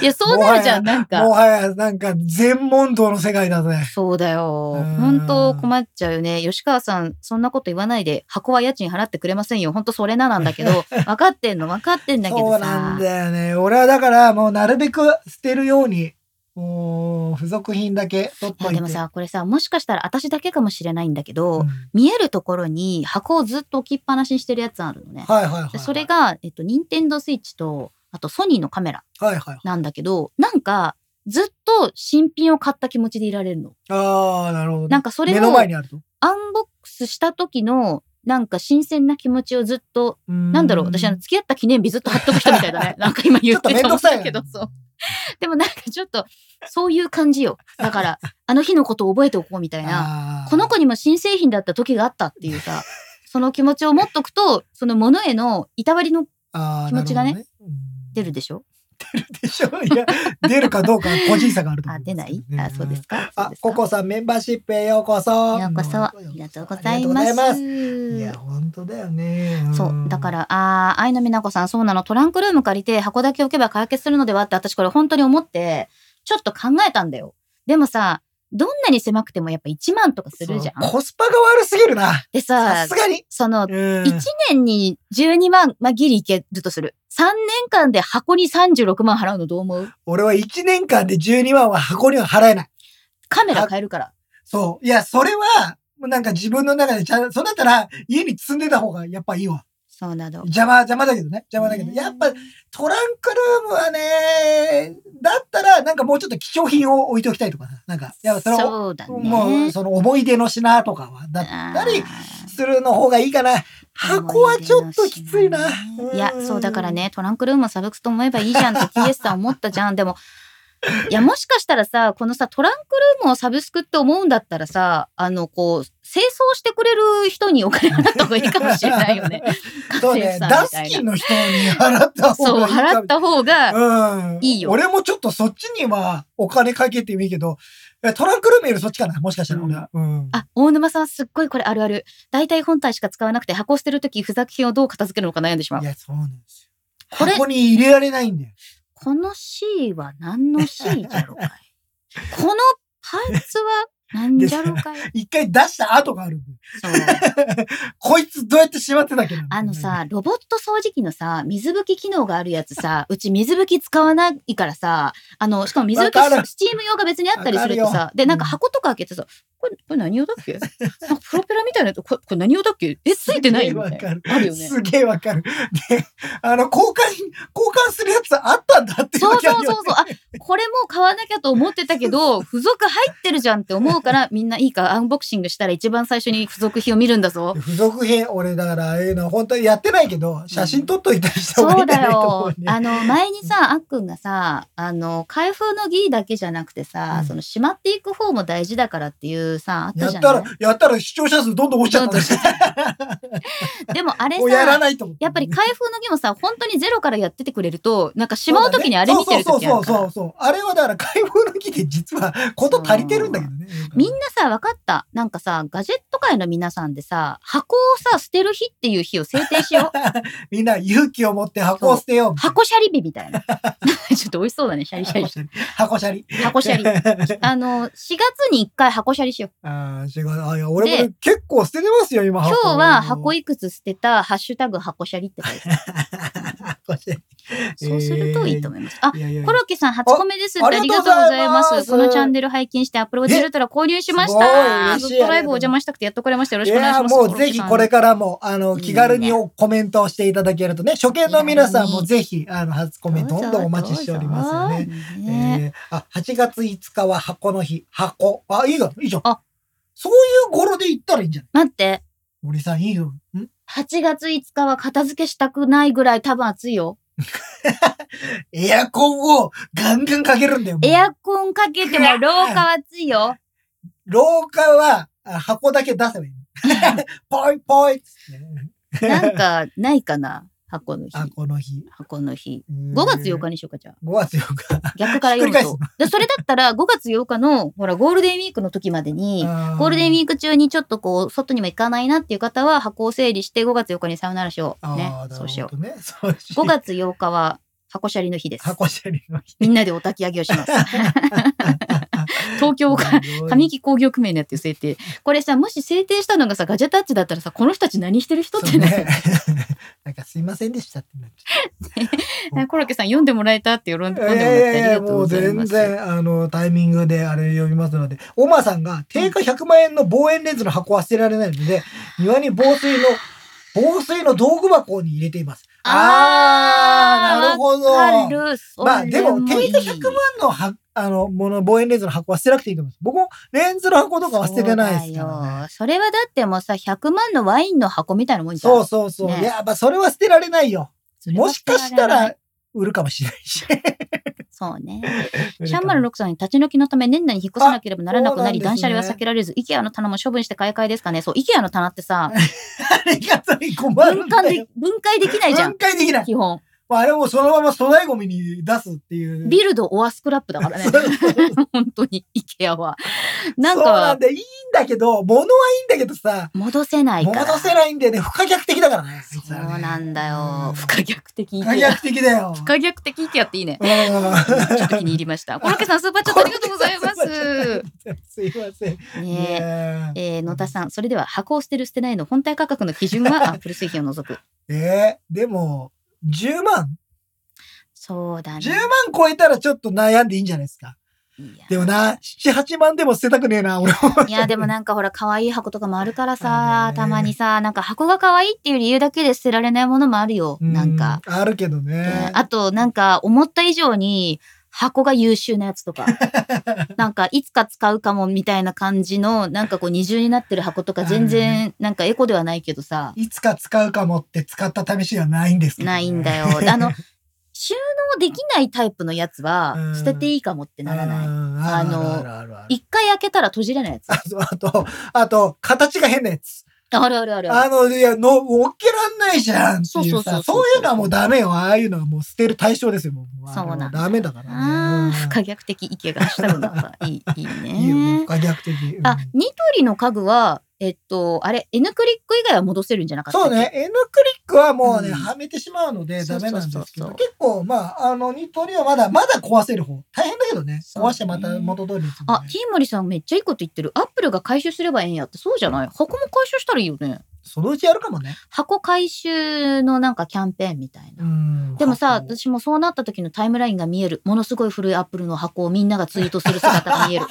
Speaker 1: いや、そうなるじゃん、なんか。
Speaker 2: もはや、なんか、全問答の世界だぜ。
Speaker 1: そうだよ
Speaker 2: う。ん
Speaker 1: 本当困っちゃうよね。吉川さん、そんなこと言わないで、箱は家賃払ってくれませんよ。本当それななんだけ
Speaker 2: *laughs*
Speaker 1: ど、分かってんの分かってんだけど
Speaker 2: そ
Speaker 1: さ。
Speaker 2: うなんだよね。俺はだから、もうなるべく捨てるように、もう、付属品だけ取っ
Speaker 1: い
Speaker 2: とい
Speaker 1: や
Speaker 2: て。
Speaker 1: でもさ、これさ、もしかしたら私だけかもしれないんだけど、
Speaker 2: うん
Speaker 1: 見えるところに箱をずっと置きっぱなしにしてるやつあるのね。
Speaker 2: はいはいはい。
Speaker 1: でそれ、が、えっと、ニンテンドースイッチと、あとソニーのカメラ
Speaker 2: はいはい。
Speaker 1: なんだけど、なんか、ずっと新品を買った気持ちでいられるの。
Speaker 2: ああ、なるほどね。
Speaker 1: なんかそれ
Speaker 2: 目
Speaker 1: を
Speaker 2: の前にあると。
Speaker 1: アンボックスした時の、なんか新鮮な気持ちをずっとな
Speaker 2: なん
Speaker 1: だろう、私、あの、付き合った記念日ずっと貼っとく人みたいだ
Speaker 2: *laughs*
Speaker 1: ね。なんか今
Speaker 2: ち
Speaker 1: 言
Speaker 2: ょっ
Speaker 1: っ
Speaker 2: と
Speaker 1: て
Speaker 2: めん
Speaker 1: た
Speaker 2: ど
Speaker 1: ん
Speaker 2: くさい
Speaker 1: だ
Speaker 2: な
Speaker 1: けど、そう。でもなんかちょっと、そういう感じよ。だから、あの日のことを覚えておこうみたいな。
Speaker 2: あー
Speaker 1: この子にも新製品だった時があったっていうさ、その気持ちを持っとくと、そのものへのいたわりの
Speaker 2: あー
Speaker 1: 気持ちがね
Speaker 2: なるほどうん
Speaker 1: 出るでしょ
Speaker 2: でしょいや、出るかどうかは個人差があると思
Speaker 1: *laughs* あ、
Speaker 2: うん
Speaker 1: 出
Speaker 2: す
Speaker 1: な
Speaker 2: けど
Speaker 1: い
Speaker 2: ね
Speaker 1: あ、そうですかそう
Speaker 2: あ
Speaker 1: で、すか
Speaker 2: ココさんメンバーシップへようこそ。
Speaker 1: ようこそ、ありがとうございま
Speaker 2: あり
Speaker 1: す。
Speaker 2: がとうございますいや、本当だよね。ん
Speaker 1: そう。だか。ら、ああ、愛の美奈子さん、そうなの。トランクルーム借りて箱だけ置けば解決するのではって、私これ本当に思って、ちょっと考えたんだよ。でもさ、どんなに狭くてもやっぱ1万とかするじゃ。
Speaker 2: そうんコスパが悪すぎるな。
Speaker 1: で
Speaker 2: さ
Speaker 1: さ
Speaker 2: す、がに。
Speaker 1: その、
Speaker 2: うん
Speaker 1: 1年に12万、まあ、ギリいけるとする。3年間で箱に36万払うのどう思う
Speaker 2: 俺は1年間で12万は箱には払えない。
Speaker 1: カメラ買えるから。
Speaker 2: そう。いや、それは、もうなんか自分の中でちゃん、そうだったら家に積んでた方がやっぱいいわ。
Speaker 1: そうなの。
Speaker 2: 邪魔、邪魔だけどね。邪魔だけど。やっぱ
Speaker 1: ね
Speaker 2: トランクルームはね、だったらなんかもうちょっと貴重品を置いておきたいとかさ。なんか、やっぱそれを、
Speaker 1: そうだね。
Speaker 2: もうその思い出の品とかは、だったりするの方がいいかな。箱はちょっときついな。。
Speaker 1: いや、そうだから。ね、トランクルームをサブクスと思えばいいじゃんって TS さん思ったじゃん。でも、いや、もしかしたらさ、このさ、トランクルームをサブスクって思うんだったらさ、あの、こう、清掃してくれる人にお金払った方がいいかもしれないよね
Speaker 2: *laughs* そうね、ダスキンの人に払った方
Speaker 1: そう、
Speaker 2: がいいかも
Speaker 1: 払った方が、
Speaker 2: うん。
Speaker 1: いいよ
Speaker 2: 俺もちょっとそっちにはお金かけてもいいけど、えトランクルームよりそっちかな、もしかしたら俺は。うん。
Speaker 1: あ、大沼さんすっごいこれあるある。大体本体しか使わなくて箱を捨てるとき、付属品をどう片付けるのか悩んでしまう
Speaker 2: い。や、そうなんですよ。
Speaker 1: これ
Speaker 2: ここに入れられないんだよ。*laughs*
Speaker 1: この C は何の C じゃろかいこのパーツは何んじゃろうかい。
Speaker 2: 一回出した後があるんだよ
Speaker 1: そう。
Speaker 2: *laughs* こいつどうやってしまってたっけな
Speaker 1: あのさ、、ロボット掃除機のさ、水拭き機能があるやつ
Speaker 2: *laughs*
Speaker 1: さ、うち水拭き使わないからさ、あの、しかも水拭
Speaker 2: わかる
Speaker 1: きスチーム用が別にあったりすると
Speaker 2: わかる
Speaker 1: さ、で、なんか箱とか開けてさ、これ、これ何用だっけ *laughs* なんかプロペラみたいなやつ、これこれ何用だっけえ、ついてないよ
Speaker 2: すげえわ
Speaker 1: ね
Speaker 2: かる。
Speaker 1: あるよね。
Speaker 2: すげえわかる。で、あの、交換、交換するやつあったんだってい
Speaker 1: そう
Speaker 2: 時
Speaker 1: そ
Speaker 2: あるよ
Speaker 1: うそうそう。あ、これもう買わなきゃと思ってた
Speaker 2: *laughs*
Speaker 1: けど、付属入ってるじゃんって思うから、みんないいか、アンボクシングしたら一番最初に付属品を見るんだぞ。
Speaker 2: 付属品、俺だから、ああいうの本当にやってないけど、写真撮っといたりした方がいい
Speaker 1: そ
Speaker 2: うんじゃ
Speaker 1: だ
Speaker 2: ないと思
Speaker 1: よ
Speaker 2: う。ね。
Speaker 1: あの、前にさ、あっくんがさ、あの、開封の儀だけじゃなくてさ、
Speaker 2: うん
Speaker 1: その、しまっていく方も大事だからっていうさ、あっ
Speaker 2: や
Speaker 1: た
Speaker 2: っ
Speaker 1: じゃ
Speaker 2: た
Speaker 1: な
Speaker 2: ら
Speaker 1: い、
Speaker 2: やったら視聴者数どんどん落ちちゃったん
Speaker 1: でもあれ
Speaker 2: もうやら
Speaker 1: さ、
Speaker 2: ないと思う。
Speaker 1: やっぱり開封の儀もさ、本当にゼロからやっててくれると、なんかしまう時にあれ見てる
Speaker 2: そう
Speaker 1: 時あ
Speaker 2: そ
Speaker 1: る
Speaker 2: う
Speaker 1: か
Speaker 2: そうそ
Speaker 1: ら
Speaker 2: う。そう。あれはだから買い物機で実はこと足りてるんだけどね。
Speaker 1: みんなさ、分かった。なんかさ、ガジェット界の皆さんでさ、箱をさ、捨てる日っていう日を制定
Speaker 2: *laughs*
Speaker 1: しよう。
Speaker 2: みんな勇気を持って箱を捨てよう。
Speaker 1: 箱シャリ日みたいな。 *laughs* ちょっと美味しそうだね、シャリシャリ。
Speaker 2: 箱シャリ。
Speaker 1: 箱シャリ。
Speaker 2: *laughs*
Speaker 1: あの、4月に1回箱シャリしよう。
Speaker 2: あー違うあいや俺も
Speaker 1: で
Speaker 2: ね結構捨ててますよ、今
Speaker 1: 今
Speaker 2: 箱。
Speaker 1: 日は箱いくつ捨てた、ハッシュタグ箱シャリって書
Speaker 2: *laughs*
Speaker 1: いてある。
Speaker 2: 箱シャリ
Speaker 1: そうするといいと思います。あ、
Speaker 2: いやいやいや
Speaker 1: コロッケさん初コメですって
Speaker 2: あ
Speaker 1: ありがとうございま。
Speaker 2: ありがとうございますす
Speaker 1: このチャンネル拝見してアップロードルトラ購入しま
Speaker 2: え
Speaker 1: し
Speaker 2: すごい
Speaker 1: た。
Speaker 2: 嬉しい
Speaker 1: ドットライブお邪魔したくてやっと来れました。よろしくお願いします。
Speaker 2: やもうぜひこれからも、あの、気軽におコメントをしていただけるとね、初見の皆さんもぜひ、あの、初コ
Speaker 1: コロ
Speaker 2: メ
Speaker 1: ッ
Speaker 2: ン
Speaker 1: ケさ
Speaker 2: ト
Speaker 1: ん、
Speaker 2: どんどんお待ちしておりますよね。
Speaker 1: どうぞ。どうぞね
Speaker 2: えー、あ、8月5日は箱の日。箱。あ、いいが、いいじゃん。
Speaker 1: あ
Speaker 2: そういう頃で言ったらいいんじゃない
Speaker 1: 待って、
Speaker 2: 森さん、いいよ。ん
Speaker 1: 8月5日は片付けしたくないぐらい多分暑いよ。
Speaker 2: エアコンをガンガンかけるんだよ。もう
Speaker 1: エアコンかけても廊下は暑い
Speaker 2: *laughs*
Speaker 1: よ。
Speaker 2: 廊下は、あ箱だけ出せばいいの。ポイポイっつってね
Speaker 1: なんかないかな箱の日。
Speaker 2: 箱の日。
Speaker 1: 箱の日。
Speaker 2: 5
Speaker 1: 5月8日。にしようか、じゃあ。
Speaker 2: 5月8日。
Speaker 1: 逆から読むと。でそれだったら5月8日の、ほら、ゴールデンウィークの時までに、ゴールデンウ
Speaker 2: ー
Speaker 1: ィーク中にちょっとこう、外にも行かないなっていう方は箱を整理して5月8日にさよならしよう。ね
Speaker 2: ああ、。な
Speaker 1: そ
Speaker 2: る
Speaker 1: うしよ
Speaker 2: ほどね。そうし
Speaker 1: う。
Speaker 2: よう
Speaker 1: 5月8日は箱シャリの日です。
Speaker 2: 箱シャリの日。
Speaker 1: みんなでお焚き上げを
Speaker 2: *laughs*
Speaker 1: します。東京が。神
Speaker 2: 切
Speaker 1: 木工業組合のやってる制定。これさ、もし制定したのがさ、ガジェタッチだったらさ、この人たち何してる人ってね。。
Speaker 2: そうね *laughs* なんかすいませんでしたってなっち
Speaker 1: *laughs*
Speaker 2: ゃね
Speaker 1: コロッケさん読んでもらえたって喜んでもらっ
Speaker 2: う。
Speaker 1: てありがとう
Speaker 2: も
Speaker 1: ご
Speaker 2: う
Speaker 1: ざい
Speaker 2: 全
Speaker 1: ます。
Speaker 2: 然、あの、タイミングであれ読みますので、オマさんが定価100万円の望遠レンズの箱は捨てられないの
Speaker 1: *sighs*
Speaker 2: で、庭に防水の、防水の道具箱に入れています。あー、なるほど。
Speaker 1: わかる。それ
Speaker 2: まあでも、定価
Speaker 1: いい
Speaker 2: 100万のは、あの、もの、望遠レンズの箱は捨てなくていいと思います。僕もレンズの箱とかは捨ててないですから
Speaker 1: そうだ
Speaker 2: ね。
Speaker 1: よそれはだってもうさ、100万のワインの箱みたいなもんじゃん。
Speaker 2: そうそうそう。
Speaker 1: ね
Speaker 2: いや、まあそれは捨てられないよ。
Speaker 1: それは
Speaker 2: もしかした
Speaker 1: 捨てれない
Speaker 2: ら、売るかもしれない
Speaker 1: *laughs*
Speaker 2: し。
Speaker 1: そう
Speaker 2: *laughs*
Speaker 1: ね。シャンマル6さんに立ち退きのため年内に引っ越さなければならなくなり、
Speaker 2: あそうなんで
Speaker 1: 断
Speaker 2: す
Speaker 1: 捨
Speaker 2: ね
Speaker 1: 離は避けられず、IKEA の棚も処分して買い替えですかね。そう、IKEA の棚っ
Speaker 2: *laughs*
Speaker 1: てさ、
Speaker 2: ありがたい困る
Speaker 1: 分
Speaker 2: んだ
Speaker 1: 解
Speaker 2: よ *laughs*
Speaker 1: で、分解できないじゃん
Speaker 2: 分。解できない。
Speaker 1: 基本。
Speaker 2: まあ、あれもそのまま粗大ゴミに出すっていう。
Speaker 1: ビルドオアスクラップだからね
Speaker 2: そう。そうそう
Speaker 1: 本当に、IKEA は。なん
Speaker 2: そうなん
Speaker 1: か、
Speaker 2: だよいいんだけど、物はいいんだけどさ、
Speaker 1: 戻せないから。
Speaker 2: 戻せないんだよね。不可逆的だからね。
Speaker 1: そうなんだ
Speaker 2: う
Speaker 1: よ。
Speaker 2: ん
Speaker 1: 不可逆的
Speaker 2: 不可
Speaker 1: IKEA。
Speaker 2: 逆的だよ。
Speaker 1: 不可逆的 IKEA っていいね。
Speaker 2: うん
Speaker 1: ちょっと気に入りました。コロッケさん、スーパーチャットありがとうございま
Speaker 2: コロッケさんスーパー *laughs* チャッ
Speaker 1: *laughs* す。
Speaker 2: すいません。
Speaker 1: ね
Speaker 2: ね
Speaker 1: ええー野田さん、それでは箱を捨てる捨てないの本体価格の基準はアップル製品を除く。
Speaker 2: ええでも、10万
Speaker 1: そうだね。
Speaker 2: ?10 万超えたらちょっと悩んでいいんじゃないですか。
Speaker 1: いや
Speaker 2: でもな、7、8万でも捨てたくねえな、俺も。 *laughs*
Speaker 1: いや、でもなんかほら、可愛い箱とかもあるから
Speaker 2: あ
Speaker 1: さ
Speaker 2: る、ね
Speaker 1: たまにさ、なんか箱が可愛いっていう理由だけで捨てられないものもあるよ。なんか。
Speaker 2: う。あるけどね
Speaker 1: ね。あと、なんか、思った以上に、箱が優秀なやつ
Speaker 2: *laughs*
Speaker 1: とか、なんか、いつか使うかもみたいな感じの、なんかこう、二重になってる箱とか、
Speaker 2: あ
Speaker 1: 全
Speaker 2: る
Speaker 1: 然、なんかエコではないけどさ、
Speaker 2: いつか使うかもって使った試しはないんですけどね
Speaker 1: ないんだよ。あの、収納できないタイプのやつ
Speaker 2: う
Speaker 1: は
Speaker 2: ん、
Speaker 1: 捨てていいかもってなら
Speaker 2: う
Speaker 1: ない。
Speaker 2: ん
Speaker 1: あの
Speaker 2: あるあるある
Speaker 1: 一回開けたら閉じれないやつ。
Speaker 2: あと、あと、あと、形が変なやつ。
Speaker 1: あるあるあるあ
Speaker 2: あ
Speaker 1: る。
Speaker 2: の、いや、の、置けらんないじゃんっていう
Speaker 1: そうそうそうそ
Speaker 2: さ、
Speaker 1: う
Speaker 2: そういうのはもうダメよ。ああいうのはもう捨てる対象ですよ。もう
Speaker 1: そうなんだよ
Speaker 2: ダメだからね。
Speaker 1: ああ、
Speaker 2: うん
Speaker 1: 不可逆的意見がしたのだ
Speaker 2: *laughs*
Speaker 1: った。いい、
Speaker 2: い
Speaker 1: いい
Speaker 2: いよね。
Speaker 1: ね
Speaker 2: 不。可逆的。うん
Speaker 1: あ、ニトリの家具は、えっと、あれ、N クリック以外は戻せるんじゃなかったっ
Speaker 2: そ
Speaker 1: け
Speaker 2: うね。。N クリックはもうね、
Speaker 1: うん
Speaker 2: はめてしまうので
Speaker 1: そ
Speaker 2: ダ
Speaker 1: うそう
Speaker 2: メ
Speaker 1: そう
Speaker 2: な
Speaker 1: そうん
Speaker 2: ですけど、結構、まあ、あの、ニトリはまだ、まだ壊せる方。大変だけどね。
Speaker 1: そうね
Speaker 2: 壊してまた元通りにするのね
Speaker 1: あ、ティーモリさんめっちゃいいこと言ってる。アッププルが回収すればええんやって、そうじゃない箱も回収したらいいよね。
Speaker 2: そのうちやるかもね。
Speaker 1: 箱回収のなんかキャンペーンみたいな。
Speaker 2: ん
Speaker 1: でもさ、
Speaker 2: 箱
Speaker 1: 私もそうなった時のタイムラインが見える。ものすごい古いアップルの箱をみんながツイートする姿が
Speaker 2: *laughs*
Speaker 1: 見える。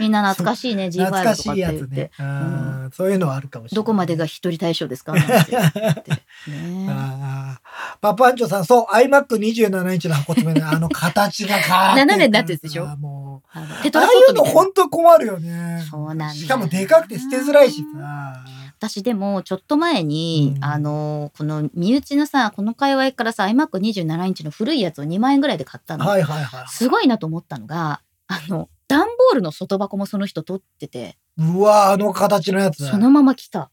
Speaker 1: みんな懐かしいね、G フ
Speaker 2: 懐か
Speaker 1: ァイルと
Speaker 2: し
Speaker 1: か
Speaker 2: い
Speaker 1: って
Speaker 2: や
Speaker 1: 言
Speaker 2: つ
Speaker 1: っ
Speaker 2: ね
Speaker 1: て。。
Speaker 2: うんそういうのはあるかもしれない。
Speaker 1: どこまでが一人対象ですか
Speaker 2: *laughs*
Speaker 1: なんて言って。ね
Speaker 2: ああパパンチョさん、そう、iMac27 インチの箱詰めのあの形が変わってる
Speaker 1: 斜めになってるでしょ
Speaker 2: さもう
Speaker 1: あのテト
Speaker 2: ああ
Speaker 1: ラ
Speaker 2: い
Speaker 1: ポット
Speaker 2: う
Speaker 1: み
Speaker 2: の
Speaker 1: たいな
Speaker 2: 本当困るよね。
Speaker 1: そうなんだよ
Speaker 2: しかもでかくて捨てづらいしさ。
Speaker 1: 私でもちょっと前に、
Speaker 2: うん
Speaker 1: あのこの身内のさこの界隈からさ iMac27 インチの古いやつを2万円ぐらいで買ったの、
Speaker 2: はいはいはい。
Speaker 1: すごいなと思ったのがあの段ボールの外箱もその人取ってて
Speaker 2: うわ、あの形のやつ。
Speaker 1: そのまま来た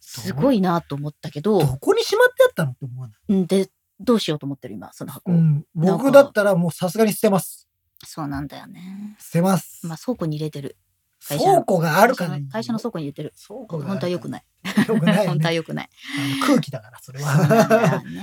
Speaker 1: すごいなと思ったけ
Speaker 2: ど
Speaker 1: ど
Speaker 2: こにしまってあったのって思わない。
Speaker 1: んでどうしようと思ってる今その箱、
Speaker 2: うん、
Speaker 1: なんか
Speaker 2: 僕だったらもうさすがに捨てます。
Speaker 1: そうなんだよね
Speaker 2: 捨てます。
Speaker 1: まあ倉庫に入れてる会社の
Speaker 2: 倉庫があるから
Speaker 1: 会社の会社の倉庫に入れてる
Speaker 2: 倉庫が
Speaker 1: 本当は良くない
Speaker 2: *laughs* い。よくないよね、
Speaker 1: 本当は良くない
Speaker 2: あの空気だから、 *laughs* それ
Speaker 1: そうなんだよ
Speaker 2: は。
Speaker 1: ね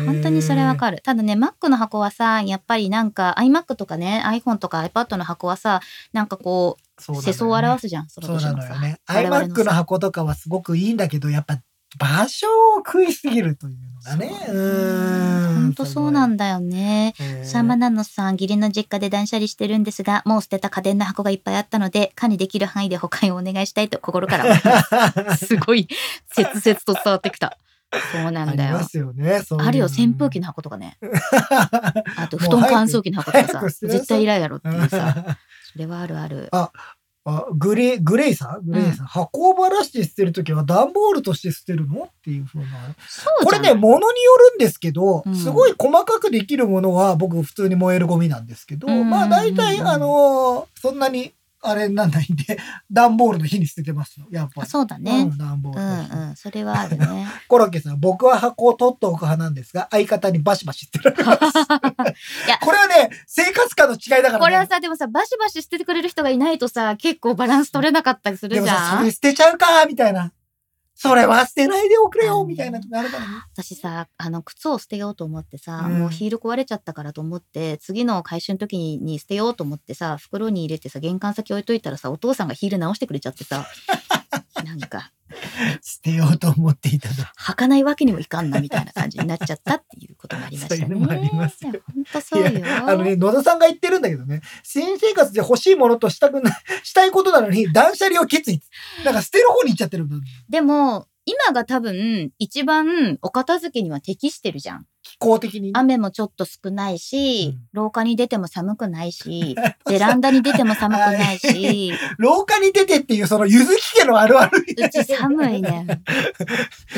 Speaker 2: ー
Speaker 1: *laughs* 本当にそれわかるただね Mac の箱はさやっぱりなんか iMac とかね iPhone とか iPad の箱はさなんかこう
Speaker 2: そ
Speaker 1: 世相を表
Speaker 2: す。
Speaker 1: すじゃんその
Speaker 2: そう
Speaker 1: 年
Speaker 2: な
Speaker 1: の
Speaker 2: の
Speaker 1: さ
Speaker 2: よね。
Speaker 1: 我々のさ
Speaker 2: iMac の箱とかはすごくいいんだけど、やっぱ場所を食いすぎるというのがね。うーん。
Speaker 1: 本当そうなんだよね
Speaker 2: すごい。えー
Speaker 1: さあマナノさん義理の実家で断捨離してるんですがもう捨てた家電の箱がいっぱいあったので管理できる範囲で保管をお願いしたいと心から思いますすごい切々と伝わってきたそうな
Speaker 2: あ
Speaker 1: ん
Speaker 2: り
Speaker 1: だよ
Speaker 2: ますよね。そういうの
Speaker 1: あるよ扇風機。の箱とかねあと布団
Speaker 2: もう早
Speaker 1: 乾
Speaker 2: く
Speaker 1: 燥機の箱とか
Speaker 2: 早
Speaker 1: さ
Speaker 2: く捨てなさい
Speaker 1: 絶対いらんやろっていうさそれはあるある。
Speaker 2: *laughs* あグレイ、グレイさんグレイさん。箱をばらして捨てるときは段ボールとして捨てるのっていうふうな。
Speaker 1: そう
Speaker 2: こ
Speaker 1: じ
Speaker 2: れ
Speaker 1: ゃない
Speaker 2: ね、物によるんですけど、
Speaker 1: うん
Speaker 2: すごい細かくできるものは僕普通に燃えるゴミなんですけど、
Speaker 1: うんうんうん
Speaker 2: まあ大体、あのーそんなにあれになんないんで、 *laughs* 段ボールの日に捨ててますよ、やっぱり。
Speaker 1: そうだね
Speaker 2: う。ん段ボー
Speaker 1: う
Speaker 2: ルの日
Speaker 1: んうん、それはあ
Speaker 2: *laughs*
Speaker 1: るね。
Speaker 2: コロッケさん、僕は箱を取っておく派なんですが、相方にバシバシ捨てられ
Speaker 1: *laughs*
Speaker 2: ます。 *laughs* これはね、生活感の違いだから、ね。
Speaker 1: これはさ、でもさ、バシバシ捨ててくれる人がいないとさ、結構バランス取れなかったりす
Speaker 2: で
Speaker 1: る
Speaker 2: も
Speaker 1: じ
Speaker 2: さ、
Speaker 1: ゃ
Speaker 2: そ
Speaker 1: ん
Speaker 2: れ。捨てちゃうか、みたいな。それは捨てないでおくれよ、みたいなとこあるからね。
Speaker 1: 私さ、あの、靴を捨てようと思ってさ、
Speaker 2: うん
Speaker 1: もうヒール壊れちゃったからと思って、次の回収の時にに捨てようと思ってさ、袋に入れてさ、玄関先置いといたらさ、お父さんがヒール直してくれちゃっ
Speaker 2: *laughs*
Speaker 1: てさ、なんか、
Speaker 2: 捨てようと思っていた *laughs* だ
Speaker 1: 履かないわけにもいかんなみたいな感じになっちゃったっていうこともありましたね。
Speaker 2: そういうのもありますよ
Speaker 1: いや本当そう
Speaker 2: い
Speaker 1: よ。
Speaker 2: あのね、野田さんが言ってるんだけどね、新生活で欲しいものとしたくな *laughs* したいことなのに、断捨離を決意。なんか捨てる方に行っちゃってるんだ。
Speaker 1: でも、今が多分、一番お片付けには適してるじゃん。
Speaker 2: 気候的に。
Speaker 1: 雨もちょっと少ないし、
Speaker 2: うん
Speaker 1: 廊下に出ても寒くな
Speaker 2: *laughs*
Speaker 1: いし、ベランダに出ても寒くないし、
Speaker 2: 廊下に出てっていう、その、ゆずき家のあるあるみたいな
Speaker 1: うち寒いねん。う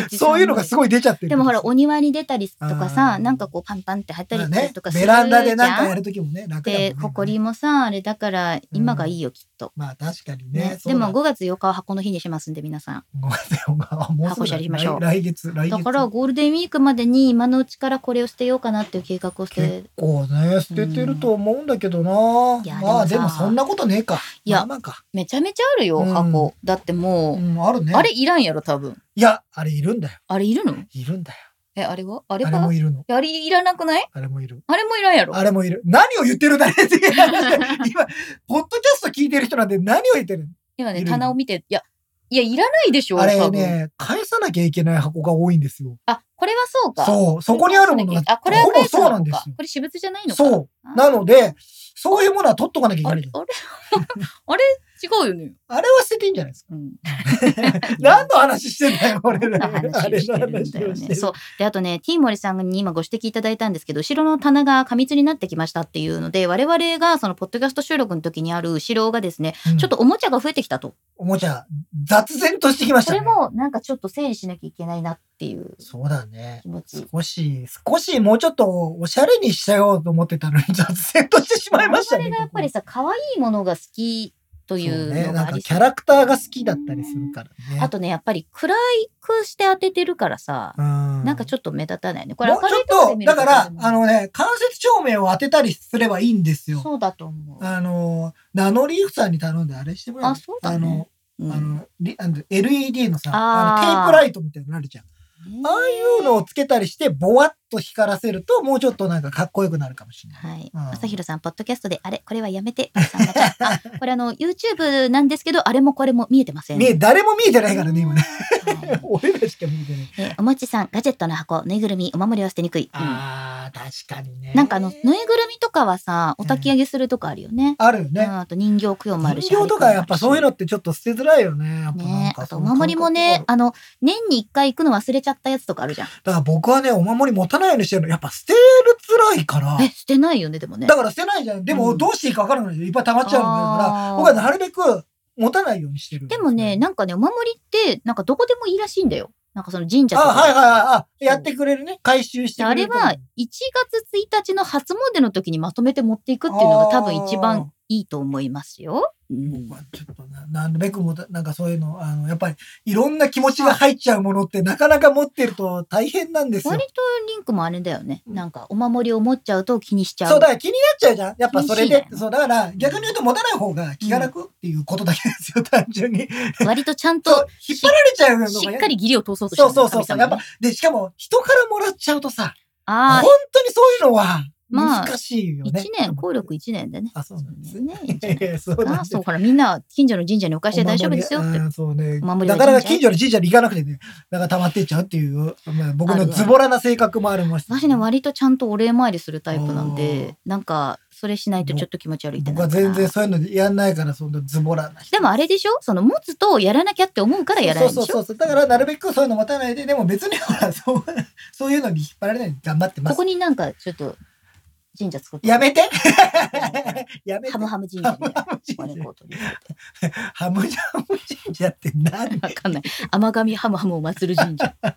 Speaker 1: ち寒
Speaker 2: そういうのがすごい出ちゃってる。
Speaker 1: でもほら、お庭に出たりとか
Speaker 2: あ
Speaker 1: さ、
Speaker 2: ー
Speaker 1: なんかこうパンパンって入った
Speaker 2: まあ
Speaker 1: り
Speaker 2: ね
Speaker 1: とか、する
Speaker 2: ベ
Speaker 1: じゃ
Speaker 2: ラ
Speaker 1: ん。
Speaker 2: ンダでなんかやるときもね、楽だもんね
Speaker 1: で、ほこりもさ、あれだから、今がいいよ、きっと。
Speaker 2: まあ確かにね。
Speaker 1: ね、
Speaker 2: そう
Speaker 1: で
Speaker 2: だ
Speaker 1: も5月8日は箱の日にしますんで、皆さん。
Speaker 2: ごめんなさいもう
Speaker 1: 箱
Speaker 2: すぐ
Speaker 1: 舎
Speaker 2: だ
Speaker 1: にしましょう
Speaker 2: 来来月、来月。
Speaker 1: だからゴールデンウィークまでに今のうちからこれを捨てようかなっていう計画をして
Speaker 2: 結構ね、捨ててると思うんだけどな。
Speaker 1: いや
Speaker 2: まあ
Speaker 1: で
Speaker 2: で
Speaker 1: も
Speaker 2: も
Speaker 1: さ
Speaker 2: そんなことねえか。
Speaker 1: いや
Speaker 2: まあまあか。
Speaker 1: めちゃめちゃあるよ
Speaker 2: うん
Speaker 1: 箱、だっても
Speaker 2: う
Speaker 1: う、
Speaker 2: ん、あるね。
Speaker 1: あれいらんやろ多分
Speaker 2: いや、あれいるんだよ。
Speaker 1: あれいるの
Speaker 2: いるんだよ。
Speaker 1: えあれはあ
Speaker 2: あ
Speaker 1: れ
Speaker 2: れ
Speaker 1: は
Speaker 2: もいるの。
Speaker 1: あれいらなくない
Speaker 2: あれもいる。
Speaker 1: あれもいらんやろ
Speaker 2: *laughs* あれもいる。何を言ってるんだねって。今、ポッドキャスト聞いてる人なんて何を言ってる
Speaker 1: 今ね
Speaker 2: いる
Speaker 1: 棚を見ていやいやいらないでしょ
Speaker 2: あれ
Speaker 1: 多分
Speaker 2: ね、返さなきゃいけない箱が多いんですよ。
Speaker 1: あこれはそうか
Speaker 2: そう、そこにあるものが
Speaker 1: あこれは
Speaker 2: ほぼ
Speaker 1: 返す
Speaker 2: そうな
Speaker 1: の
Speaker 2: んで
Speaker 1: か
Speaker 2: すよ。
Speaker 1: これ私物じゃないのか
Speaker 2: そう。なので、そういうものは取っとかなきゃいけな
Speaker 1: あれ
Speaker 2: い。
Speaker 1: あれ *laughs* あれ違うよね、
Speaker 2: あれは捨てていいんじゃないですか。
Speaker 1: うん、
Speaker 2: 何の話してんだよ、俺
Speaker 1: 変
Speaker 2: ら。
Speaker 1: な話
Speaker 2: あ
Speaker 1: を
Speaker 2: れ
Speaker 1: して
Speaker 2: の
Speaker 1: るんだ
Speaker 2: 話
Speaker 1: よ
Speaker 2: をして
Speaker 1: ね。
Speaker 2: る
Speaker 1: そう。で、あとね、ティーモリさんに今ご指摘いただいたんですけど、後ろの棚が過密になってきましたっていうので、我々がそのポッドキャスト収録の時にある後ろがですね、
Speaker 2: うん
Speaker 1: ちょっとおもちゃが増えてきたと。
Speaker 2: おもちゃ、雑然としてきまし
Speaker 1: こ
Speaker 2: たね
Speaker 1: れ。もなんかちょっと整理しなきゃいけないなっていう
Speaker 2: そうだね。
Speaker 1: 気持ち。
Speaker 2: 少し、少しもうちょっとおしゃれにしちゃようと思ってたのに雑然としてしまいましたね。
Speaker 1: 我々がやっぱり
Speaker 2: こ
Speaker 1: さ、可愛いものが好きと
Speaker 2: こ
Speaker 1: い
Speaker 2: そう
Speaker 1: う
Speaker 2: ね。な
Speaker 1: のが
Speaker 2: んか
Speaker 1: あり
Speaker 2: キ
Speaker 1: そう
Speaker 2: ャラクターが好きだったりするからね。
Speaker 1: あとね、やっぱり暗くして当ててるからさ、
Speaker 2: うん、
Speaker 1: なんかちょっと目立たないね。これ
Speaker 2: もう
Speaker 1: 明
Speaker 2: ち
Speaker 1: る
Speaker 2: ょ
Speaker 1: いとこで
Speaker 2: っと、
Speaker 1: 見る
Speaker 2: だ
Speaker 1: と
Speaker 2: から
Speaker 1: で、も
Speaker 2: あのね、間接照明を当てたりすればいいんですよ。
Speaker 1: そうだと思う。
Speaker 2: あの、ナノリーフさんに頼んであれしてもら
Speaker 1: あそうだね
Speaker 2: あの、
Speaker 1: うん
Speaker 2: あの、リあの LED のさ、
Speaker 1: あ
Speaker 2: あ
Speaker 1: ー
Speaker 2: のテープライトみたいなのあるじゃん。ああいうのをつけたりして、ぼわっと光らせると、もうちょっとなんかかっこよくなるかもしれない。
Speaker 1: はい。
Speaker 2: うん
Speaker 1: 朝弘さん、ポッドキャストで、あれこれはやめて、たくさんまた。
Speaker 2: *laughs*
Speaker 1: あ、これあの、YouTube なんですけど、あれもこれも見えてません。
Speaker 2: ね誰も見えてないからね、今ね。
Speaker 1: はい
Speaker 2: *laughs* 俺らしか見えてない。
Speaker 1: えーおもちさん、ガジェットの箱、ぬいぐるみ、お守りは捨てにくい。
Speaker 2: あー、確かにね。
Speaker 1: なんかあの、ぬいぐるみとかはさ、お焚き上げするとかあるよね。
Speaker 2: あるよ
Speaker 1: うん
Speaker 2: ね。
Speaker 1: あと人形供養もあるし。
Speaker 2: 人形とかやっぱそういう
Speaker 1: の。
Speaker 2: のってちょっと捨てづらいよね。やっぱなん
Speaker 1: ね
Speaker 2: か
Speaker 1: あ
Speaker 2: そ
Speaker 1: とお
Speaker 2: の感覚がある
Speaker 1: 守りもね、あの、年に一回行くの忘れちゃったやつとかあるじゃん。
Speaker 2: だから僕はね、お守り持たないようにしてるの。やっぱ捨てる辛いから。
Speaker 1: え、捨てないよね、でもね
Speaker 2: だ。から捨てないじゃん。で
Speaker 1: う
Speaker 2: も
Speaker 1: ん
Speaker 2: どうしていいか分からない。いっぱい溜まっちゃうのだか
Speaker 1: あー
Speaker 2: ら、僕はなるべく持たないようにしてるんす
Speaker 1: で
Speaker 2: よ。
Speaker 1: もね、なんかね、お守りって、なんかどこでもいいらしいんだよ。なんかその神社
Speaker 2: あ、
Speaker 1: とか。
Speaker 2: はいはいはい
Speaker 1: い。。
Speaker 2: あ、やってくれるね。回収して
Speaker 1: あ
Speaker 2: く
Speaker 1: れ
Speaker 2: れると。
Speaker 1: は1月1日の初詣の時にまとめて持っていくっていうのが多分一番いいと思いますよ。うん
Speaker 2: 僕はちょっとな、なるべくもた、なんかそういうの、あの、やっぱり、いろんな気持ちが入っちゃうものって、なかなか持ってると大変なんですよ
Speaker 1: 割。とリンクもあれだよね。なんかお守りを持っちゃうと気にしちゃう。
Speaker 2: そう、だから気になっちゃうじゃん。やっぱそれで
Speaker 1: 気にしない。よ
Speaker 2: そう、だから、逆に言うと持たない方が気が楽っていうことだけですよ、単純に。
Speaker 1: 割とちゃん
Speaker 2: そう
Speaker 1: と、
Speaker 2: 引っ張られちゃうのが。
Speaker 1: しっかり義理を通そうとして
Speaker 2: そう
Speaker 1: る
Speaker 2: そうそうそう。
Speaker 1: 神
Speaker 2: やっぱ
Speaker 1: 様にね、
Speaker 2: で、しかも、人からもらっちゃうとさ、
Speaker 1: あ
Speaker 2: 本
Speaker 1: あ、
Speaker 2: 当にそういうのは、
Speaker 1: まあ
Speaker 2: 難しいよね。
Speaker 1: 1年、効力1年でね。
Speaker 2: あ、そうなんですね。
Speaker 1: ね。いい
Speaker 2: *laughs*
Speaker 1: んじゃない
Speaker 2: ええそうなん
Speaker 1: あ
Speaker 2: で
Speaker 1: あ
Speaker 2: す
Speaker 1: *laughs* そう、ほら、みんな近所の神社にお返しで大丈夫ですよ
Speaker 2: お
Speaker 1: っ
Speaker 2: 守
Speaker 1: て
Speaker 2: り。うんそうね。
Speaker 1: お守りは
Speaker 2: なかなか近
Speaker 1: 神社
Speaker 2: 所の神社に行かなくてね、だから溜まってっちゃうっていう、まあ、僕
Speaker 1: あるあ
Speaker 2: の
Speaker 1: る
Speaker 2: ズボラな性格もありました。
Speaker 1: 私ね、割とちゃんとお礼参りするタイプなん
Speaker 2: あー
Speaker 1: で、なんか、それしないとちょっと気持ち悪いって
Speaker 2: 僕
Speaker 1: な
Speaker 2: は
Speaker 1: るから
Speaker 2: 全然そういうのやんないから、そんなズボラな人。
Speaker 1: でもあれでしょその持つとやらなきゃって思うからやらない
Speaker 2: そ
Speaker 1: ん
Speaker 2: う
Speaker 1: で
Speaker 2: そう
Speaker 1: し
Speaker 2: そうそ
Speaker 1: ょ
Speaker 2: う。だから、なるべくそういうの持たないで、でも別にほら、そう、そういうのに引っ張られないように頑張ってま
Speaker 1: こ
Speaker 2: す
Speaker 1: こ。になんかちょっと神社作って。
Speaker 2: やめて *laughs* やめて
Speaker 1: ハムハム神社みたいな。
Speaker 2: ハムハム神社
Speaker 1: 我こうとね
Speaker 2: ハムジャム神社って何
Speaker 1: わかんない。甘神ハムハムを祀る
Speaker 2: *laughs*
Speaker 1: 神社。
Speaker 2: あ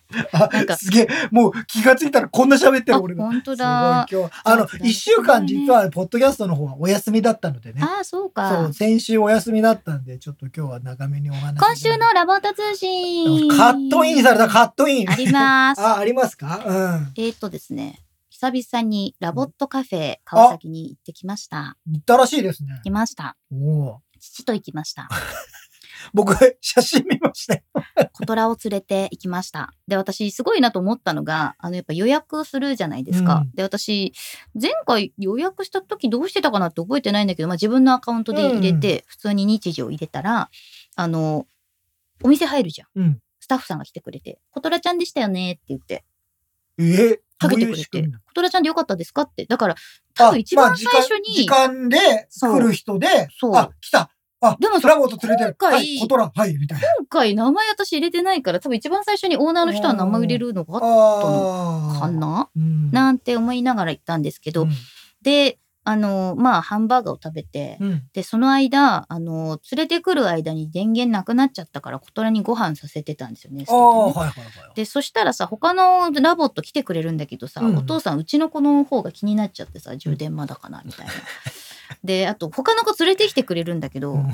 Speaker 1: なんか
Speaker 2: すげえ、もう気がついたらこんな喋って
Speaker 1: あ、
Speaker 2: る俺が。
Speaker 1: 本当
Speaker 2: すごい
Speaker 1: だ。
Speaker 2: 今
Speaker 1: あ
Speaker 2: 日。あの、
Speaker 1: そうだ
Speaker 2: 一週間実は、ポッドキャストの方はお休みだったのでね。
Speaker 1: あ、そう
Speaker 2: そ
Speaker 1: か
Speaker 2: う、。先週お休みだったんで、ちょっと今日は長めにお話し
Speaker 1: 今週のラボート通信。
Speaker 2: カットインされた、カットイン。
Speaker 1: ありま
Speaker 2: *laughs*
Speaker 1: す。
Speaker 2: あ、ありますかうん。
Speaker 1: えーっとですね。久々にラボットカフェ川崎に行ってきました。
Speaker 2: 行ったらしいですね
Speaker 1: 行。きました。
Speaker 2: おー
Speaker 1: 父と行きました。
Speaker 2: 僕、写真見ましたよ。
Speaker 1: 小虎を連れて行きました。で、私、すごいなと思ったのが、あの、やっぱ予約するじゃないですか。
Speaker 2: うん
Speaker 1: で、私、前回予約した時どうしてたかなって覚えてないんだけど、まあ自分のアカウントで入れて、普通に日時を入れたら、あの、お店入るじゃん。
Speaker 2: うん。
Speaker 1: スタッフさんが来てくれて、小虎ちゃんでしたよねって言って、
Speaker 2: え
Speaker 1: かけてくれて、小虎ちゃんでよかったですかって。だから、多分一
Speaker 2: あま
Speaker 1: 番
Speaker 2: あ
Speaker 1: 最初に、
Speaker 2: 時間時間で来る人で、
Speaker 1: そう
Speaker 2: あ、来た。あ、
Speaker 1: でも
Speaker 2: トラボーと連れてる。
Speaker 1: 今回
Speaker 2: はい、コトラ、はい、みたいな。
Speaker 1: 今回名前私入れてないから、多分一番最初にオーナーの人は名前入れるのがあっ
Speaker 2: あ
Speaker 1: た
Speaker 2: ー
Speaker 1: かな
Speaker 2: うん
Speaker 1: なんて思いながら行ったんですけど、
Speaker 2: うん
Speaker 1: であのまあハンバーガーを食べて、
Speaker 2: うん
Speaker 1: でその間あの連れてくる間に電源なくなっちゃったから小虎にご飯させてたんですよね。
Speaker 2: ああ、
Speaker 1: スタッフ
Speaker 2: は
Speaker 1: ね
Speaker 2: いはいはい。
Speaker 1: でそしたらさ他のラボット来てくれるんだけどさ、
Speaker 2: うん
Speaker 1: お父さんうちの子の方が気になっちゃってさ充電まだかな
Speaker 2: *laughs*
Speaker 1: みたいな。であと他の子連れてきてくれるんだけど、
Speaker 2: うん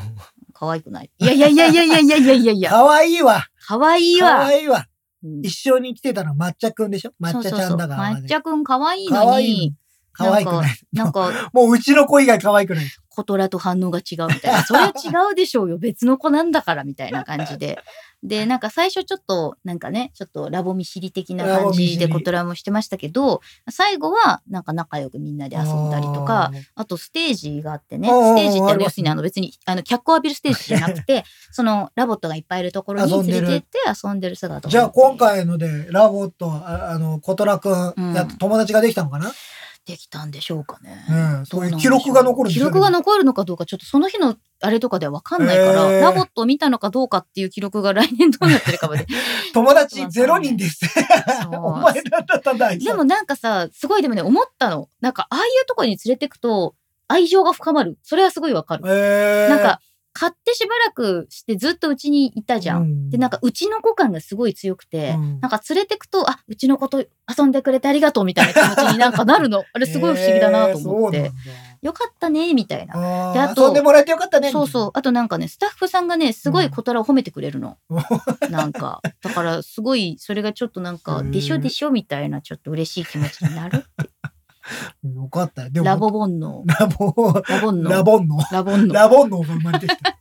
Speaker 1: 可愛くないいやいやいやいやいやいやいやいや
Speaker 2: *laughs*
Speaker 1: いや
Speaker 2: かわいいわ。
Speaker 1: 可愛い
Speaker 2: かわ
Speaker 1: わ。
Speaker 2: いいわ。
Speaker 1: うん
Speaker 2: 一緒に来てたの抹茶くんでしょ抹茶ちゃんだから。
Speaker 1: そうそうそう抹茶くん可愛い
Speaker 2: 可
Speaker 1: の
Speaker 2: 愛い
Speaker 1: に
Speaker 2: のかわいくない。
Speaker 1: なんか
Speaker 2: もううちの子以外かわいくない。
Speaker 1: コトラと反応が違うみた
Speaker 2: *laughs*
Speaker 1: いな。それは違うでしょうよ。別の子なんだからみたいな感じで。で、なんか最初ちょっと、なんかね、ちょっとラボ見知り的な感じ
Speaker 2: ラボ見知
Speaker 1: で
Speaker 2: り
Speaker 1: コトラもしてましたけど、最後はなんか仲良くみんなで遊んだりとか、
Speaker 2: あー。
Speaker 1: あとステージがあってね、
Speaker 2: おー
Speaker 1: ステージってあ
Speaker 2: あ
Speaker 1: の
Speaker 2: り
Speaker 1: 要
Speaker 2: ます
Speaker 1: るにあの別にあの脚光浴びるステージじゃなく
Speaker 2: *laughs*
Speaker 1: て、そのラボットがいっぱいいるところ
Speaker 2: 遊ん
Speaker 1: に
Speaker 2: で
Speaker 1: 連
Speaker 2: る
Speaker 1: れてって遊んでる姿を
Speaker 2: じゃあ今回ので、ラボと、ああの、コトラく
Speaker 1: うん
Speaker 2: ん、やっと友達ができたのかな
Speaker 1: できたんでしょうかね。
Speaker 2: うん。
Speaker 1: ど
Speaker 2: そう
Speaker 1: ないん
Speaker 2: う
Speaker 1: でし
Speaker 2: 記
Speaker 1: ょう
Speaker 2: 録が残るんで
Speaker 1: 記
Speaker 2: すよ
Speaker 1: 録が残るのかどうか、ちょっとその日のあれとかではわかんないから、
Speaker 2: へー
Speaker 1: ラボットを見たのかどうかっていう記録が来年どうなってる
Speaker 2: *laughs*
Speaker 1: かまで。
Speaker 2: 友達ゼロ人です。
Speaker 1: そう
Speaker 2: お前らだったんだ、あいつ
Speaker 1: でも、なんかさ、すごいでもね、思ったの。なんか、ああいうとこに連れてくと、愛情が深まる。それはすごいわかる。
Speaker 2: えー、
Speaker 1: なんか、買ってしばらくしてずっとうちにいたじゃん。
Speaker 2: ん
Speaker 1: で、なんか、、うちの子感がすごい強くて、
Speaker 2: うん
Speaker 1: なんか連れてくと、あ、うちの子と遊んでくれてありがとうみたいな気持ちになんかなるの。あれすごい不思議だなと思って。
Speaker 2: えー
Speaker 1: よかったね、みたいな
Speaker 2: そう。なん
Speaker 1: で
Speaker 2: だあ
Speaker 1: あと
Speaker 2: ー遊んでもらえてよかったね。
Speaker 1: そうそう。あとなんかね、スタッフさんがね、すごい小虎を褒めてくれ
Speaker 2: *laughs*
Speaker 1: るの。
Speaker 2: うん
Speaker 1: なんか、だからすごい、それがちょっとなんか、
Speaker 2: うん
Speaker 1: でしょでしょみたいな、ちょっと嬉しい気持ちになる。
Speaker 2: うん。よかったよ。でも
Speaker 1: ラボボンの、
Speaker 2: ラボ、
Speaker 1: ラボンの、
Speaker 2: ラボンの。
Speaker 1: ラボンの、
Speaker 2: ラボンのが生まれてきた。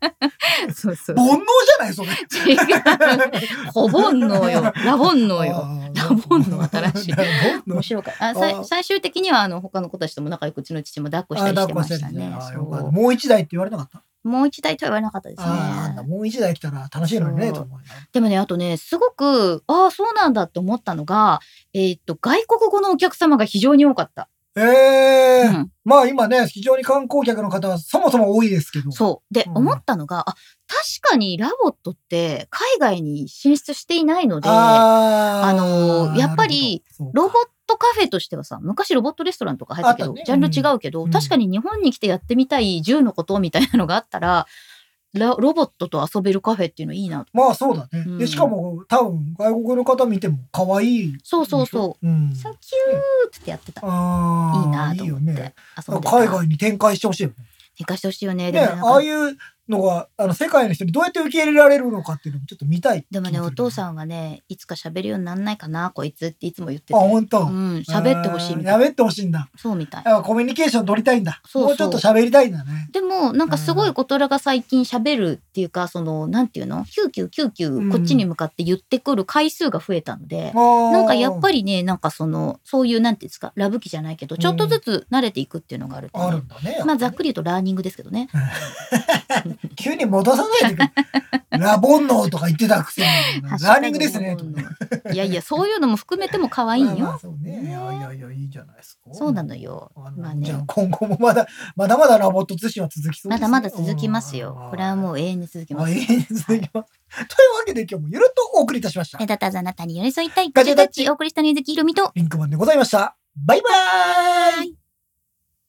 Speaker 1: そうそう。
Speaker 2: 煩悩じゃないそれ。
Speaker 1: 違う。小煩悩よ。ラボン
Speaker 2: あ
Speaker 1: 悩よ。
Speaker 2: ー
Speaker 1: ラボンの新しい
Speaker 2: ラボン
Speaker 1: 面
Speaker 2: の
Speaker 1: 白かった。あ
Speaker 2: あ
Speaker 1: さ
Speaker 2: ー
Speaker 1: い最終的には、あの、他の子たちとも仲良く、うちの父も抱っこしたりしてましたね
Speaker 2: あ。ー
Speaker 1: そ
Speaker 2: よかった
Speaker 1: う
Speaker 2: もう一台って言われなかった。
Speaker 1: もう一台とは言われなかったです
Speaker 2: あーあんた
Speaker 1: ね。
Speaker 2: もう一台来たら楽しいのにね
Speaker 1: そう
Speaker 2: と思うよ
Speaker 1: でもね、あとね、すごく、ああ、そうなんだって思ったのが、えーっと、外国語のお客様が非常に多かった。
Speaker 2: ええ
Speaker 1: うん
Speaker 2: まあ今ね、非常に観光客の方はそもそも多いですけど。
Speaker 1: そう。で、
Speaker 2: うん
Speaker 1: 思ったのが、あ、確かにラボットって海外に進出していないので、ロ
Speaker 2: あー
Speaker 1: あのーやっぱり、
Speaker 2: なるほど
Speaker 1: ボットカフェとしてはさ、昔ロボットレストランとか入ったけ
Speaker 2: あっ
Speaker 1: ど、
Speaker 2: たね
Speaker 1: ジャンル違うけど、
Speaker 2: うん
Speaker 1: 確かに日本に来てやってみたい10のことみたいなのがあったら、ラロボットと遊べるカフェっていうのいいなと。
Speaker 2: まあそうだね。
Speaker 1: う
Speaker 2: で
Speaker 1: ん
Speaker 2: しかも多分外国の方見ても可愛い。。
Speaker 1: そうそうそう
Speaker 2: ん
Speaker 1: う。。さ、キューってやってた。い
Speaker 2: あー
Speaker 1: いなと思って。
Speaker 2: いいよね
Speaker 1: 遊んでた。
Speaker 2: 海外に展開してほしいよね。
Speaker 1: 寝かしてほしいよ
Speaker 2: ね、
Speaker 1: ね。でもなんか
Speaker 2: ああいうのがあの世界の人にどうやって受け入れられるのかっていうのもちょっと見たい
Speaker 1: でもね、お父
Speaker 2: ん
Speaker 1: さんはね、いつか喋るようになんないかな、こいつっていつも言って
Speaker 2: あ
Speaker 1: て。
Speaker 2: 本当、
Speaker 1: うん、喋ってほしいみたい。
Speaker 2: 喋ってほしいんだ
Speaker 1: そうみたい。
Speaker 2: やっぱコミュニケーション取りたいんだ
Speaker 1: そうそう
Speaker 2: もうちょっと喋りたいんだね
Speaker 1: でもなんかすごいことらが最近喋るっていうか、そのなんていうのキューキューキューキュ
Speaker 2: うん
Speaker 1: ーこっちに向かって言ってくる回数が増えたので、
Speaker 2: な
Speaker 1: なんかやっぱ
Speaker 2: り
Speaker 1: りねなんかそのそういうなんていうんですかラブ期じゃないけどちょっとずつ慣れていくっていうのがあるとね
Speaker 2: あるんだね
Speaker 1: まあざっくり言うとラーニングですけどね
Speaker 2: 急に戻さないでく
Speaker 1: *laughs*
Speaker 2: れラボンノーとか言ってたくせに
Speaker 1: ハッシュ
Speaker 2: ラー
Speaker 1: タグ
Speaker 2: ニングですねと
Speaker 1: いやいやそういうのも含めても可愛い
Speaker 2: まあまあ
Speaker 1: よ
Speaker 2: そうねい
Speaker 1: ね
Speaker 2: やいやいやいいじゃないですか
Speaker 1: そうなのよ
Speaker 2: あの
Speaker 1: まあ
Speaker 2: じゃあ
Speaker 1: ね
Speaker 2: 今後もまだまだまだラボット通信は続きそうで
Speaker 1: ま
Speaker 2: ね
Speaker 1: すだまだ続きます
Speaker 2: う
Speaker 1: よ
Speaker 2: ん
Speaker 1: これはもう永遠に続き
Speaker 2: ま
Speaker 1: ま
Speaker 2: あ、
Speaker 1: す
Speaker 2: 永遠に続きます。というわけで今日もゆるっとお送りいたしました
Speaker 1: 目。立たずあなたに寄り添いたい
Speaker 2: ガ
Speaker 1: ガ
Speaker 2: ジ
Speaker 1: ジ
Speaker 2: ェ
Speaker 1: ェ
Speaker 2: タ
Speaker 1: タ
Speaker 2: ッ
Speaker 1: ッ
Speaker 2: チ
Speaker 1: チお送りした水木ひろみと
Speaker 2: リンクマンでございました。バイバーイ
Speaker 1: はい